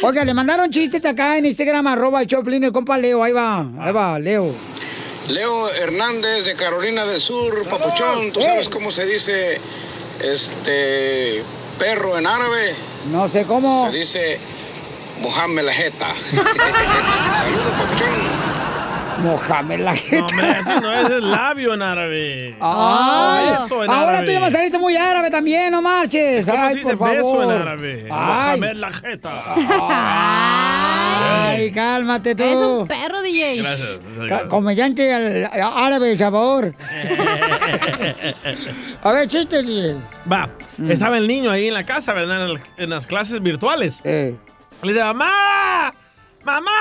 [SPEAKER 1] Oiga, le mandaron chistes acá en Instagram, arroba el Choplin, el compa Leo. Ahí
[SPEAKER 2] Ah.
[SPEAKER 1] va, ahí va, Leo.
[SPEAKER 21] Leo Hernández de Carolina del Sur, Papuchón,
[SPEAKER 1] Eh.
[SPEAKER 21] ¿tú sabes cómo se dice este perro en árabe?
[SPEAKER 1] No sé cómo.
[SPEAKER 21] Se dice Mohamed la jeta. Saludos, Papuchón.
[SPEAKER 1] Mojame la jeta.
[SPEAKER 2] No, hombre, ese no es el labio en árabe.
[SPEAKER 1] Ay,
[SPEAKER 2] Beso en
[SPEAKER 1] ahora
[SPEAKER 2] árabe.
[SPEAKER 1] tú ya me saliste muy árabe también, no marches.
[SPEAKER 2] ¿Cómo
[SPEAKER 1] Ay,
[SPEAKER 2] se dice
[SPEAKER 1] por
[SPEAKER 2] beso
[SPEAKER 1] favor.
[SPEAKER 2] en árabe?
[SPEAKER 1] Ay.
[SPEAKER 2] Mohamed la jeta.
[SPEAKER 1] Ay, cálmate tú. Es un
[SPEAKER 7] perro, DJ.
[SPEAKER 2] Gracias.
[SPEAKER 1] Ca- Comediante al- a- árabe, El Salvador. A ver, chiste, DJ.
[SPEAKER 2] Va,
[SPEAKER 1] Mm.
[SPEAKER 2] estaba el niño ahí en la casa, ¿verdad? En, el- en las clases virtuales.
[SPEAKER 1] Eh.
[SPEAKER 2] Le dice, mamá, mamá,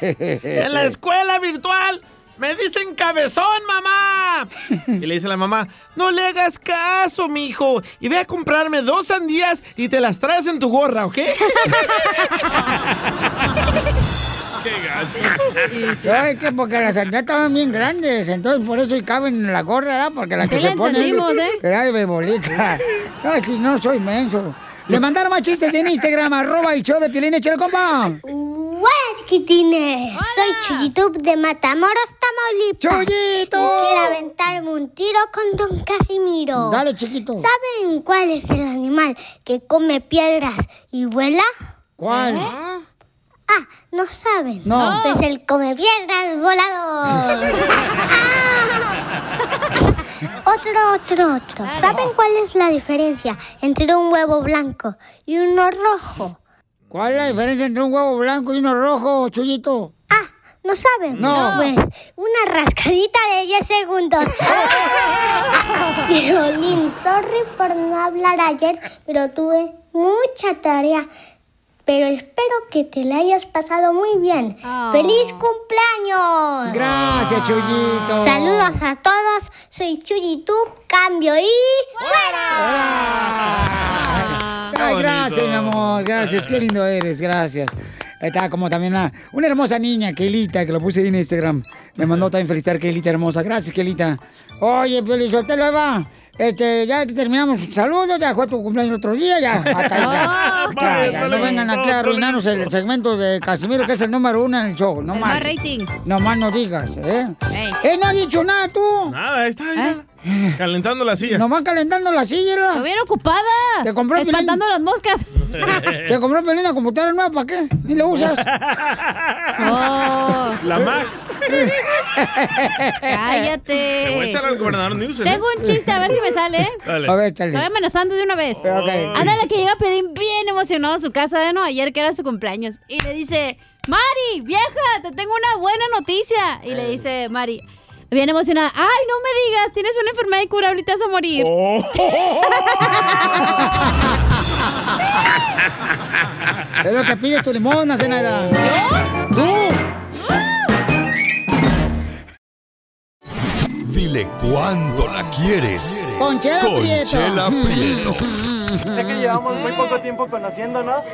[SPEAKER 2] en la escuela virtual me dicen cabezón, mamá. Y le dice la mamá, no le hagas caso, mijo, y ve a comprarme dos sandías y te las traes en tu gorra, ¿ok?
[SPEAKER 6] Qué
[SPEAKER 1] Ay, que porque las sandías estaban bien grandes, entonces por eso y caben en la gorra, ¿verdad? Porque las
[SPEAKER 7] Sí
[SPEAKER 1] que
[SPEAKER 7] la
[SPEAKER 1] se ponen...
[SPEAKER 7] entendimos, ¿eh?
[SPEAKER 1] Era de bebolita. No, si no, soy menso. Le mandaron más chistes en Instagram, arroba el show de Piolín, échale, compa.
[SPEAKER 22] ¡Buenas, chiquitines! Soy Chuyitup de Matamoros, Tamaulipas.
[SPEAKER 1] ¡Chuyito!
[SPEAKER 22] Y quiero aventarme un tiro con Don Casimiro.
[SPEAKER 1] Dale, chiquito.
[SPEAKER 22] ¿Saben cuál es el animal que come piedras y vuela?
[SPEAKER 1] ¿Cuál?
[SPEAKER 2] ¿Eh?
[SPEAKER 22] Ah, no saben.
[SPEAKER 1] No.
[SPEAKER 22] Pues el come piedras volador. Otro, otro, otro. ¿Saben cuál es la diferencia entre un huevo blanco y uno rojo?
[SPEAKER 1] ¿Cuál es la diferencia entre un huevo blanco y uno rojo, Chuyito?
[SPEAKER 22] Ah, ¿no saben?
[SPEAKER 1] No.
[SPEAKER 22] Pues una rascadita de 10 segundos. Violín, sorry por no hablar ayer, pero tuve mucha tarea. Pero espero que te la hayas pasado muy bien. ¡Feliz cumpleaños!
[SPEAKER 1] Gracias, Chuyito.
[SPEAKER 22] Saludos a todos. Soy Chuyitub, cambio y...
[SPEAKER 1] Ay,
[SPEAKER 22] bonito.
[SPEAKER 1] gracias, mi amor. Gracias, qué lindo eres, gracias. Está como también una, una hermosa niña, Kelita, que lo puse ahí en Instagram. Me mandó también felicitar, Kelita hermosa. Gracias, Kelita. Oye, Piolín, Sotelo, ahí va. Este, ya terminamos. Saludos, ya fue tu cumpleaños otro día, ya. Hasta ahí, ya. Ya,
[SPEAKER 7] vaya,
[SPEAKER 1] ya,
[SPEAKER 7] no
[SPEAKER 1] No
[SPEAKER 7] le
[SPEAKER 1] vengan
[SPEAKER 7] gustó,
[SPEAKER 1] aquí a arruinarnos el segmento de Casimiro, que es el número uno en el show. No
[SPEAKER 7] El
[SPEAKER 1] más.
[SPEAKER 7] más rating.
[SPEAKER 1] No más no digas, ¿eh? Eh, no has dicho nada tú.
[SPEAKER 2] Nada, ahí está, ahí está. Calentando la silla.
[SPEAKER 1] Nos van calentando la silla.
[SPEAKER 7] bien ocupada.
[SPEAKER 1] Te compró
[SPEAKER 7] Espantando
[SPEAKER 1] las moscas. Te compró Pelín una computadora nueva, ¿para qué? Ni la usas. Oh.
[SPEAKER 7] Oh.
[SPEAKER 2] La Mac.
[SPEAKER 7] Cállate.
[SPEAKER 2] Te voy a echar al gobernador News.
[SPEAKER 7] Eh.
[SPEAKER 2] ¿eh?
[SPEAKER 7] Tengo un chiste, a ver si me sale. ¿eh?
[SPEAKER 2] Dale. A ver,
[SPEAKER 7] Te
[SPEAKER 2] échale.
[SPEAKER 7] voy amenazando de una vez. Ándale, que llega Pelín bien emocionado a su casa, ¿no? Ayer que era su cumpleaños. Y le dice, Mari, vieja, te tengo una buena noticia. Y le dice, Mari, bien emocionada, ay, no me digas, tienes una enfermedad incurable y te vas a morir.
[SPEAKER 2] Oh.
[SPEAKER 1] Es lo que pide tu limón, no hace nada. ¡Tú!
[SPEAKER 5] Dile cuánto la quieres.
[SPEAKER 9] Con Chela Prieto.
[SPEAKER 5] Chela Prieto.
[SPEAKER 9] Sé que llevamos muy poco tiempo conociéndonos.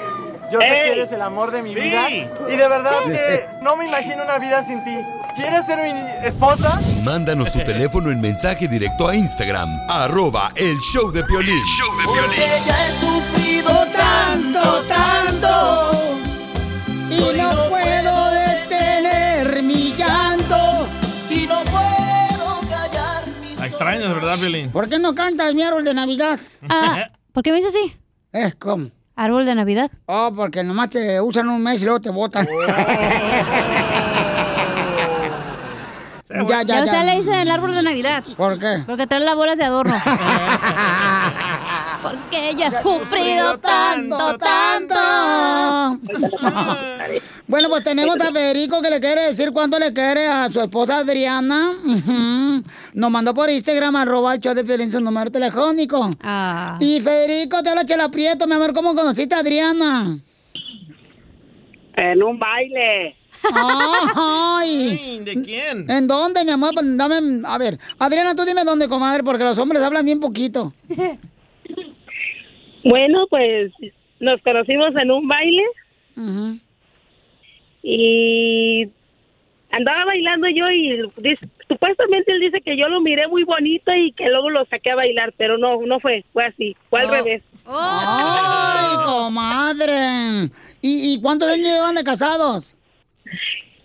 [SPEAKER 9] Yo sé que eres el amor de mi vida. Y de verdad que no me imagino una vida sin ti. ¿Quieres ser mi esposa?
[SPEAKER 5] Mándanos tu teléfono en mensaje directo a Instagram, arroba el show de Piolín.
[SPEAKER 6] ya he sufrido tanto, tanto.
[SPEAKER 1] Y no puedo detener mi llanto.
[SPEAKER 6] Y no puedo callar.
[SPEAKER 2] La extrañas, ¿verdad, Violín?
[SPEAKER 1] ¿Por qué no cantas mi árbol de Navidad?
[SPEAKER 7] Ah, ¿por qué me dices así?
[SPEAKER 1] Es como.
[SPEAKER 7] ¿Árbol de Navidad?
[SPEAKER 1] Oh, porque nomás te usan un mes y luego te botan. ya,
[SPEAKER 7] Ya, o sea, le dicen el árbol de Navidad.
[SPEAKER 1] ¿Por qué?
[SPEAKER 7] Porque trae las bolas de adorno. Porque yo he sufrido tanto, tanto.
[SPEAKER 1] Bueno, pues tenemos a Federico que le quiere decir cuánto le quiere a su esposa Adriana. Ujú. Nos mandó por Instagram arroba el show de Piolín su número telefónico. Y Federico, te lo chela prieto, mi amor, ¿cómo conociste a Adriana?
[SPEAKER 13] En un baile.
[SPEAKER 1] Ay.
[SPEAKER 2] ¿De quién?
[SPEAKER 1] ¿En dónde, mi amor? Pues Dame, a ver, Adriana, tú dime dónde, comadre, porque los hombres hablan bien poquito.
[SPEAKER 13] Bueno, pues nos conocimos en un baile y a andaba bailando yo y dis- supuestamente él dice que yo lo miré muy bonito y que luego lo saqué a bailar, pero no, no fue, fue así, fue al
[SPEAKER 1] Oh.
[SPEAKER 13] revés.
[SPEAKER 1] ¡Ay, ¡Oh, comadre! ¿Y, y cuántos años llevan de casados?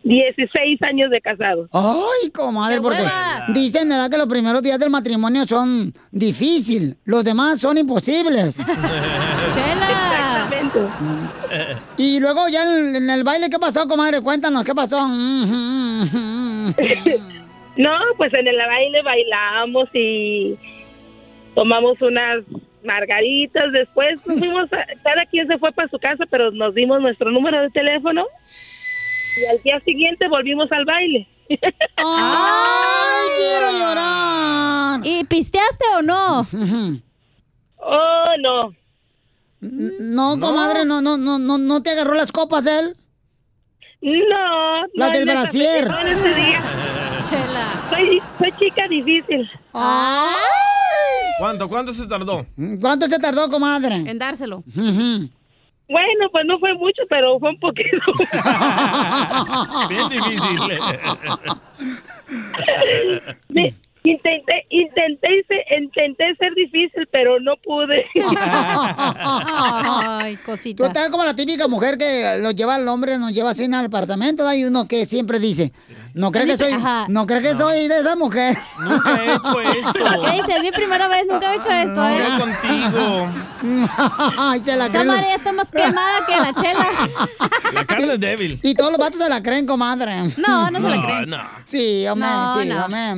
[SPEAKER 13] 16 años de casados.
[SPEAKER 1] ¡Ay, comadre!
[SPEAKER 13] ¡Qué
[SPEAKER 1] Porque
[SPEAKER 13] hueva!
[SPEAKER 1] dicen, ¿verdad? Que los primeros días del matrimonio son difíciles, los demás son imposibles.
[SPEAKER 13] Exactamente.
[SPEAKER 1] Y luego ya en, en el baile, ¿qué pasó, comadre? Cuéntanos, ¿qué pasó?
[SPEAKER 13] No, pues en el baile bailamos y tomamos unas margaritas. Después nos fuimos, a- cada quien se fue para su casa, pero nos dimos nuestro número de teléfono y al día siguiente volvimos al baile.
[SPEAKER 1] ¡Ay, quiero llorar!
[SPEAKER 7] ¿Y pisteaste o no?
[SPEAKER 13] oh, no.
[SPEAKER 1] No, comadre, no, no, no, no, no te agarró las copas él.
[SPEAKER 13] No,
[SPEAKER 1] La
[SPEAKER 13] no,
[SPEAKER 1] del
[SPEAKER 13] en esa-
[SPEAKER 1] brasier.
[SPEAKER 13] no en ese día. Soy, soy chica difícil.
[SPEAKER 7] Ah.
[SPEAKER 2] ¿Cuánto, cuánto se tardó?
[SPEAKER 1] ¿Cuánto se tardó, comadre?
[SPEAKER 7] En dárselo.
[SPEAKER 13] Bueno, pues no fue mucho, pero fue un poquito.
[SPEAKER 2] Bien difícil.
[SPEAKER 13] Sí, Intenté, intenté, se- intenté ser difícil, pero no pude.
[SPEAKER 7] Ay, cosita.
[SPEAKER 1] Tú estás como la típica mujer que lo lleva al hombre, nos lleva así al apartamento. Hay uno que siempre dice, no creo que soy,
[SPEAKER 7] Ajá.
[SPEAKER 1] no creo que soy de esa mujer.
[SPEAKER 2] Nunca he hecho esto.
[SPEAKER 7] ¿Qué dices? Es mi primera vez, nunca he hecho esto, ¿eh?
[SPEAKER 2] contigo.
[SPEAKER 1] Ay, se la
[SPEAKER 7] Esa
[SPEAKER 1] creen.
[SPEAKER 7] María está más quemada que la chela.
[SPEAKER 2] La carne es débil.
[SPEAKER 1] Y todos los vatos se la creen, comadre.
[SPEAKER 7] No, no se la
[SPEAKER 2] No,
[SPEAKER 7] creen.
[SPEAKER 2] no.
[SPEAKER 1] Sí, hombre,
[SPEAKER 7] No,
[SPEAKER 1] sí,
[SPEAKER 7] no.
[SPEAKER 1] hombre.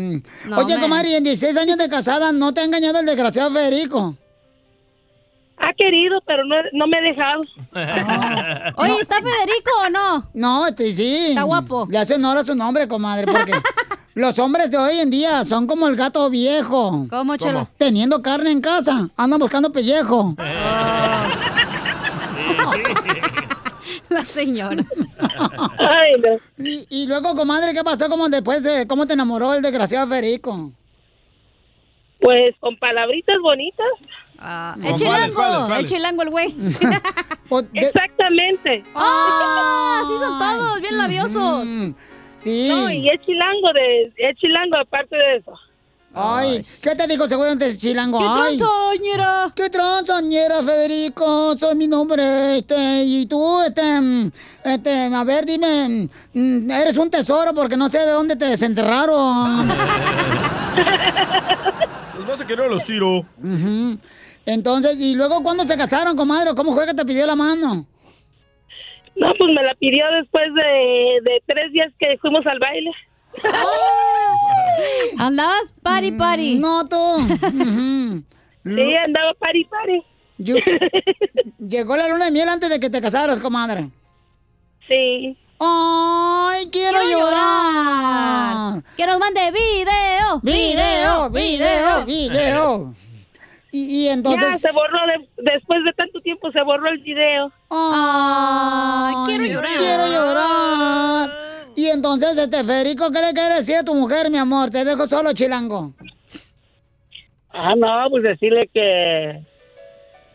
[SPEAKER 7] No,
[SPEAKER 1] Oye,
[SPEAKER 7] hombre.
[SPEAKER 1] comadre, y en 16 años de casada, ¿no te ha engañado el desgraciado Federico?
[SPEAKER 13] Ha querido, pero no, no me ha dejado.
[SPEAKER 7] Oye, ¿está Federico o no?
[SPEAKER 1] eh, No, este sí. Está guapo. Le hace honor a su nombre, comadre, porque los hombres de hoy en día son como el gato viejo.
[SPEAKER 7] ¿Cómo, Chelo? ¿Cómo?
[SPEAKER 1] Teniendo carne en casa, andan buscando pellejo.
[SPEAKER 7] La señora.
[SPEAKER 1] Y, y luego, comadre, ¿qué pasó? ¿Cómo después, eh, cómo te enamoró el desgraciado Federico?
[SPEAKER 13] Pues con palabritas bonitas.
[SPEAKER 7] Ah, el ¿Cuáles, chilango, cuáles, el cuáles? chilango, el güey.
[SPEAKER 13] Exactamente.
[SPEAKER 7] ¡Ah! Así son todos, bien labiosos.
[SPEAKER 1] Sí.
[SPEAKER 13] No, y es chilango, de, es chilango aparte de eso.
[SPEAKER 1] Ay, ¿qué te dijo seguramente ese chilango?
[SPEAKER 7] ¿Qué
[SPEAKER 1] Ay.
[SPEAKER 7] tranzoñera?
[SPEAKER 1] ¿Qué tranzoñera, Federico? Soy mi nombre, este, y tú, este, mm, este, a ver, dime, mm, eres un tesoro porque no sé de dónde te desenterraron.
[SPEAKER 2] Pues no se quedaron los tiro.
[SPEAKER 1] Ujú. Entonces, ¿y luego cuándo se casaron, comadre? ¿Cómo fue que te pidió la mano?
[SPEAKER 13] No, pues me la pidió después de, de tres días que fuimos al baile.
[SPEAKER 7] ¡Oh! Andabas party party.
[SPEAKER 1] Mm, No, tú.
[SPEAKER 13] Sí, andaba pari pari.
[SPEAKER 1] Yo- Llegó la luna de miel antes de que te casaras, comadre.
[SPEAKER 13] Sí.
[SPEAKER 1] ¡Ay, quiero,
[SPEAKER 7] Quiero
[SPEAKER 1] llorar.
[SPEAKER 7] Que nos mande video.
[SPEAKER 1] Video, video, video. Y, y entonces.
[SPEAKER 13] Ya se borró, de- después de tanto tiempo se borró el video. Ah.
[SPEAKER 1] Ay, quiero llorar. Quiero llorar. Y entonces, este Federico, ¿qué le quiere decir a tu mujer, mi amor? Te dejo solo, chilango.
[SPEAKER 8] Ah, no, pues decirle que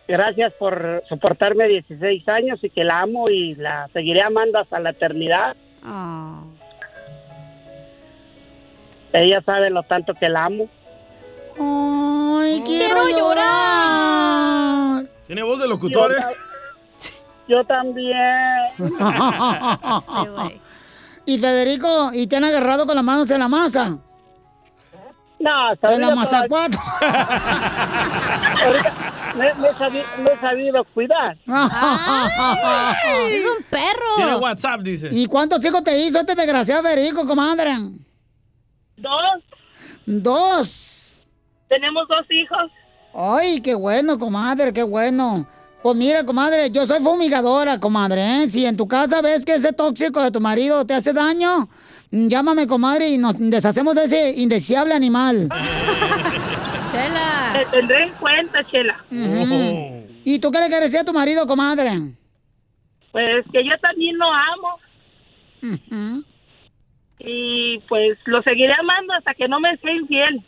[SPEAKER 8] gracias por soportarme 16 años y que la amo y la seguiré amando hasta la eternidad.
[SPEAKER 13] Ah.
[SPEAKER 8] Ella sabe lo tanto que la amo.
[SPEAKER 1] Ay, quiero, llorar.
[SPEAKER 2] Tiene voz de locutor, ¿eh?
[SPEAKER 8] Yo también.
[SPEAKER 1] y Federico, ¿y te han agarrado con las manos en la masa?
[SPEAKER 8] No,
[SPEAKER 1] En la
[SPEAKER 8] ahorita
[SPEAKER 1] mazacuata.
[SPEAKER 8] Ahorita me, me he sabi- me he sabido cuidar.
[SPEAKER 1] Ay,
[SPEAKER 7] es un
[SPEAKER 2] Tiene
[SPEAKER 7] perro.
[SPEAKER 2] WhatsApp, dice.
[SPEAKER 1] ¿Y cuántos hijos te hizo este desgraciado Federico, comadre?
[SPEAKER 13] Dos,
[SPEAKER 1] Dos.
[SPEAKER 13] tenemos dos hijos.
[SPEAKER 1] Ay, qué bueno, comadre, qué bueno. Pues mira, comadre, yo soy fumigadora, comadre. ¿eh? Si en tu casa ves que ese tóxico de tu marido te hace daño, mm, llámame, comadre, y nos deshacemos de ese indeseable animal.
[SPEAKER 13] Te tendré en cuenta, Chela.
[SPEAKER 1] Ujú. ¿Y tú qué le quieres decir a tu marido, comadre?
[SPEAKER 13] Pues que yo también lo amo y pues lo seguiré amando hasta que no me sea infiel.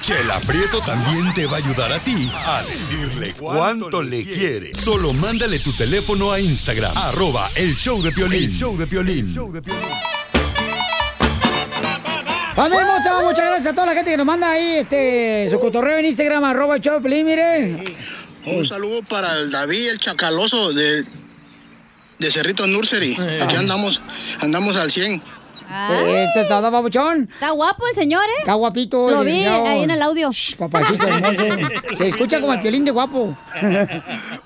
[SPEAKER 5] Chela Prieto también te va a ayudar a ti a decirle cuánto le quiere. Solo mándale tu teléfono a Instagram, arroba el show de Piolín. show de Piolín.
[SPEAKER 1] Familia hermosa, muchas gracias a toda la gente que nos manda ahí este, su cotorreo en Instagram, arroba el show de Piolín, miren.
[SPEAKER 21] Un saludo para el David, el chacaloso de, de Cerrito Nursery.
[SPEAKER 1] Ah.
[SPEAKER 21] Aquí andamos, andamos al 100.
[SPEAKER 1] Este está todo babuchón.
[SPEAKER 7] Está guapo el señor, ¿eh?
[SPEAKER 1] Está guapito.
[SPEAKER 7] Lo
[SPEAKER 1] el
[SPEAKER 7] vi
[SPEAKER 1] licenciado.
[SPEAKER 7] ahí en el audio.
[SPEAKER 1] Papacito hermoso. Se escucha como el piolín de guapo.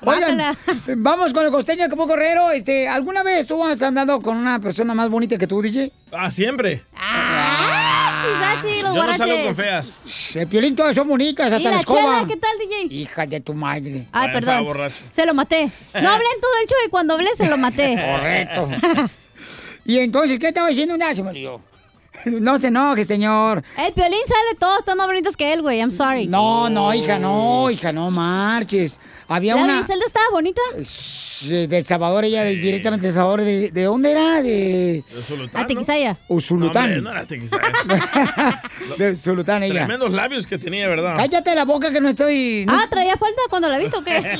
[SPEAKER 1] Oigan, vamos con el costeño como correro. Este, ¿alguna vez tú has andado con una persona más bonita que tú, DJ?
[SPEAKER 2] Ah, siempre. Ah.
[SPEAKER 7] Chisachi, los
[SPEAKER 2] Yo no salgo
[SPEAKER 7] guaraches.
[SPEAKER 2] con feas.
[SPEAKER 1] El piolín todas son bonitas,
[SPEAKER 7] ¿Y
[SPEAKER 1] hasta la
[SPEAKER 7] la
[SPEAKER 1] escoba.
[SPEAKER 7] chela? ¿Qué tal, DJ?
[SPEAKER 1] Hija de tu madre.
[SPEAKER 7] Ay, perdón. Se lo maté. No hablé en todo el show y cuando hablé se lo maté.
[SPEAKER 1] Correcto. y entonces, ¿qué estaba diciendo una? Se me olvidó. No se enoje, señor.
[SPEAKER 7] El piolín sale todos están más bonitos que él, güey. I'm sorry.
[SPEAKER 1] No, no, hija, no, hija, no marches. Había
[SPEAKER 7] ¿La
[SPEAKER 1] una.
[SPEAKER 7] Griselda estaba bonita?
[SPEAKER 1] de- del Salvador, ella de- directamente de Salvador. ¿De, de dónde era? De.
[SPEAKER 7] A Tequisaya.
[SPEAKER 1] Usulután.
[SPEAKER 2] No, hombre, no era Tequisaya.
[SPEAKER 1] de Usulután, ella.
[SPEAKER 2] Tremendos labios que tenía, ¿verdad?
[SPEAKER 1] Cállate la boca que no estoy.
[SPEAKER 7] Ah, traía falda cuando la viste o qué?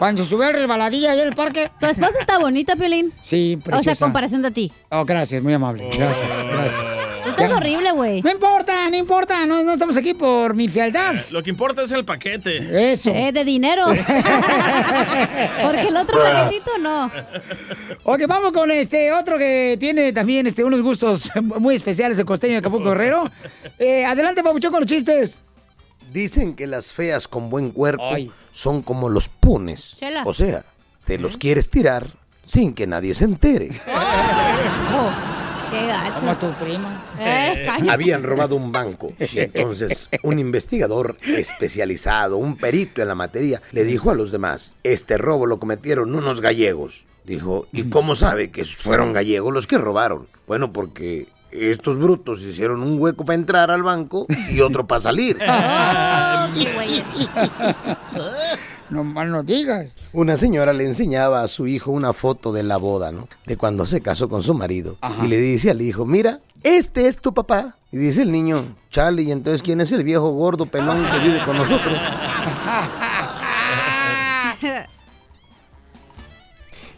[SPEAKER 1] Cuando sube el resbaladilla ahí en el parque.
[SPEAKER 7] Tu esposa está bonita, Piolín.
[SPEAKER 1] Sí,
[SPEAKER 7] O sea,
[SPEAKER 1] preciosa.
[SPEAKER 7] comparación de a ti.
[SPEAKER 1] Oh, gracias, muy amable.
[SPEAKER 2] Oh.
[SPEAKER 1] Gracias, gracias.
[SPEAKER 7] Tú estás
[SPEAKER 1] Ya.
[SPEAKER 7] horrible, güey.
[SPEAKER 1] No importa, no importa. No, no estamos aquí por mi fealdad.
[SPEAKER 2] Eh, Lo que importa es el paquete.
[SPEAKER 1] Eso.
[SPEAKER 7] Eh, de dinero. Porque el otro
[SPEAKER 1] Bruh.
[SPEAKER 7] paquetito no.
[SPEAKER 1] Ok, vamos con este otro que tiene también este, unos gustos muy especiales, el costeño de Acapulco Herrero. Eh, adelante, Pabuchón, con los chistes.
[SPEAKER 3] Dicen que las feas con buen cuerpo
[SPEAKER 1] Ay.
[SPEAKER 3] son como los punes.
[SPEAKER 1] Chela.
[SPEAKER 3] O sea, te los quieres tirar sin que nadie se entere.
[SPEAKER 7] Oh, Qué gacho.
[SPEAKER 1] Como tu prima.
[SPEAKER 7] Eh, cállate.
[SPEAKER 3] Habían robado un banco y entonces un investigador especializado, un perito en la materia, le dijo a los demás, este robo lo cometieron unos gallegos. Dijo, ¿y cómo sabe que fueron gallegos los que robaron? Bueno, porque estos brutos hicieron un hueco para entrar al banco y otro para salir.
[SPEAKER 7] Ah.
[SPEAKER 1] No mal no digas.
[SPEAKER 3] Una señora le enseñaba a su hijo una foto de la boda, ¿no? De cuando se casó con su marido. Y le dice al hijo, mira, este es tu papá. Y dice el niño, Charlie, ¿y entonces quién es el viejo gordo pelón que vive con nosotros?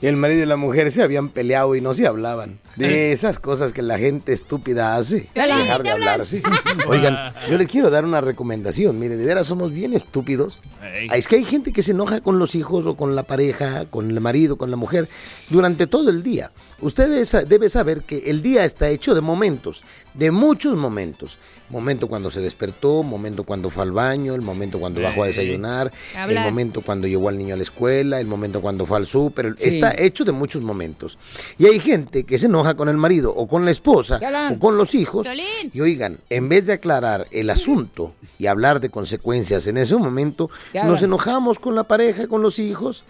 [SPEAKER 3] Y el marido y la mujer se habían peleado y no se hablaban. De esas cosas que la gente estúpida hace.
[SPEAKER 6] Piolín,
[SPEAKER 3] Dejar de
[SPEAKER 6] ¿te hablan?
[SPEAKER 3] hablarse. Oigan, yo les quiero dar una recomendación. Mire, de veras somos bien estúpidos.
[SPEAKER 6] Ey.
[SPEAKER 3] Es que hay gente que se enoja con los hijos o con la pareja, con el marido, con la mujer, durante todo el día. Ustedes sa- deben saber que el día está hecho de momentos, de muchos momentos. Momento cuando se despertó, momento cuando fue al baño, el momento cuando bajó a
[SPEAKER 23] Ey.
[SPEAKER 3] desayunar, el
[SPEAKER 23] Hablar.
[SPEAKER 3] momento cuando llevó al niño a la escuela, el momento cuando fue al súper.
[SPEAKER 23] Sí.
[SPEAKER 3] Está hecho de muchos momentos. Y hay gente que se enoja con el marido o con la esposa
[SPEAKER 23] Galán.
[SPEAKER 3] o con los hijos.
[SPEAKER 23] Violín.
[SPEAKER 3] Y oigan, en vez de aclarar el asunto y hablar de consecuencias en ese momento,
[SPEAKER 23] Ya
[SPEAKER 3] nos
[SPEAKER 23] hablan.
[SPEAKER 3] enojamos con la pareja, con los hijos.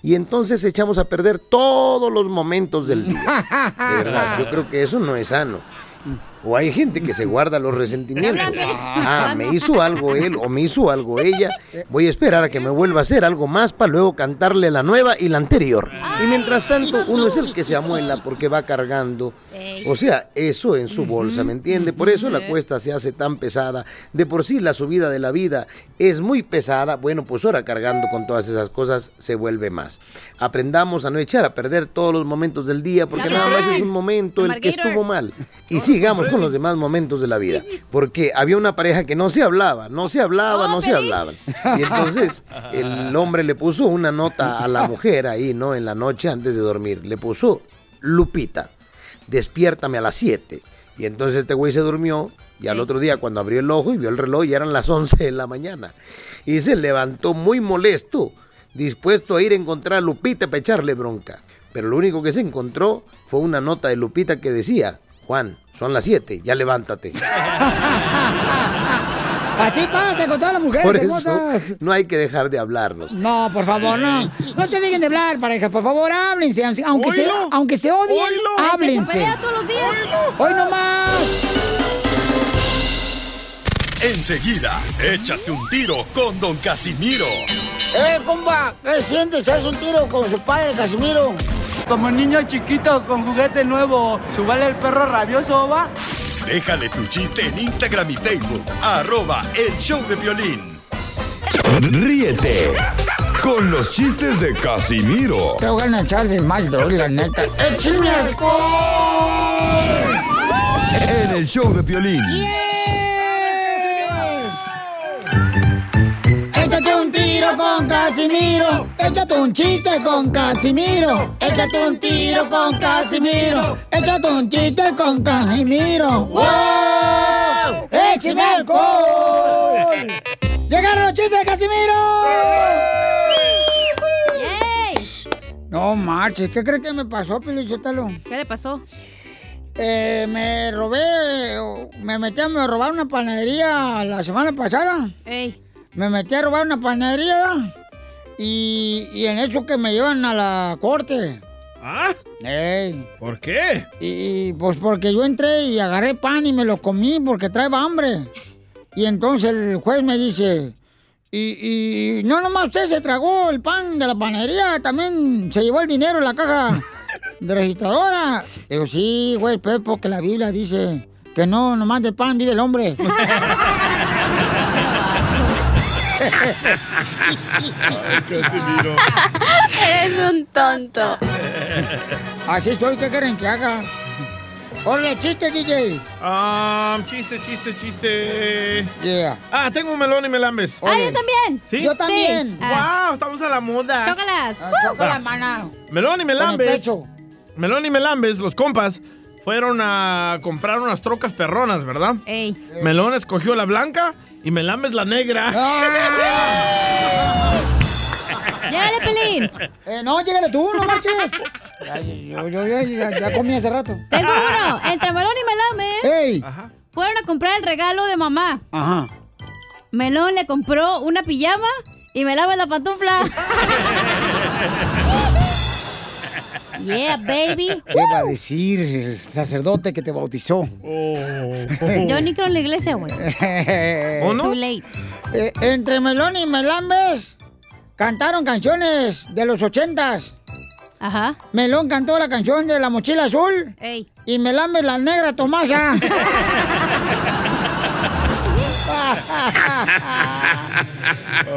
[SPEAKER 3] Y entonces echamos a perder todos los momentos del día. De verdad, yo creo que eso no es sano. O hay gente que se guarda los resentimientos. Ah, me hizo algo él o me hizo algo ella. Voy a esperar a que me vuelva a hacer algo más para luego cantarle la nueva y la anterior. Y mientras tanto, uno es el que se amuela porque va cargando. O sea, eso en su bolsa, ¿me entiende? Por eso la cuesta se hace tan pesada. De por sí la subida de la vida es muy pesada. Bueno, pues ahora cargando con todas esas cosas se vuelve más. Aprendamos a no echar a perder todos los momentos del día porque nada más es un momento el que estuvo mal. Y sigamos con los demás momentos de la vida. Porque había una pareja que no se hablaba, no se hablaba, no se hablaban. Y entonces el hombre le puso una nota a la mujer ahí, ¿no? En la noche antes de dormir. Le puso Lupita despiértame a las 7. Y entonces este güey se durmió y al otro día cuando abrió el ojo y vio el reloj ya eran las 11 de la mañana. Y se levantó muy molesto, dispuesto a ir a encontrar a Lupita para echarle bronca. Pero lo único que se encontró fue una nota de Lupita que decía, Juan, son las 7, ya levántate.
[SPEAKER 1] Así pasa con todas las mujeres
[SPEAKER 3] Por eso
[SPEAKER 1] hermosas.
[SPEAKER 3] no hay que dejar de hablarnos.
[SPEAKER 1] No, por favor, no. No se dejen de hablar, pareja. Por favor, háblense. Aunque, se,
[SPEAKER 3] Oílo.
[SPEAKER 1] aunque se odien,
[SPEAKER 3] Oílo.
[SPEAKER 7] Ay, que se
[SPEAKER 1] háblense.
[SPEAKER 7] pelea todos los días.
[SPEAKER 1] Hoy no más.
[SPEAKER 5] Enseguida, échate un tiro con Don Casimiro.
[SPEAKER 1] Eh, compa, ¿qué sientes? ¿Haz un tiro con su padre, Casimiro?
[SPEAKER 10] Como niño chiquito con juguete nuevo, subale el perro rabioso, va.
[SPEAKER 5] Déjale tu chiste en Instagram y Facebook. Arroba el show de violín.
[SPEAKER 15] Ríete con los chistes de Casimiro
[SPEAKER 1] Te voy a echar de mal, doy, la neta. ¡Échame alcohol!
[SPEAKER 15] en el show de violín.
[SPEAKER 1] Échate un tiro con Casimiro. Échate un chiste con Casimiro. Échate un tiro con Casimiro. Échate un chiste con Casimiro. ¡Wow! ¡Échame alcohol! ¡Llegaron los chistes de Casimiro! No marches, ¿qué crees que me pasó, Pelichotelo?
[SPEAKER 7] ¿Qué le pasó?
[SPEAKER 1] Eh, me robé, o- me metí a me robar una panadería la semana pasada. Me metí a robar una panadería ¿verdad? y, y en eso que me llevan a la corte.
[SPEAKER 2] ¿Ah?
[SPEAKER 1] ¿Por qué? Y, y, pues porque yo entré y agarré pan y me lo comí porque traía hambre. Y entonces el juez me dice, y, y no nomás usted se tragó el pan de la panadería, también se llevó el dinero en la caja de registradora. Digo, sí, juez, pues porque la Biblia dice que no nomás de pan vive el hombre.
[SPEAKER 7] Eres un tonto.
[SPEAKER 1] Así soy, ¿qué quieren que haga? ¡Hola, chiste, DJ!
[SPEAKER 2] Ah, chiste, chiste, chiste.
[SPEAKER 1] Yeah.
[SPEAKER 2] Ah, tengo un melón y melambes.
[SPEAKER 7] Ah, yo también.
[SPEAKER 2] ¿Sí? Yo también.
[SPEAKER 7] Wow,
[SPEAKER 2] estamos a la moda. Ah,
[SPEAKER 7] Chócalas.
[SPEAKER 2] chócala,
[SPEAKER 1] mana.
[SPEAKER 2] Melón y
[SPEAKER 1] Con el
[SPEAKER 2] melambes.
[SPEAKER 1] pecho.
[SPEAKER 2] Melón y melambes, los compas, fueron a comprar unas trocas perronas, ¿verdad?
[SPEAKER 7] Ey.
[SPEAKER 2] Melón escogió la blanca y melambes la negra.
[SPEAKER 6] Ah.
[SPEAKER 1] ¡Llegale, Pelín! Eh, no, llégale tú, no manches. Yo, yo, yo ya, ya comí hace rato.
[SPEAKER 7] Tengo uno. Entre Melón y Melames
[SPEAKER 1] ¡Ey!
[SPEAKER 7] fueron a comprar el regalo de mamá.
[SPEAKER 1] Ajá.
[SPEAKER 7] Melón le compró una pijama y Melame la pantufla. yeah, baby.
[SPEAKER 1] ¿Qué va a decir el sacerdote que te bautizó?
[SPEAKER 7] Yo ni creo en la iglesia, güey.
[SPEAKER 1] ¿O Eh,
[SPEAKER 7] Too late.
[SPEAKER 1] entre Melón y Melambes cantaron canciones de los ochentas.
[SPEAKER 7] Ajá.
[SPEAKER 1] Melón cantó la canción de La Mochila Azul.
[SPEAKER 7] Ey.
[SPEAKER 1] Y Melambes la Negra Tomasa.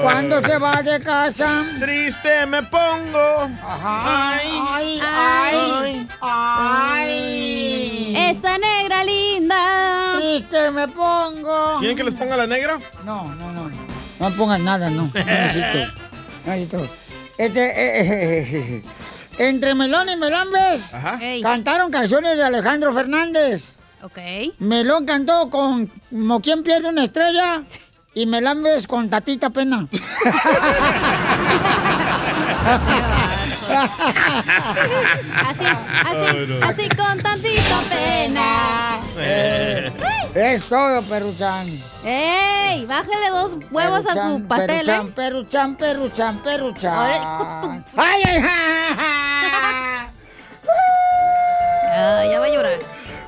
[SPEAKER 1] Cuando se va de casa.
[SPEAKER 2] Triste me pongo.
[SPEAKER 1] Ay,
[SPEAKER 7] ay,
[SPEAKER 1] ay, ay.
[SPEAKER 7] Esa negra linda.
[SPEAKER 1] Y que me pongo.
[SPEAKER 2] ¿Quieren que les ponga la negra?
[SPEAKER 1] No, no, no. No pongan nada, no. No necesito. No necesito. Este, eh, eh, entre Melón y Melambes cantaron canciones de Alejandro Fernández.
[SPEAKER 7] Ok.
[SPEAKER 1] Melón cantó con como quien pierde una estrella y Melambes con Tatita Pena.
[SPEAKER 7] Así, así, así con tantita pena.
[SPEAKER 1] Eh. Es todo, Peruchan.
[SPEAKER 7] ¡Ey! Bájale dos huevos a su pastel, ¿eh?
[SPEAKER 1] Peruchan, Peruchan, Peruchan, Peruchan.
[SPEAKER 7] Ahora-
[SPEAKER 1] ¡Ay, ay, ay!
[SPEAKER 7] Ah, ya va a llorar.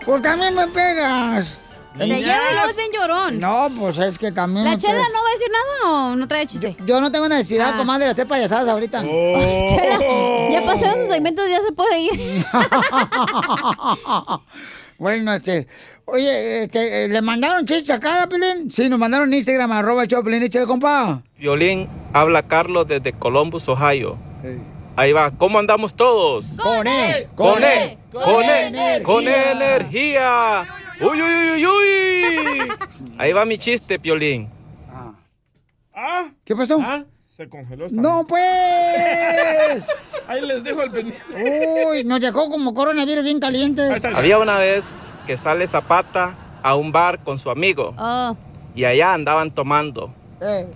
[SPEAKER 1] Pues también me pegas.
[SPEAKER 7] Se lleva y luego es bien llorón.
[SPEAKER 1] No, pues es que también.
[SPEAKER 7] ¿La
[SPEAKER 1] me
[SPEAKER 7] chela
[SPEAKER 1] pegas.
[SPEAKER 7] no va a decir nada o no trae chiste?
[SPEAKER 1] Yo no tengo necesidad,
[SPEAKER 7] Ah.
[SPEAKER 1] comadre, de hacer payasadas ahorita.
[SPEAKER 7] Chela, ya pasaron sus segmentos, ya se puede ir.
[SPEAKER 1] bueno, este. Oye, este, eh, ¿le mandaron chistes acá, Pelín? Sí, nos mandaron en Instagram, arroba el show de Pelín, échale, compa.
[SPEAKER 18] Violín, habla Carlos desde Columbus, Ohio. Ahí va, ¿cómo andamos todos?
[SPEAKER 1] Con él,
[SPEAKER 18] con él, con él, con energía. Uy, uy, uy, uy, uy. Ahí va mi chiste, Piolín.
[SPEAKER 2] Ah,
[SPEAKER 1] ¿Qué pasó?
[SPEAKER 2] se congeló. esta-
[SPEAKER 1] ¡No, pues!
[SPEAKER 2] Ahí les dejo el pendiente.
[SPEAKER 1] Uy, nos dejó como coronavirus bien caliente.
[SPEAKER 18] Había una vez que sale Zapata a un bar con su amigo
[SPEAKER 7] Oh,
[SPEAKER 18] y allá andaban tomando.
[SPEAKER 1] eh.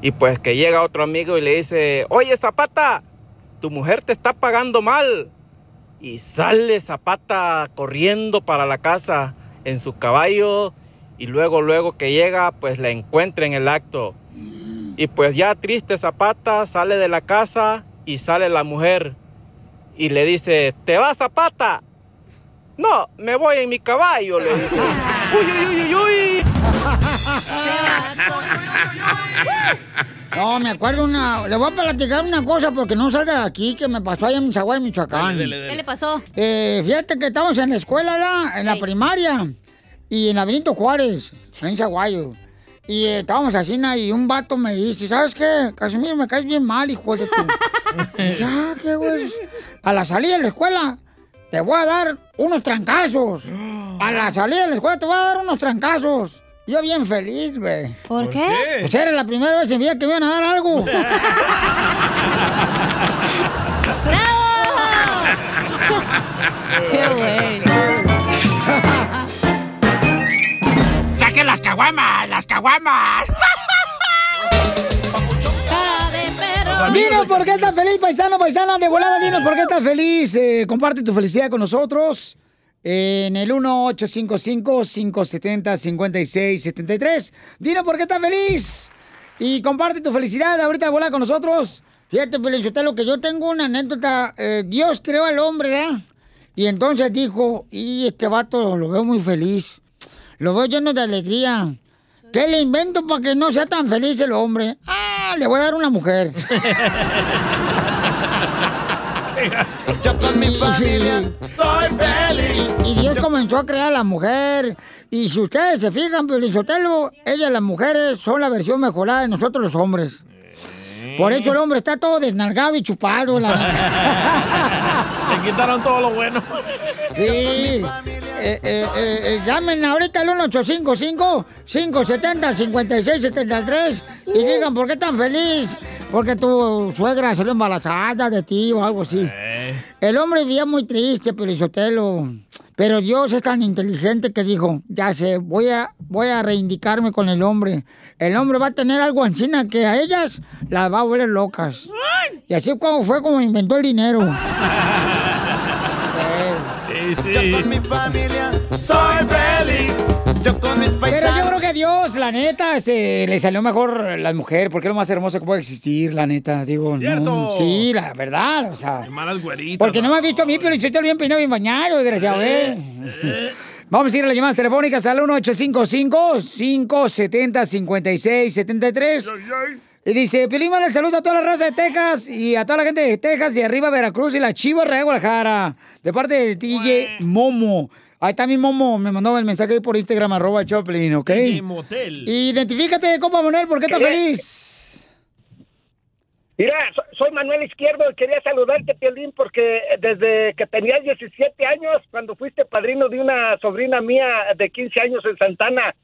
[SPEAKER 18] Y pues que llega otro amigo y le dice, oye Zapata, tu mujer te está pagando mal. Y sale Zapata corriendo para la casa en su caballo y luego, luego que llega, pues la encuentra en el acto. Y pues ya triste Zapata sale de la casa y sale la mujer y le dice, ¿te vas Zapata? No, me voy en mi caballo, le dice. Uy, uy, uy, uy, uy.
[SPEAKER 1] No, me acuerdo una. Le voy a platicar una cosa porque no salga de aquí que me pasó allá en Misaguay, Michoacán.
[SPEAKER 7] ¿qué le pasó?
[SPEAKER 1] Eh, fíjate que estamos en la escuela, ¿la? en la primaria. Y en la Benito Juárez, en Zaguayo. Y eh, estábamos así, na, y un vato me dice, ¿sabes qué? Casimiro, me caes bien mal, hijo de tu... Y ya, qué güey. A la salida de la escuela, te voy a dar unos trancazos. A la salida de la escuela te voy a dar unos trancazos. Yo bien feliz, güey.
[SPEAKER 7] ¿Por qué? qué?
[SPEAKER 1] Pues era la primera vez en mi vida que me iban a dar algo.
[SPEAKER 6] ¡Qué bueno!
[SPEAKER 1] ¡Saquen las caguamas! ¡Las caguamas! Dinos por qué estás feliz, paisano, paisana, de volada, dinos por qué estás feliz. Eh, comparte tu felicidad con nosotros en el 1-855-570-5673. Dinos por qué estás feliz y comparte tu felicidad ahorita de volada con nosotros. Fíjate, lo que yo tengo una anécdota. eh, Dios creó al hombre, ¿verdad? Y entonces dijo, y este vato lo veo muy feliz. Lo veo lleno de alegría. ¿Qué le invento para que no sea tan feliz el hombre? Ah, le voy a dar una mujer. Yo con mi familia soy feliz. Y, y Dios comenzó a crear a la mujer. Y si ustedes se fijan, Sotelo, ellas las mujeres son la versión mejorada de nosotros los hombres. Por eso el hombre está todo desnalgado y chupado, la neta.
[SPEAKER 2] Le quitaron todo lo bueno.
[SPEAKER 1] Sí. Eh, eh, eh, eh, llamen ahorita al 1855-570-5673 y digan por qué tan feliz. Porque tu suegra salió embarazada de ti o algo así. El hombre vivía muy triste, Pelizotelo. Pero Dios es tan inteligente que dijo, ya sé, voy a, voy a reindicarme con el hombre. El hombre va a tener algo encima que a ellas las va a volver locas. Y así como fue como inventó el dinero.
[SPEAKER 6] Yo con mi familia soy feliz. Yo con mis
[SPEAKER 1] Pero yo
[SPEAKER 6] paisanos.
[SPEAKER 1] creo que a Dios, la neta, este, le salió mejor la mujer, porque es lo más hermoso que puede existir, la neta. Digo, no,
[SPEAKER 2] Cierto.
[SPEAKER 1] sí, la verdad, o sea.
[SPEAKER 2] Malas güeritas.
[SPEAKER 1] Porque no me has visto a mí, pero yo te lo bien peinado bien bañado, desgraciado, ¿eh? Vamos a ir a las llamadas telefónicas al 1855-570-5673. Y dice, Piolín, manda saludo a toda la raza de Texas y a toda la gente de Texas y arriba Veracruz y la Chiva Real de Guadalajara. De parte del DJ Momo. Ahí también Momo me mandó el mensaje ahí por Instagram, arroba el Choplin, ¿ok?
[SPEAKER 2] DJ Motel.
[SPEAKER 1] Identifícate, compa Manuel, ¿por qué estás
[SPEAKER 12] Eh.
[SPEAKER 1] feliz?
[SPEAKER 12] Mira, so- soy Manuel Izquierdo y quería saludarte, Piolín, porque desde que tenías 17 años, cuando fuiste padrino de una sobrina mía de 15 años en Santana,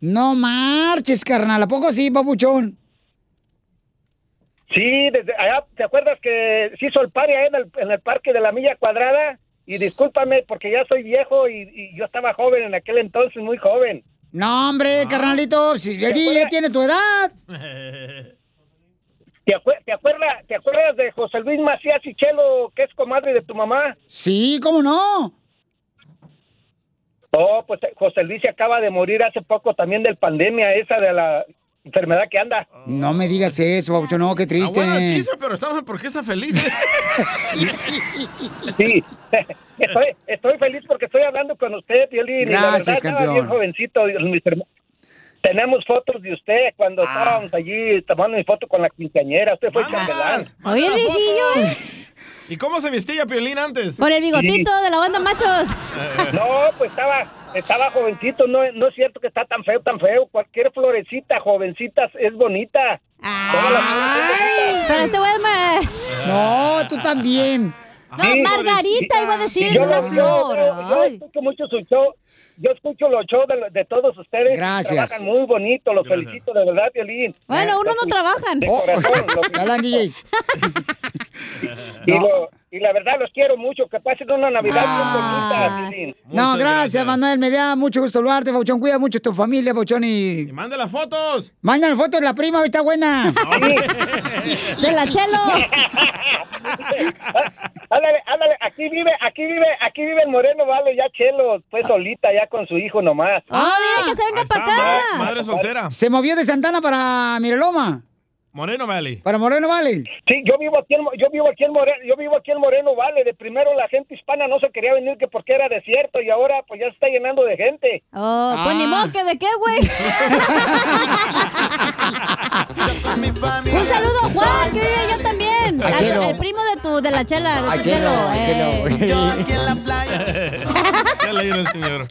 [SPEAKER 1] No marches, carnal. ¿A poco sí, papuchón?
[SPEAKER 12] sí, desde allá, ¿te acuerdas que se hizo el party allá en el, en el parque de la Milla Cuadrada? Y discúlpame, porque ya soy viejo y, y yo estaba joven en aquel entonces, muy joven.
[SPEAKER 1] No, hombre, carnalito, si el DJ tiene tu edad.
[SPEAKER 12] ¿Te, acue- te acuerdas, ¿Te acuerdas de José Luis Macías y Chelo, que es comadre de tu mamá?
[SPEAKER 1] Sí, ¿cómo no?
[SPEAKER 12] Oh, pues eh, José Luis se acaba de morir hace poco también del pandemia, esa de la enfermedad que anda.
[SPEAKER 1] No me digas eso, papuchón, no, qué triste.
[SPEAKER 12] Abuela, chiste.
[SPEAKER 2] Ah, Pero estamos porque está feliz.
[SPEAKER 12] Sí, estoy, estoy feliz porque estoy hablando con usted, Violín.
[SPEAKER 1] Gracias, campeón.
[SPEAKER 12] bien jovencito. mis herma- Tenemos fotos de usted
[SPEAKER 2] Ah.
[SPEAKER 12] cuando estábamos allí tomando mi foto con la quinceañera. Usted fue chambelán.
[SPEAKER 7] Oye, el viejillo, ¿eh?
[SPEAKER 2] ¿Y cómo se vestía Piolín antes?
[SPEAKER 7] Con el bigotito de la banda machos.
[SPEAKER 12] No, pues estaba, estaba jovencito. No, no es cierto que está tan feo, tan feo. Cualquier florecita, jovencita, es bonita.
[SPEAKER 7] Ah.
[SPEAKER 12] Todas las
[SPEAKER 7] Ay, pero este güey es ma-
[SPEAKER 1] No, Ah, tú también.
[SPEAKER 7] No, Margarita iba a decir
[SPEAKER 12] Yo
[SPEAKER 7] la
[SPEAKER 12] lo- yo-
[SPEAKER 7] flor.
[SPEAKER 12] Yo, yo escucho mucho su show. Yo escucho los shows de, lo- de todos ustedes.
[SPEAKER 1] Gracias.
[SPEAKER 12] Trabajan muy bonito. Los felicito de verdad, Violín.
[SPEAKER 7] Bueno, uno no trabajan.
[SPEAKER 1] Oh,
[SPEAKER 12] De corazón, los- y, lo- y la verdad los quiero mucho. Que pasen una Navidad
[SPEAKER 1] Ah.
[SPEAKER 12] bien bonita, Violín.
[SPEAKER 1] No, gracias, Manuel. Me da mucho gusto saludarte, Pauchón. Cuida mucho a tu familia, Pauchón. Y...
[SPEAKER 2] ¡Manda las fotos!
[SPEAKER 1] Mandan fotos de la prima, hoy está buena.
[SPEAKER 7] De la chelo.
[SPEAKER 12] Ándale, ándale. Aquí vive, aquí vive, aquí vive el Moreno Vale, ya Chelo. Pues solita, ya con su hijo nomás.
[SPEAKER 7] Ah, mira que se venga para acá.
[SPEAKER 2] Madre soltera.
[SPEAKER 1] Se movió de Santana para Mireloma.
[SPEAKER 2] Moreno Valley.
[SPEAKER 1] Para Moreno Valley.
[SPEAKER 12] Sí, yo vivo aquí en, Mo- yo vivo aquí en Moreno, yo vivo aquí en Moreno Vale. De primero la gente hispana no se quería venir que porque era desierto y ahora pues ya se está llenando de gente.
[SPEAKER 7] Oh, pues
[SPEAKER 1] Ah.
[SPEAKER 7] ni modo que de qué, güey. Un saludo a Juan, que vive allá también.
[SPEAKER 1] A
[SPEAKER 7] Al-
[SPEAKER 1] Chelo.
[SPEAKER 7] El primo de tu, de la chela, de
[SPEAKER 1] A
[SPEAKER 7] tu
[SPEAKER 1] Chelo,
[SPEAKER 7] chelo.
[SPEAKER 1] a
[SPEAKER 7] eh.
[SPEAKER 1] Chelo. Yo aquí
[SPEAKER 6] en la playa.
[SPEAKER 2] Qué alegre el señor.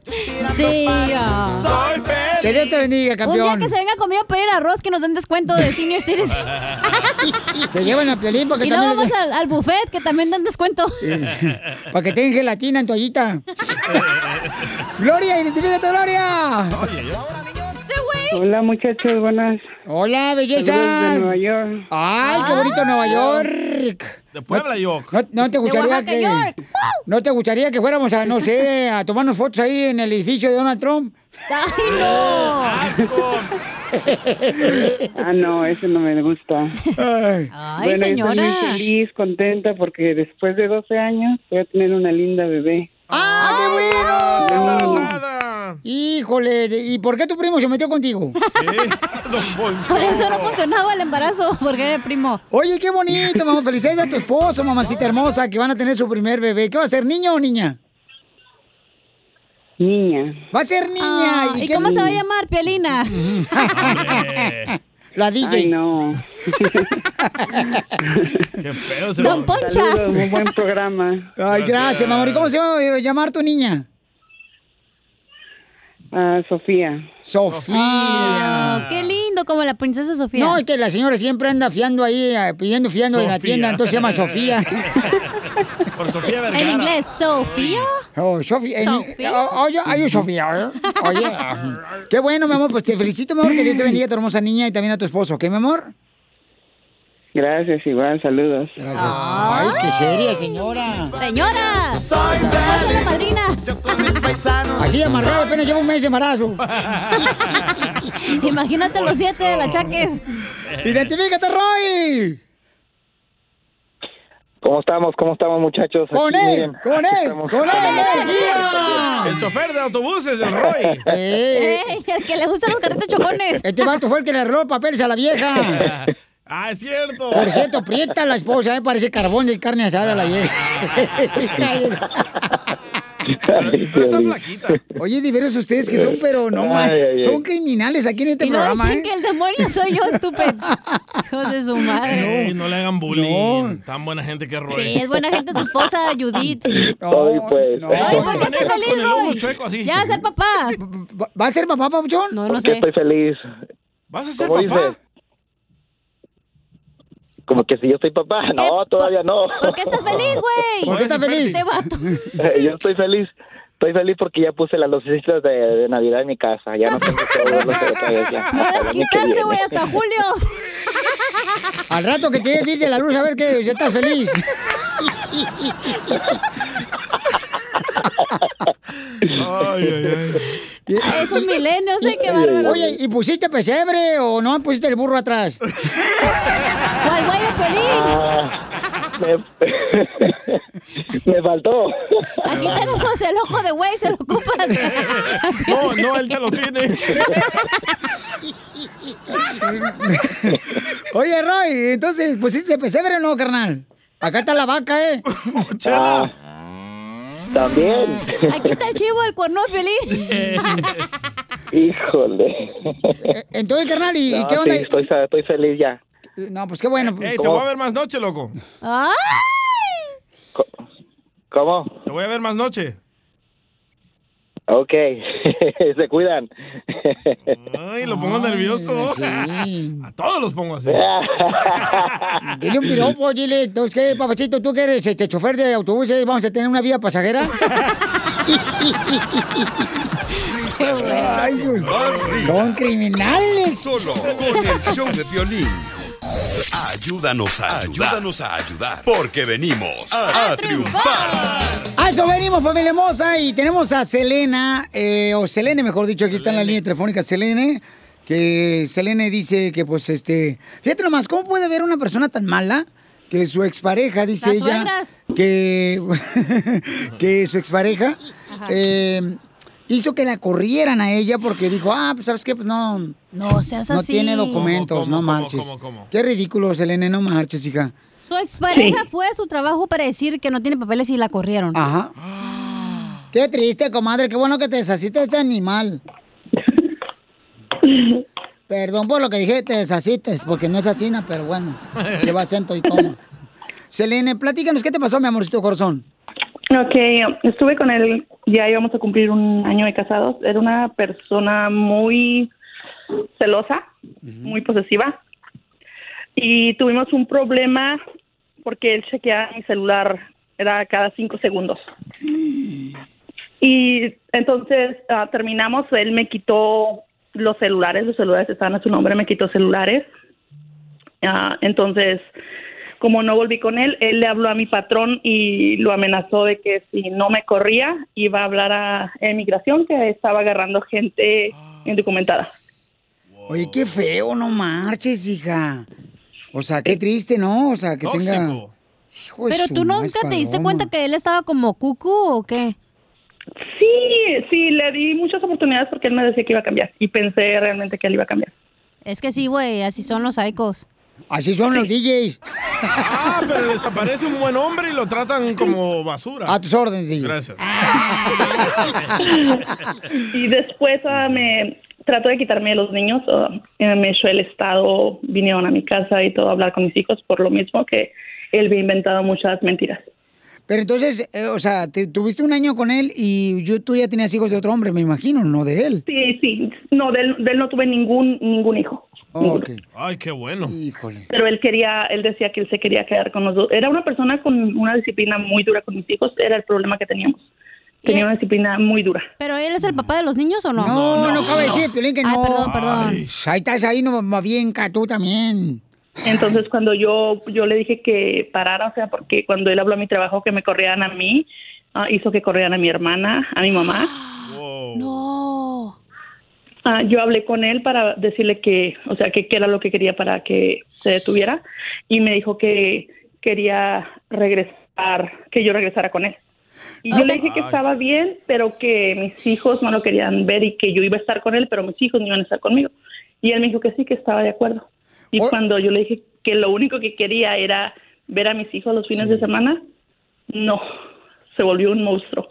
[SPEAKER 7] Sí, ah.
[SPEAKER 6] Soy feliz.
[SPEAKER 1] Que Dios te bendiga,
[SPEAKER 7] Un
[SPEAKER 1] campeón.
[SPEAKER 7] día que se venga conmigo a pedir arroz, que nos den descuento de senior citizen.
[SPEAKER 1] Se llevan a Piolín porque
[SPEAKER 7] Y no
[SPEAKER 1] también-
[SPEAKER 7] vamos al, al buffet, que también dan descuento.
[SPEAKER 1] Para que tengan gelatina en toallita. Gloria, identifícate, Gloria.
[SPEAKER 16] Hola muchachos, buenas.
[SPEAKER 1] Hola, belleza.
[SPEAKER 16] Saludos de Nueva York. Ah.
[SPEAKER 1] Ay, qué bonito Nueva York.
[SPEAKER 2] De Puebla, York.
[SPEAKER 1] No, no te
[SPEAKER 2] De
[SPEAKER 1] gustaría
[SPEAKER 2] Oaxaca,
[SPEAKER 1] que
[SPEAKER 2] York.
[SPEAKER 1] no te gustaría que fuéramos a no sé a tomarnos fotos ahí en el edificio de Donald Trump.
[SPEAKER 7] Ay
[SPEAKER 1] no.
[SPEAKER 16] Ah, no, ese no me gusta.
[SPEAKER 1] Ay,
[SPEAKER 16] bueno,
[SPEAKER 1] señora.
[SPEAKER 16] Yo estoy muy feliz, contenta, porque después de 12 años voy a tener una linda bebé.
[SPEAKER 1] ¡Ah, qué bueno! Híjole, de- ¿y por qué tu primo se metió contigo?
[SPEAKER 7] Por eso no funcionaba el embarazo, porque era el primo.
[SPEAKER 1] Oye, qué bonito, mamá. Felicidades a tu esposo, mamacita hermosa, que van a tener su primer bebé. ¿Qué va a ser, niño o niña?
[SPEAKER 16] Niña.
[SPEAKER 1] Va a ser niña.
[SPEAKER 7] Ah, ¿y cómo se va a llamar,
[SPEAKER 1] Piolina? La DJ.
[SPEAKER 16] Ay, no.
[SPEAKER 2] Qué feo se
[SPEAKER 1] Don Poncha.
[SPEAKER 16] Saludos, muy buen programa.
[SPEAKER 1] Ay, gracias, mamá. ¿Y cómo se va a llamar tu niña?
[SPEAKER 16] Ah, Sofía.
[SPEAKER 1] Sofía.
[SPEAKER 7] Ah, Oh, qué lindo, como la princesa Sofía.
[SPEAKER 1] No, es que la señora siempre anda fiando ahí, eh, pidiendo fiando en la
[SPEAKER 7] Sofía.
[SPEAKER 1] tienda, entonces se llama Sofía.
[SPEAKER 2] Por Sofía Vergara.
[SPEAKER 7] En inglés, Sofía.
[SPEAKER 1] Oh, Sofía. oh,
[SPEAKER 7] Sofía.
[SPEAKER 1] Oye, oye, Sofía. ¿eh? Oye. Qué bueno, mi amor. Pues te felicito, mi amor, que Dios te bendiga a tu hermosa niña y también a tu esposo, ¿ok, mi amor?
[SPEAKER 16] Gracias, igual, saludos.
[SPEAKER 1] Gracias. Ay, qué seria, señora.
[SPEAKER 7] Señora.
[SPEAKER 16] Soy
[SPEAKER 7] Pásale, madrina.
[SPEAKER 1] Así amarrado, apenas llevo un mes de embarazo.
[SPEAKER 7] Imagínate los siete de la chaques.
[SPEAKER 1] ¡Identifícate, Roy!
[SPEAKER 23] ¿Cómo estamos? ¿Cómo estamos, muchachos?
[SPEAKER 1] ¡Con
[SPEAKER 23] Aquí,
[SPEAKER 1] él!
[SPEAKER 23] miren,
[SPEAKER 1] ¡Con
[SPEAKER 23] aquí
[SPEAKER 1] él!
[SPEAKER 23] estamos.
[SPEAKER 1] ¡Con él!
[SPEAKER 2] El chofer de autobuses del Roy.
[SPEAKER 1] ¡Ey!
[SPEAKER 7] El que le gustan los carretos chocones.
[SPEAKER 1] Este vato fue el que le robó papeles a la vieja.
[SPEAKER 2] Ah, es cierto.
[SPEAKER 1] Por cierto, prieta la esposa, ¿eh? parece carbón de carne asada la vieja. Oye, diversos ustedes que son, pero no más,
[SPEAKER 7] Ay, ay, ay.
[SPEAKER 1] son criminales aquí en este
[SPEAKER 7] Y luego
[SPEAKER 1] programa.
[SPEAKER 7] dicen
[SPEAKER 1] ¿eh?
[SPEAKER 7] que el demonio soy yo, estúpidos. Hijos de su madre.
[SPEAKER 2] Ey, no le hagan bullying. Tan buena gente que Roy.
[SPEAKER 7] Sí, es buena gente su esposa, Judith.
[SPEAKER 23] Ay, pues.
[SPEAKER 7] Ay, ¿por qué estás
[SPEAKER 2] Manejas con
[SPEAKER 7] feliz,
[SPEAKER 2] el ojo
[SPEAKER 7] Roy?
[SPEAKER 2] chueco así.
[SPEAKER 7] Ya va a ser papá.
[SPEAKER 1] ¿Va a ser papá, papuchón?
[SPEAKER 7] No,
[SPEAKER 23] ¿Por
[SPEAKER 7] no
[SPEAKER 23] qué
[SPEAKER 7] sé.
[SPEAKER 23] estoy feliz?
[SPEAKER 2] ¿Vas a
[SPEAKER 23] ser papá? Como que si yo soy papá. No, todavía no.
[SPEAKER 7] ¿Por qué estás feliz, güey?
[SPEAKER 23] ¿Por qué estás feliz?
[SPEAKER 7] Este vato.
[SPEAKER 23] Eh, yo estoy feliz. Estoy feliz porque ya puse las lucecitas de, de Navidad en mi casa. Ya no tengo que volverlo a otra ya.
[SPEAKER 7] No las quitaste, güey, hasta julio.
[SPEAKER 1] Este. Al rato que te llegue el bill de la luz, a ver que ya estás feliz.
[SPEAKER 7] Esos milenios, ¿eh? Qué bárbaro.
[SPEAKER 1] Oye, ¿y pusiste pesebre o no pusiste el burro atrás?
[SPEAKER 7] ¿Cuál güey de pelín?
[SPEAKER 23] Ah, Me, me faltó.
[SPEAKER 7] Aquí tenemos el ojo de güey, se lo ocupas.
[SPEAKER 2] No, no, él te lo tiene.
[SPEAKER 1] Oye, Roy, entonces, ¿pusiste pesebre o no, carnal? Acá está la vaca, ¿eh?
[SPEAKER 23] Ah, también.
[SPEAKER 7] Aquí está el chivo, el ¿eh? cuerno de
[SPEAKER 1] Eh,
[SPEAKER 7] pelín.
[SPEAKER 23] Híjole.
[SPEAKER 1] Entonces, carnal, ¿y y
[SPEAKER 23] No,
[SPEAKER 1] qué
[SPEAKER 23] sí,
[SPEAKER 1] onda?
[SPEAKER 23] estoy, estoy feliz ya.
[SPEAKER 1] No, pues qué bueno. pues.
[SPEAKER 2] Ey, te voy a ver más noche, loco.
[SPEAKER 7] ¡Ay!
[SPEAKER 23] ¿Cómo?
[SPEAKER 2] Te voy a ver más noche.
[SPEAKER 23] Ok. Se cuidan.
[SPEAKER 2] Ay, lo pongo nervioso. A todos los pongo así.
[SPEAKER 1] Dile un piropo, dile. Entonces, ¿qué, papachito? ¿Tú que eres este chofer de autobuses? ¿Vamos a tener una vida pasajera? Ay, Dios. Son criminales.
[SPEAKER 15] pues. Solo con el show de violín. Ayúdanos a ayudar. Ayúdanos a ayudar. Porque venimos a, a triunfar.
[SPEAKER 1] A eso venimos, familia hermosa. Y tenemos a Selena, eh, o Selene, mejor dicho, aquí está en la línea telefónica Selene. Que Selene dice que, pues, este. Fíjate nomás, ¿cómo puede ver una persona tan mala que su expareja, dice
[SPEAKER 7] Las
[SPEAKER 1] ella.
[SPEAKER 7] suegras.
[SPEAKER 1] Que. que su expareja.
[SPEAKER 7] Ajá.
[SPEAKER 1] eh, hizo que la corrieran a ella porque dijo, ah, pues, ¿sabes qué? Pues no.
[SPEAKER 7] No seas
[SPEAKER 1] No
[SPEAKER 7] así.
[SPEAKER 1] tiene documentos,
[SPEAKER 7] ¿Cómo, cómo,
[SPEAKER 1] no
[SPEAKER 7] cómo,
[SPEAKER 1] marches.
[SPEAKER 7] cómo, cómo?
[SPEAKER 1] Qué ridículo, Selene, no marches, hija.
[SPEAKER 7] Su expareja fue a su trabajo para decir que no tiene papeles y la corrieron.
[SPEAKER 1] Ajá. Qué triste, comadre. Qué bueno que te deshaciste de este animal. Perdón por lo que dije, te deshaciste, porque no es asesina, pero bueno, lleva acento y coma. Selene, platícanos, ¿qué te pasó, mi amorcito corazón?
[SPEAKER 23] Ok, estuve con él, ya íbamos a cumplir un año de casados. Era una persona muy celosa, muy posesiva. Y tuvimos un problema porque él chequeaba mi celular, era cada cinco segundos. Y entonces ah, terminamos, él me quitó los celulares, los celulares estaban a su nombre, me quitó celulares. Ah, entonces, como no volví con él, él le habló a mi patrón y lo amenazó de que si no me corría iba a hablar a emigración que estaba agarrando gente indocumentada.
[SPEAKER 1] Oye, qué feo, no marches, hija. O sea, qué triste, ¿no? O sea, que tenga...
[SPEAKER 7] Tóxico.
[SPEAKER 1] Hijo de
[SPEAKER 7] Pero
[SPEAKER 1] su
[SPEAKER 7] tú
[SPEAKER 1] más
[SPEAKER 7] nunca te diste
[SPEAKER 1] paloma.
[SPEAKER 7] cuenta que él estaba como cucu o qué?
[SPEAKER 23] Sí, sí, le di muchas oportunidades porque él me decía que iba a cambiar y pensé realmente que él iba a cambiar.
[SPEAKER 7] Es que sí, güey, así son los psicos.
[SPEAKER 1] Así son los DJs.
[SPEAKER 2] Ah, pero les aparece un buen hombre y lo tratan como basura.
[SPEAKER 1] A tus órdenes, Ah, DJ.
[SPEAKER 2] Gracias.
[SPEAKER 23] y después ah, me trató de quitarme de los niños, ah, eh, me echó el estado, vinieron a mi casa y todo a hablar con mis hijos por lo mismo que él había inventado muchas mentiras.
[SPEAKER 1] Pero entonces, eh, o sea, te- tuviste un año con él y yo, tú ya tenías hijos de otro hombre, me imagino, no de él.
[SPEAKER 23] Sí, sí, no, de él, de él no tuve ningún ningún hijo. Ninguno.
[SPEAKER 2] Ay, qué bueno.
[SPEAKER 1] Híjole.
[SPEAKER 23] Pero él quería, él decía que él se quería quedar con los dos. Era una persona con una disciplina muy dura con mis hijos, era el problema que teníamos. Tenía una disciplina muy dura.
[SPEAKER 7] ¿Pero él es el papá de los niños o no?
[SPEAKER 1] No, no, acaba de decir, Piolín, que no.
[SPEAKER 7] perdón, perdón.
[SPEAKER 1] Ahí estás ahí, no, más bien, ca- tú también.
[SPEAKER 23] Entonces cuando yo yo le dije que parara, o sea, porque cuando él habló a mi trabajo que me corrían a mí, ah, hizo que corrían a mi hermana, a mi mamá.
[SPEAKER 7] No.
[SPEAKER 23] Ah, yo hablé con él para decirle que, o sea, que qué era lo que quería para que se detuviera y me dijo que quería regresar, que yo regresara con él. Y
[SPEAKER 7] Ah,
[SPEAKER 23] yo
[SPEAKER 7] o
[SPEAKER 23] le
[SPEAKER 7] sea-
[SPEAKER 23] dije que estaba bien, pero que mis hijos no lo querían ver y que yo iba a estar con él, pero mis hijos no iban a estar conmigo. Y él me dijo que sí, que estaba de acuerdo. Y cuando yo le dije que lo único que quería era ver a mis hijos los fines de semana, no, se volvió un monstruo.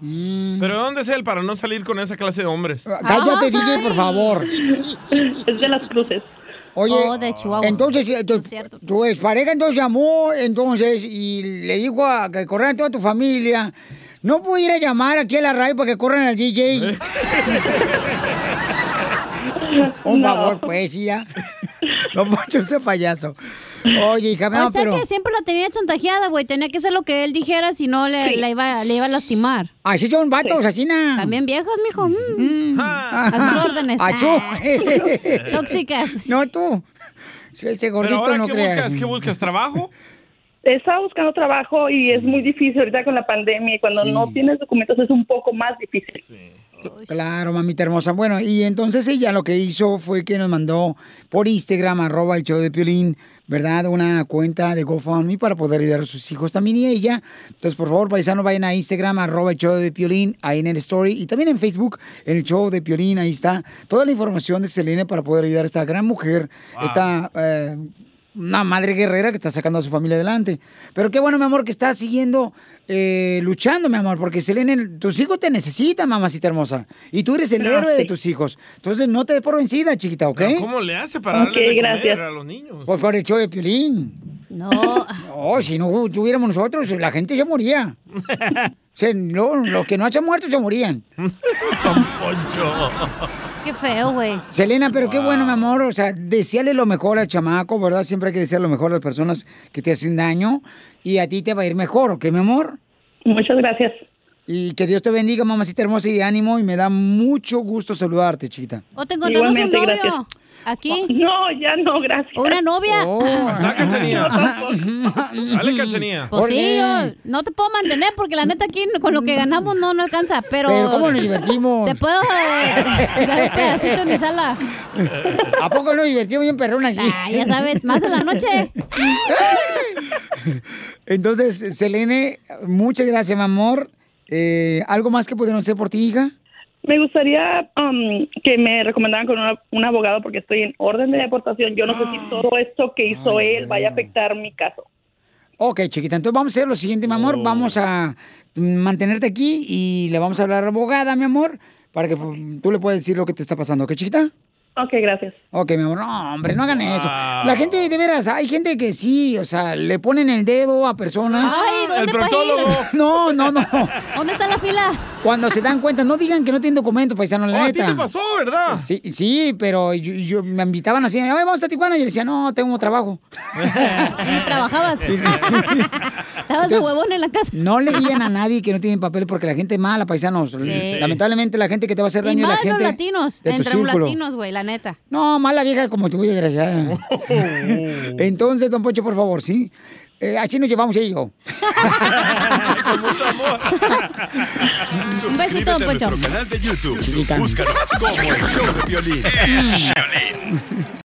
[SPEAKER 2] Mm. ¿Pero dónde es él para no salir con esa clase de hombres?
[SPEAKER 1] Cállate, DJ, por favor.
[SPEAKER 23] Es de las cruces.
[SPEAKER 1] Oye,
[SPEAKER 7] Oh, de Chihuahua.
[SPEAKER 1] entonces, eh, tu, tu expareja entonces llamó, entonces, y le dijo a que corran a toda tu familia. ¿No pudiera llamar aquí a la radio para que corran al DJ? Un
[SPEAKER 7] No.
[SPEAKER 1] favor, pues, sí, ya. No, Poncho, ese payaso. Oye, hija, no,
[SPEAKER 7] o sea
[SPEAKER 1] pero...
[SPEAKER 7] que siempre la tenía chantajeada, güey. Tenía que ser lo que él dijera, si no le,
[SPEAKER 1] Sí.
[SPEAKER 7] la iba, le iba a lastimar.
[SPEAKER 1] Así son vatos, así na.
[SPEAKER 7] También viejas, mijo. Mm.
[SPEAKER 1] Ah.
[SPEAKER 7] A sus órdenes.
[SPEAKER 1] Achú.
[SPEAKER 7] Tóxicas.
[SPEAKER 1] No, tú. Ese
[SPEAKER 2] Pero
[SPEAKER 1] gordito
[SPEAKER 2] ahora,
[SPEAKER 1] no
[SPEAKER 2] ¿qué
[SPEAKER 1] creas.
[SPEAKER 2] buscas? ¿Qué buscas? ¿Trabajo?
[SPEAKER 23] Estaba buscando trabajo y es muy difícil ahorita con la pandemia y cuando
[SPEAKER 1] Sí.
[SPEAKER 23] no tienes documentos es un poco más difícil.
[SPEAKER 1] Claro, mamita hermosa. Bueno, y entonces ella lo que hizo fue que nos mandó por Instagram, arroba el show de Piolín, ¿verdad? Una cuenta de GoFundMe para poder ayudar a sus hijos también y ella. Entonces, por favor, paisanos, vayan a Instagram, arroba el show de Piolín, ahí en el story. Y también en Facebook, en el show de Piolín, ahí está toda la información de Selene para poder ayudar a esta gran mujer,
[SPEAKER 12] Wow.
[SPEAKER 1] esta... eh, una madre guerrera que está sacando a su familia adelante. Pero qué bueno, mi amor, que estás siguiendo eh, luchando, mi amor, porque Selene, tus hijos te necesitan, mamacita hermosa. Y tú eres el
[SPEAKER 2] Ah,
[SPEAKER 1] héroe de
[SPEAKER 2] sí.
[SPEAKER 1] tus hijos. Entonces no te des por vencida, chiquita, ¿ok?
[SPEAKER 2] ¿Cómo le hace para darle de comer a los niños?
[SPEAKER 1] Pues por el show de Piolín.
[SPEAKER 7] No.
[SPEAKER 1] No, si no tuviéramos nosotros, la gente se moría. Se- no, los que no se han muerto se morían.
[SPEAKER 7] Qué feo, güey.
[SPEAKER 1] Selena, pero qué bueno, mi amor. O sea, deseale lo mejor al chamaco, ¿verdad? Siempre hay que desear lo mejor a las personas que te hacen daño. Y a ti te va a ir mejor, ¿ok, mi amor?
[SPEAKER 23] Muchas gracias.
[SPEAKER 1] Y que Dios te bendiga, mamacita hermosa y ánimo. Y me da mucho gusto saludarte, chiquita.
[SPEAKER 7] O te encontramos un
[SPEAKER 1] Igualmente,
[SPEAKER 7] novio.
[SPEAKER 1] gracias.
[SPEAKER 7] ¿Aquí?
[SPEAKER 23] No, ya no, gracias.
[SPEAKER 7] ¿Una novia?
[SPEAKER 1] Oh,
[SPEAKER 7] Ah,
[SPEAKER 2] Dale, Cachanía. Dale, Cachanía.
[SPEAKER 7] Pues sí, yo no te puedo mantener porque la neta aquí con lo que ganamos no, no alcanza, pero...
[SPEAKER 1] Pero ¿cómo nos divertimos?
[SPEAKER 7] Te puedo eh, dar un pedacito en mi sala.
[SPEAKER 1] ¿A poco nos divertimos bien perrón aquí?
[SPEAKER 7] Ah, ya sabes, más en la noche.
[SPEAKER 1] Entonces, Selene, muchas gracias, mi amor. Eh, ¿Algo más que podemos hacer por ti, hija?
[SPEAKER 23] Me gustaría um, que me recomendaran con una- un abogado porque estoy en orden de deportación. Yo no sé
[SPEAKER 2] Ah.
[SPEAKER 23] si todo esto que hizo él vaya a afectar mi caso.
[SPEAKER 1] Ok, chiquita, entonces vamos a hacer lo siguiente, mi
[SPEAKER 2] Oh.
[SPEAKER 1] amor. Vamos a mm, mantenerte aquí y le vamos a hablar a la abogada, mi amor, para que mm, tú le puedas decir lo que te está pasando, ¿ok, chiquita?
[SPEAKER 16] Ok, gracias.
[SPEAKER 1] Ok, mi amor, no, hombre, no hagan eso. La gente, de veras, hay gente que sí, o sea, le ponen el dedo a personas.
[SPEAKER 7] Ay, ¿dónde El pa' ir? proctólogo.
[SPEAKER 1] No, no, no.
[SPEAKER 7] ¿Dónde está la fila?
[SPEAKER 1] Cuando se dan cuenta, no digan que no tienen documentos, paisano, la
[SPEAKER 2] Oh, a ti
[SPEAKER 1] neta.
[SPEAKER 2] te pasó, ¿verdad?
[SPEAKER 1] Sí, sí, pero yo, yo- me invitaban así, "Ay, vamos a Tijuana, y yo decía, no, tengo trabajo.
[SPEAKER 7] Y trabajabas. Ah, Estabas de
[SPEAKER 1] Entonces,
[SPEAKER 7] huevón en la casa.
[SPEAKER 1] No le digan a nadie que no tienen papel porque la gente es mala, paisanos.
[SPEAKER 7] Sí.
[SPEAKER 1] Lamentablemente la gente que te va a hacer
[SPEAKER 7] Y
[SPEAKER 1] daño es la
[SPEAKER 7] más
[SPEAKER 1] gente
[SPEAKER 7] los latinos.
[SPEAKER 1] de tu
[SPEAKER 7] Entre los
[SPEAKER 1] círculo.
[SPEAKER 7] latinos, güey, la neta.
[SPEAKER 1] No, mala vieja como tú,
[SPEAKER 5] Oh.
[SPEAKER 1] desgraciada. Entonces, don Poncho, por favor, ¿sí? Eh, así nos llevamos ella y yo.
[SPEAKER 5] Suscríbete a nuestro canal de YouTube. Búscanos como el show de violín.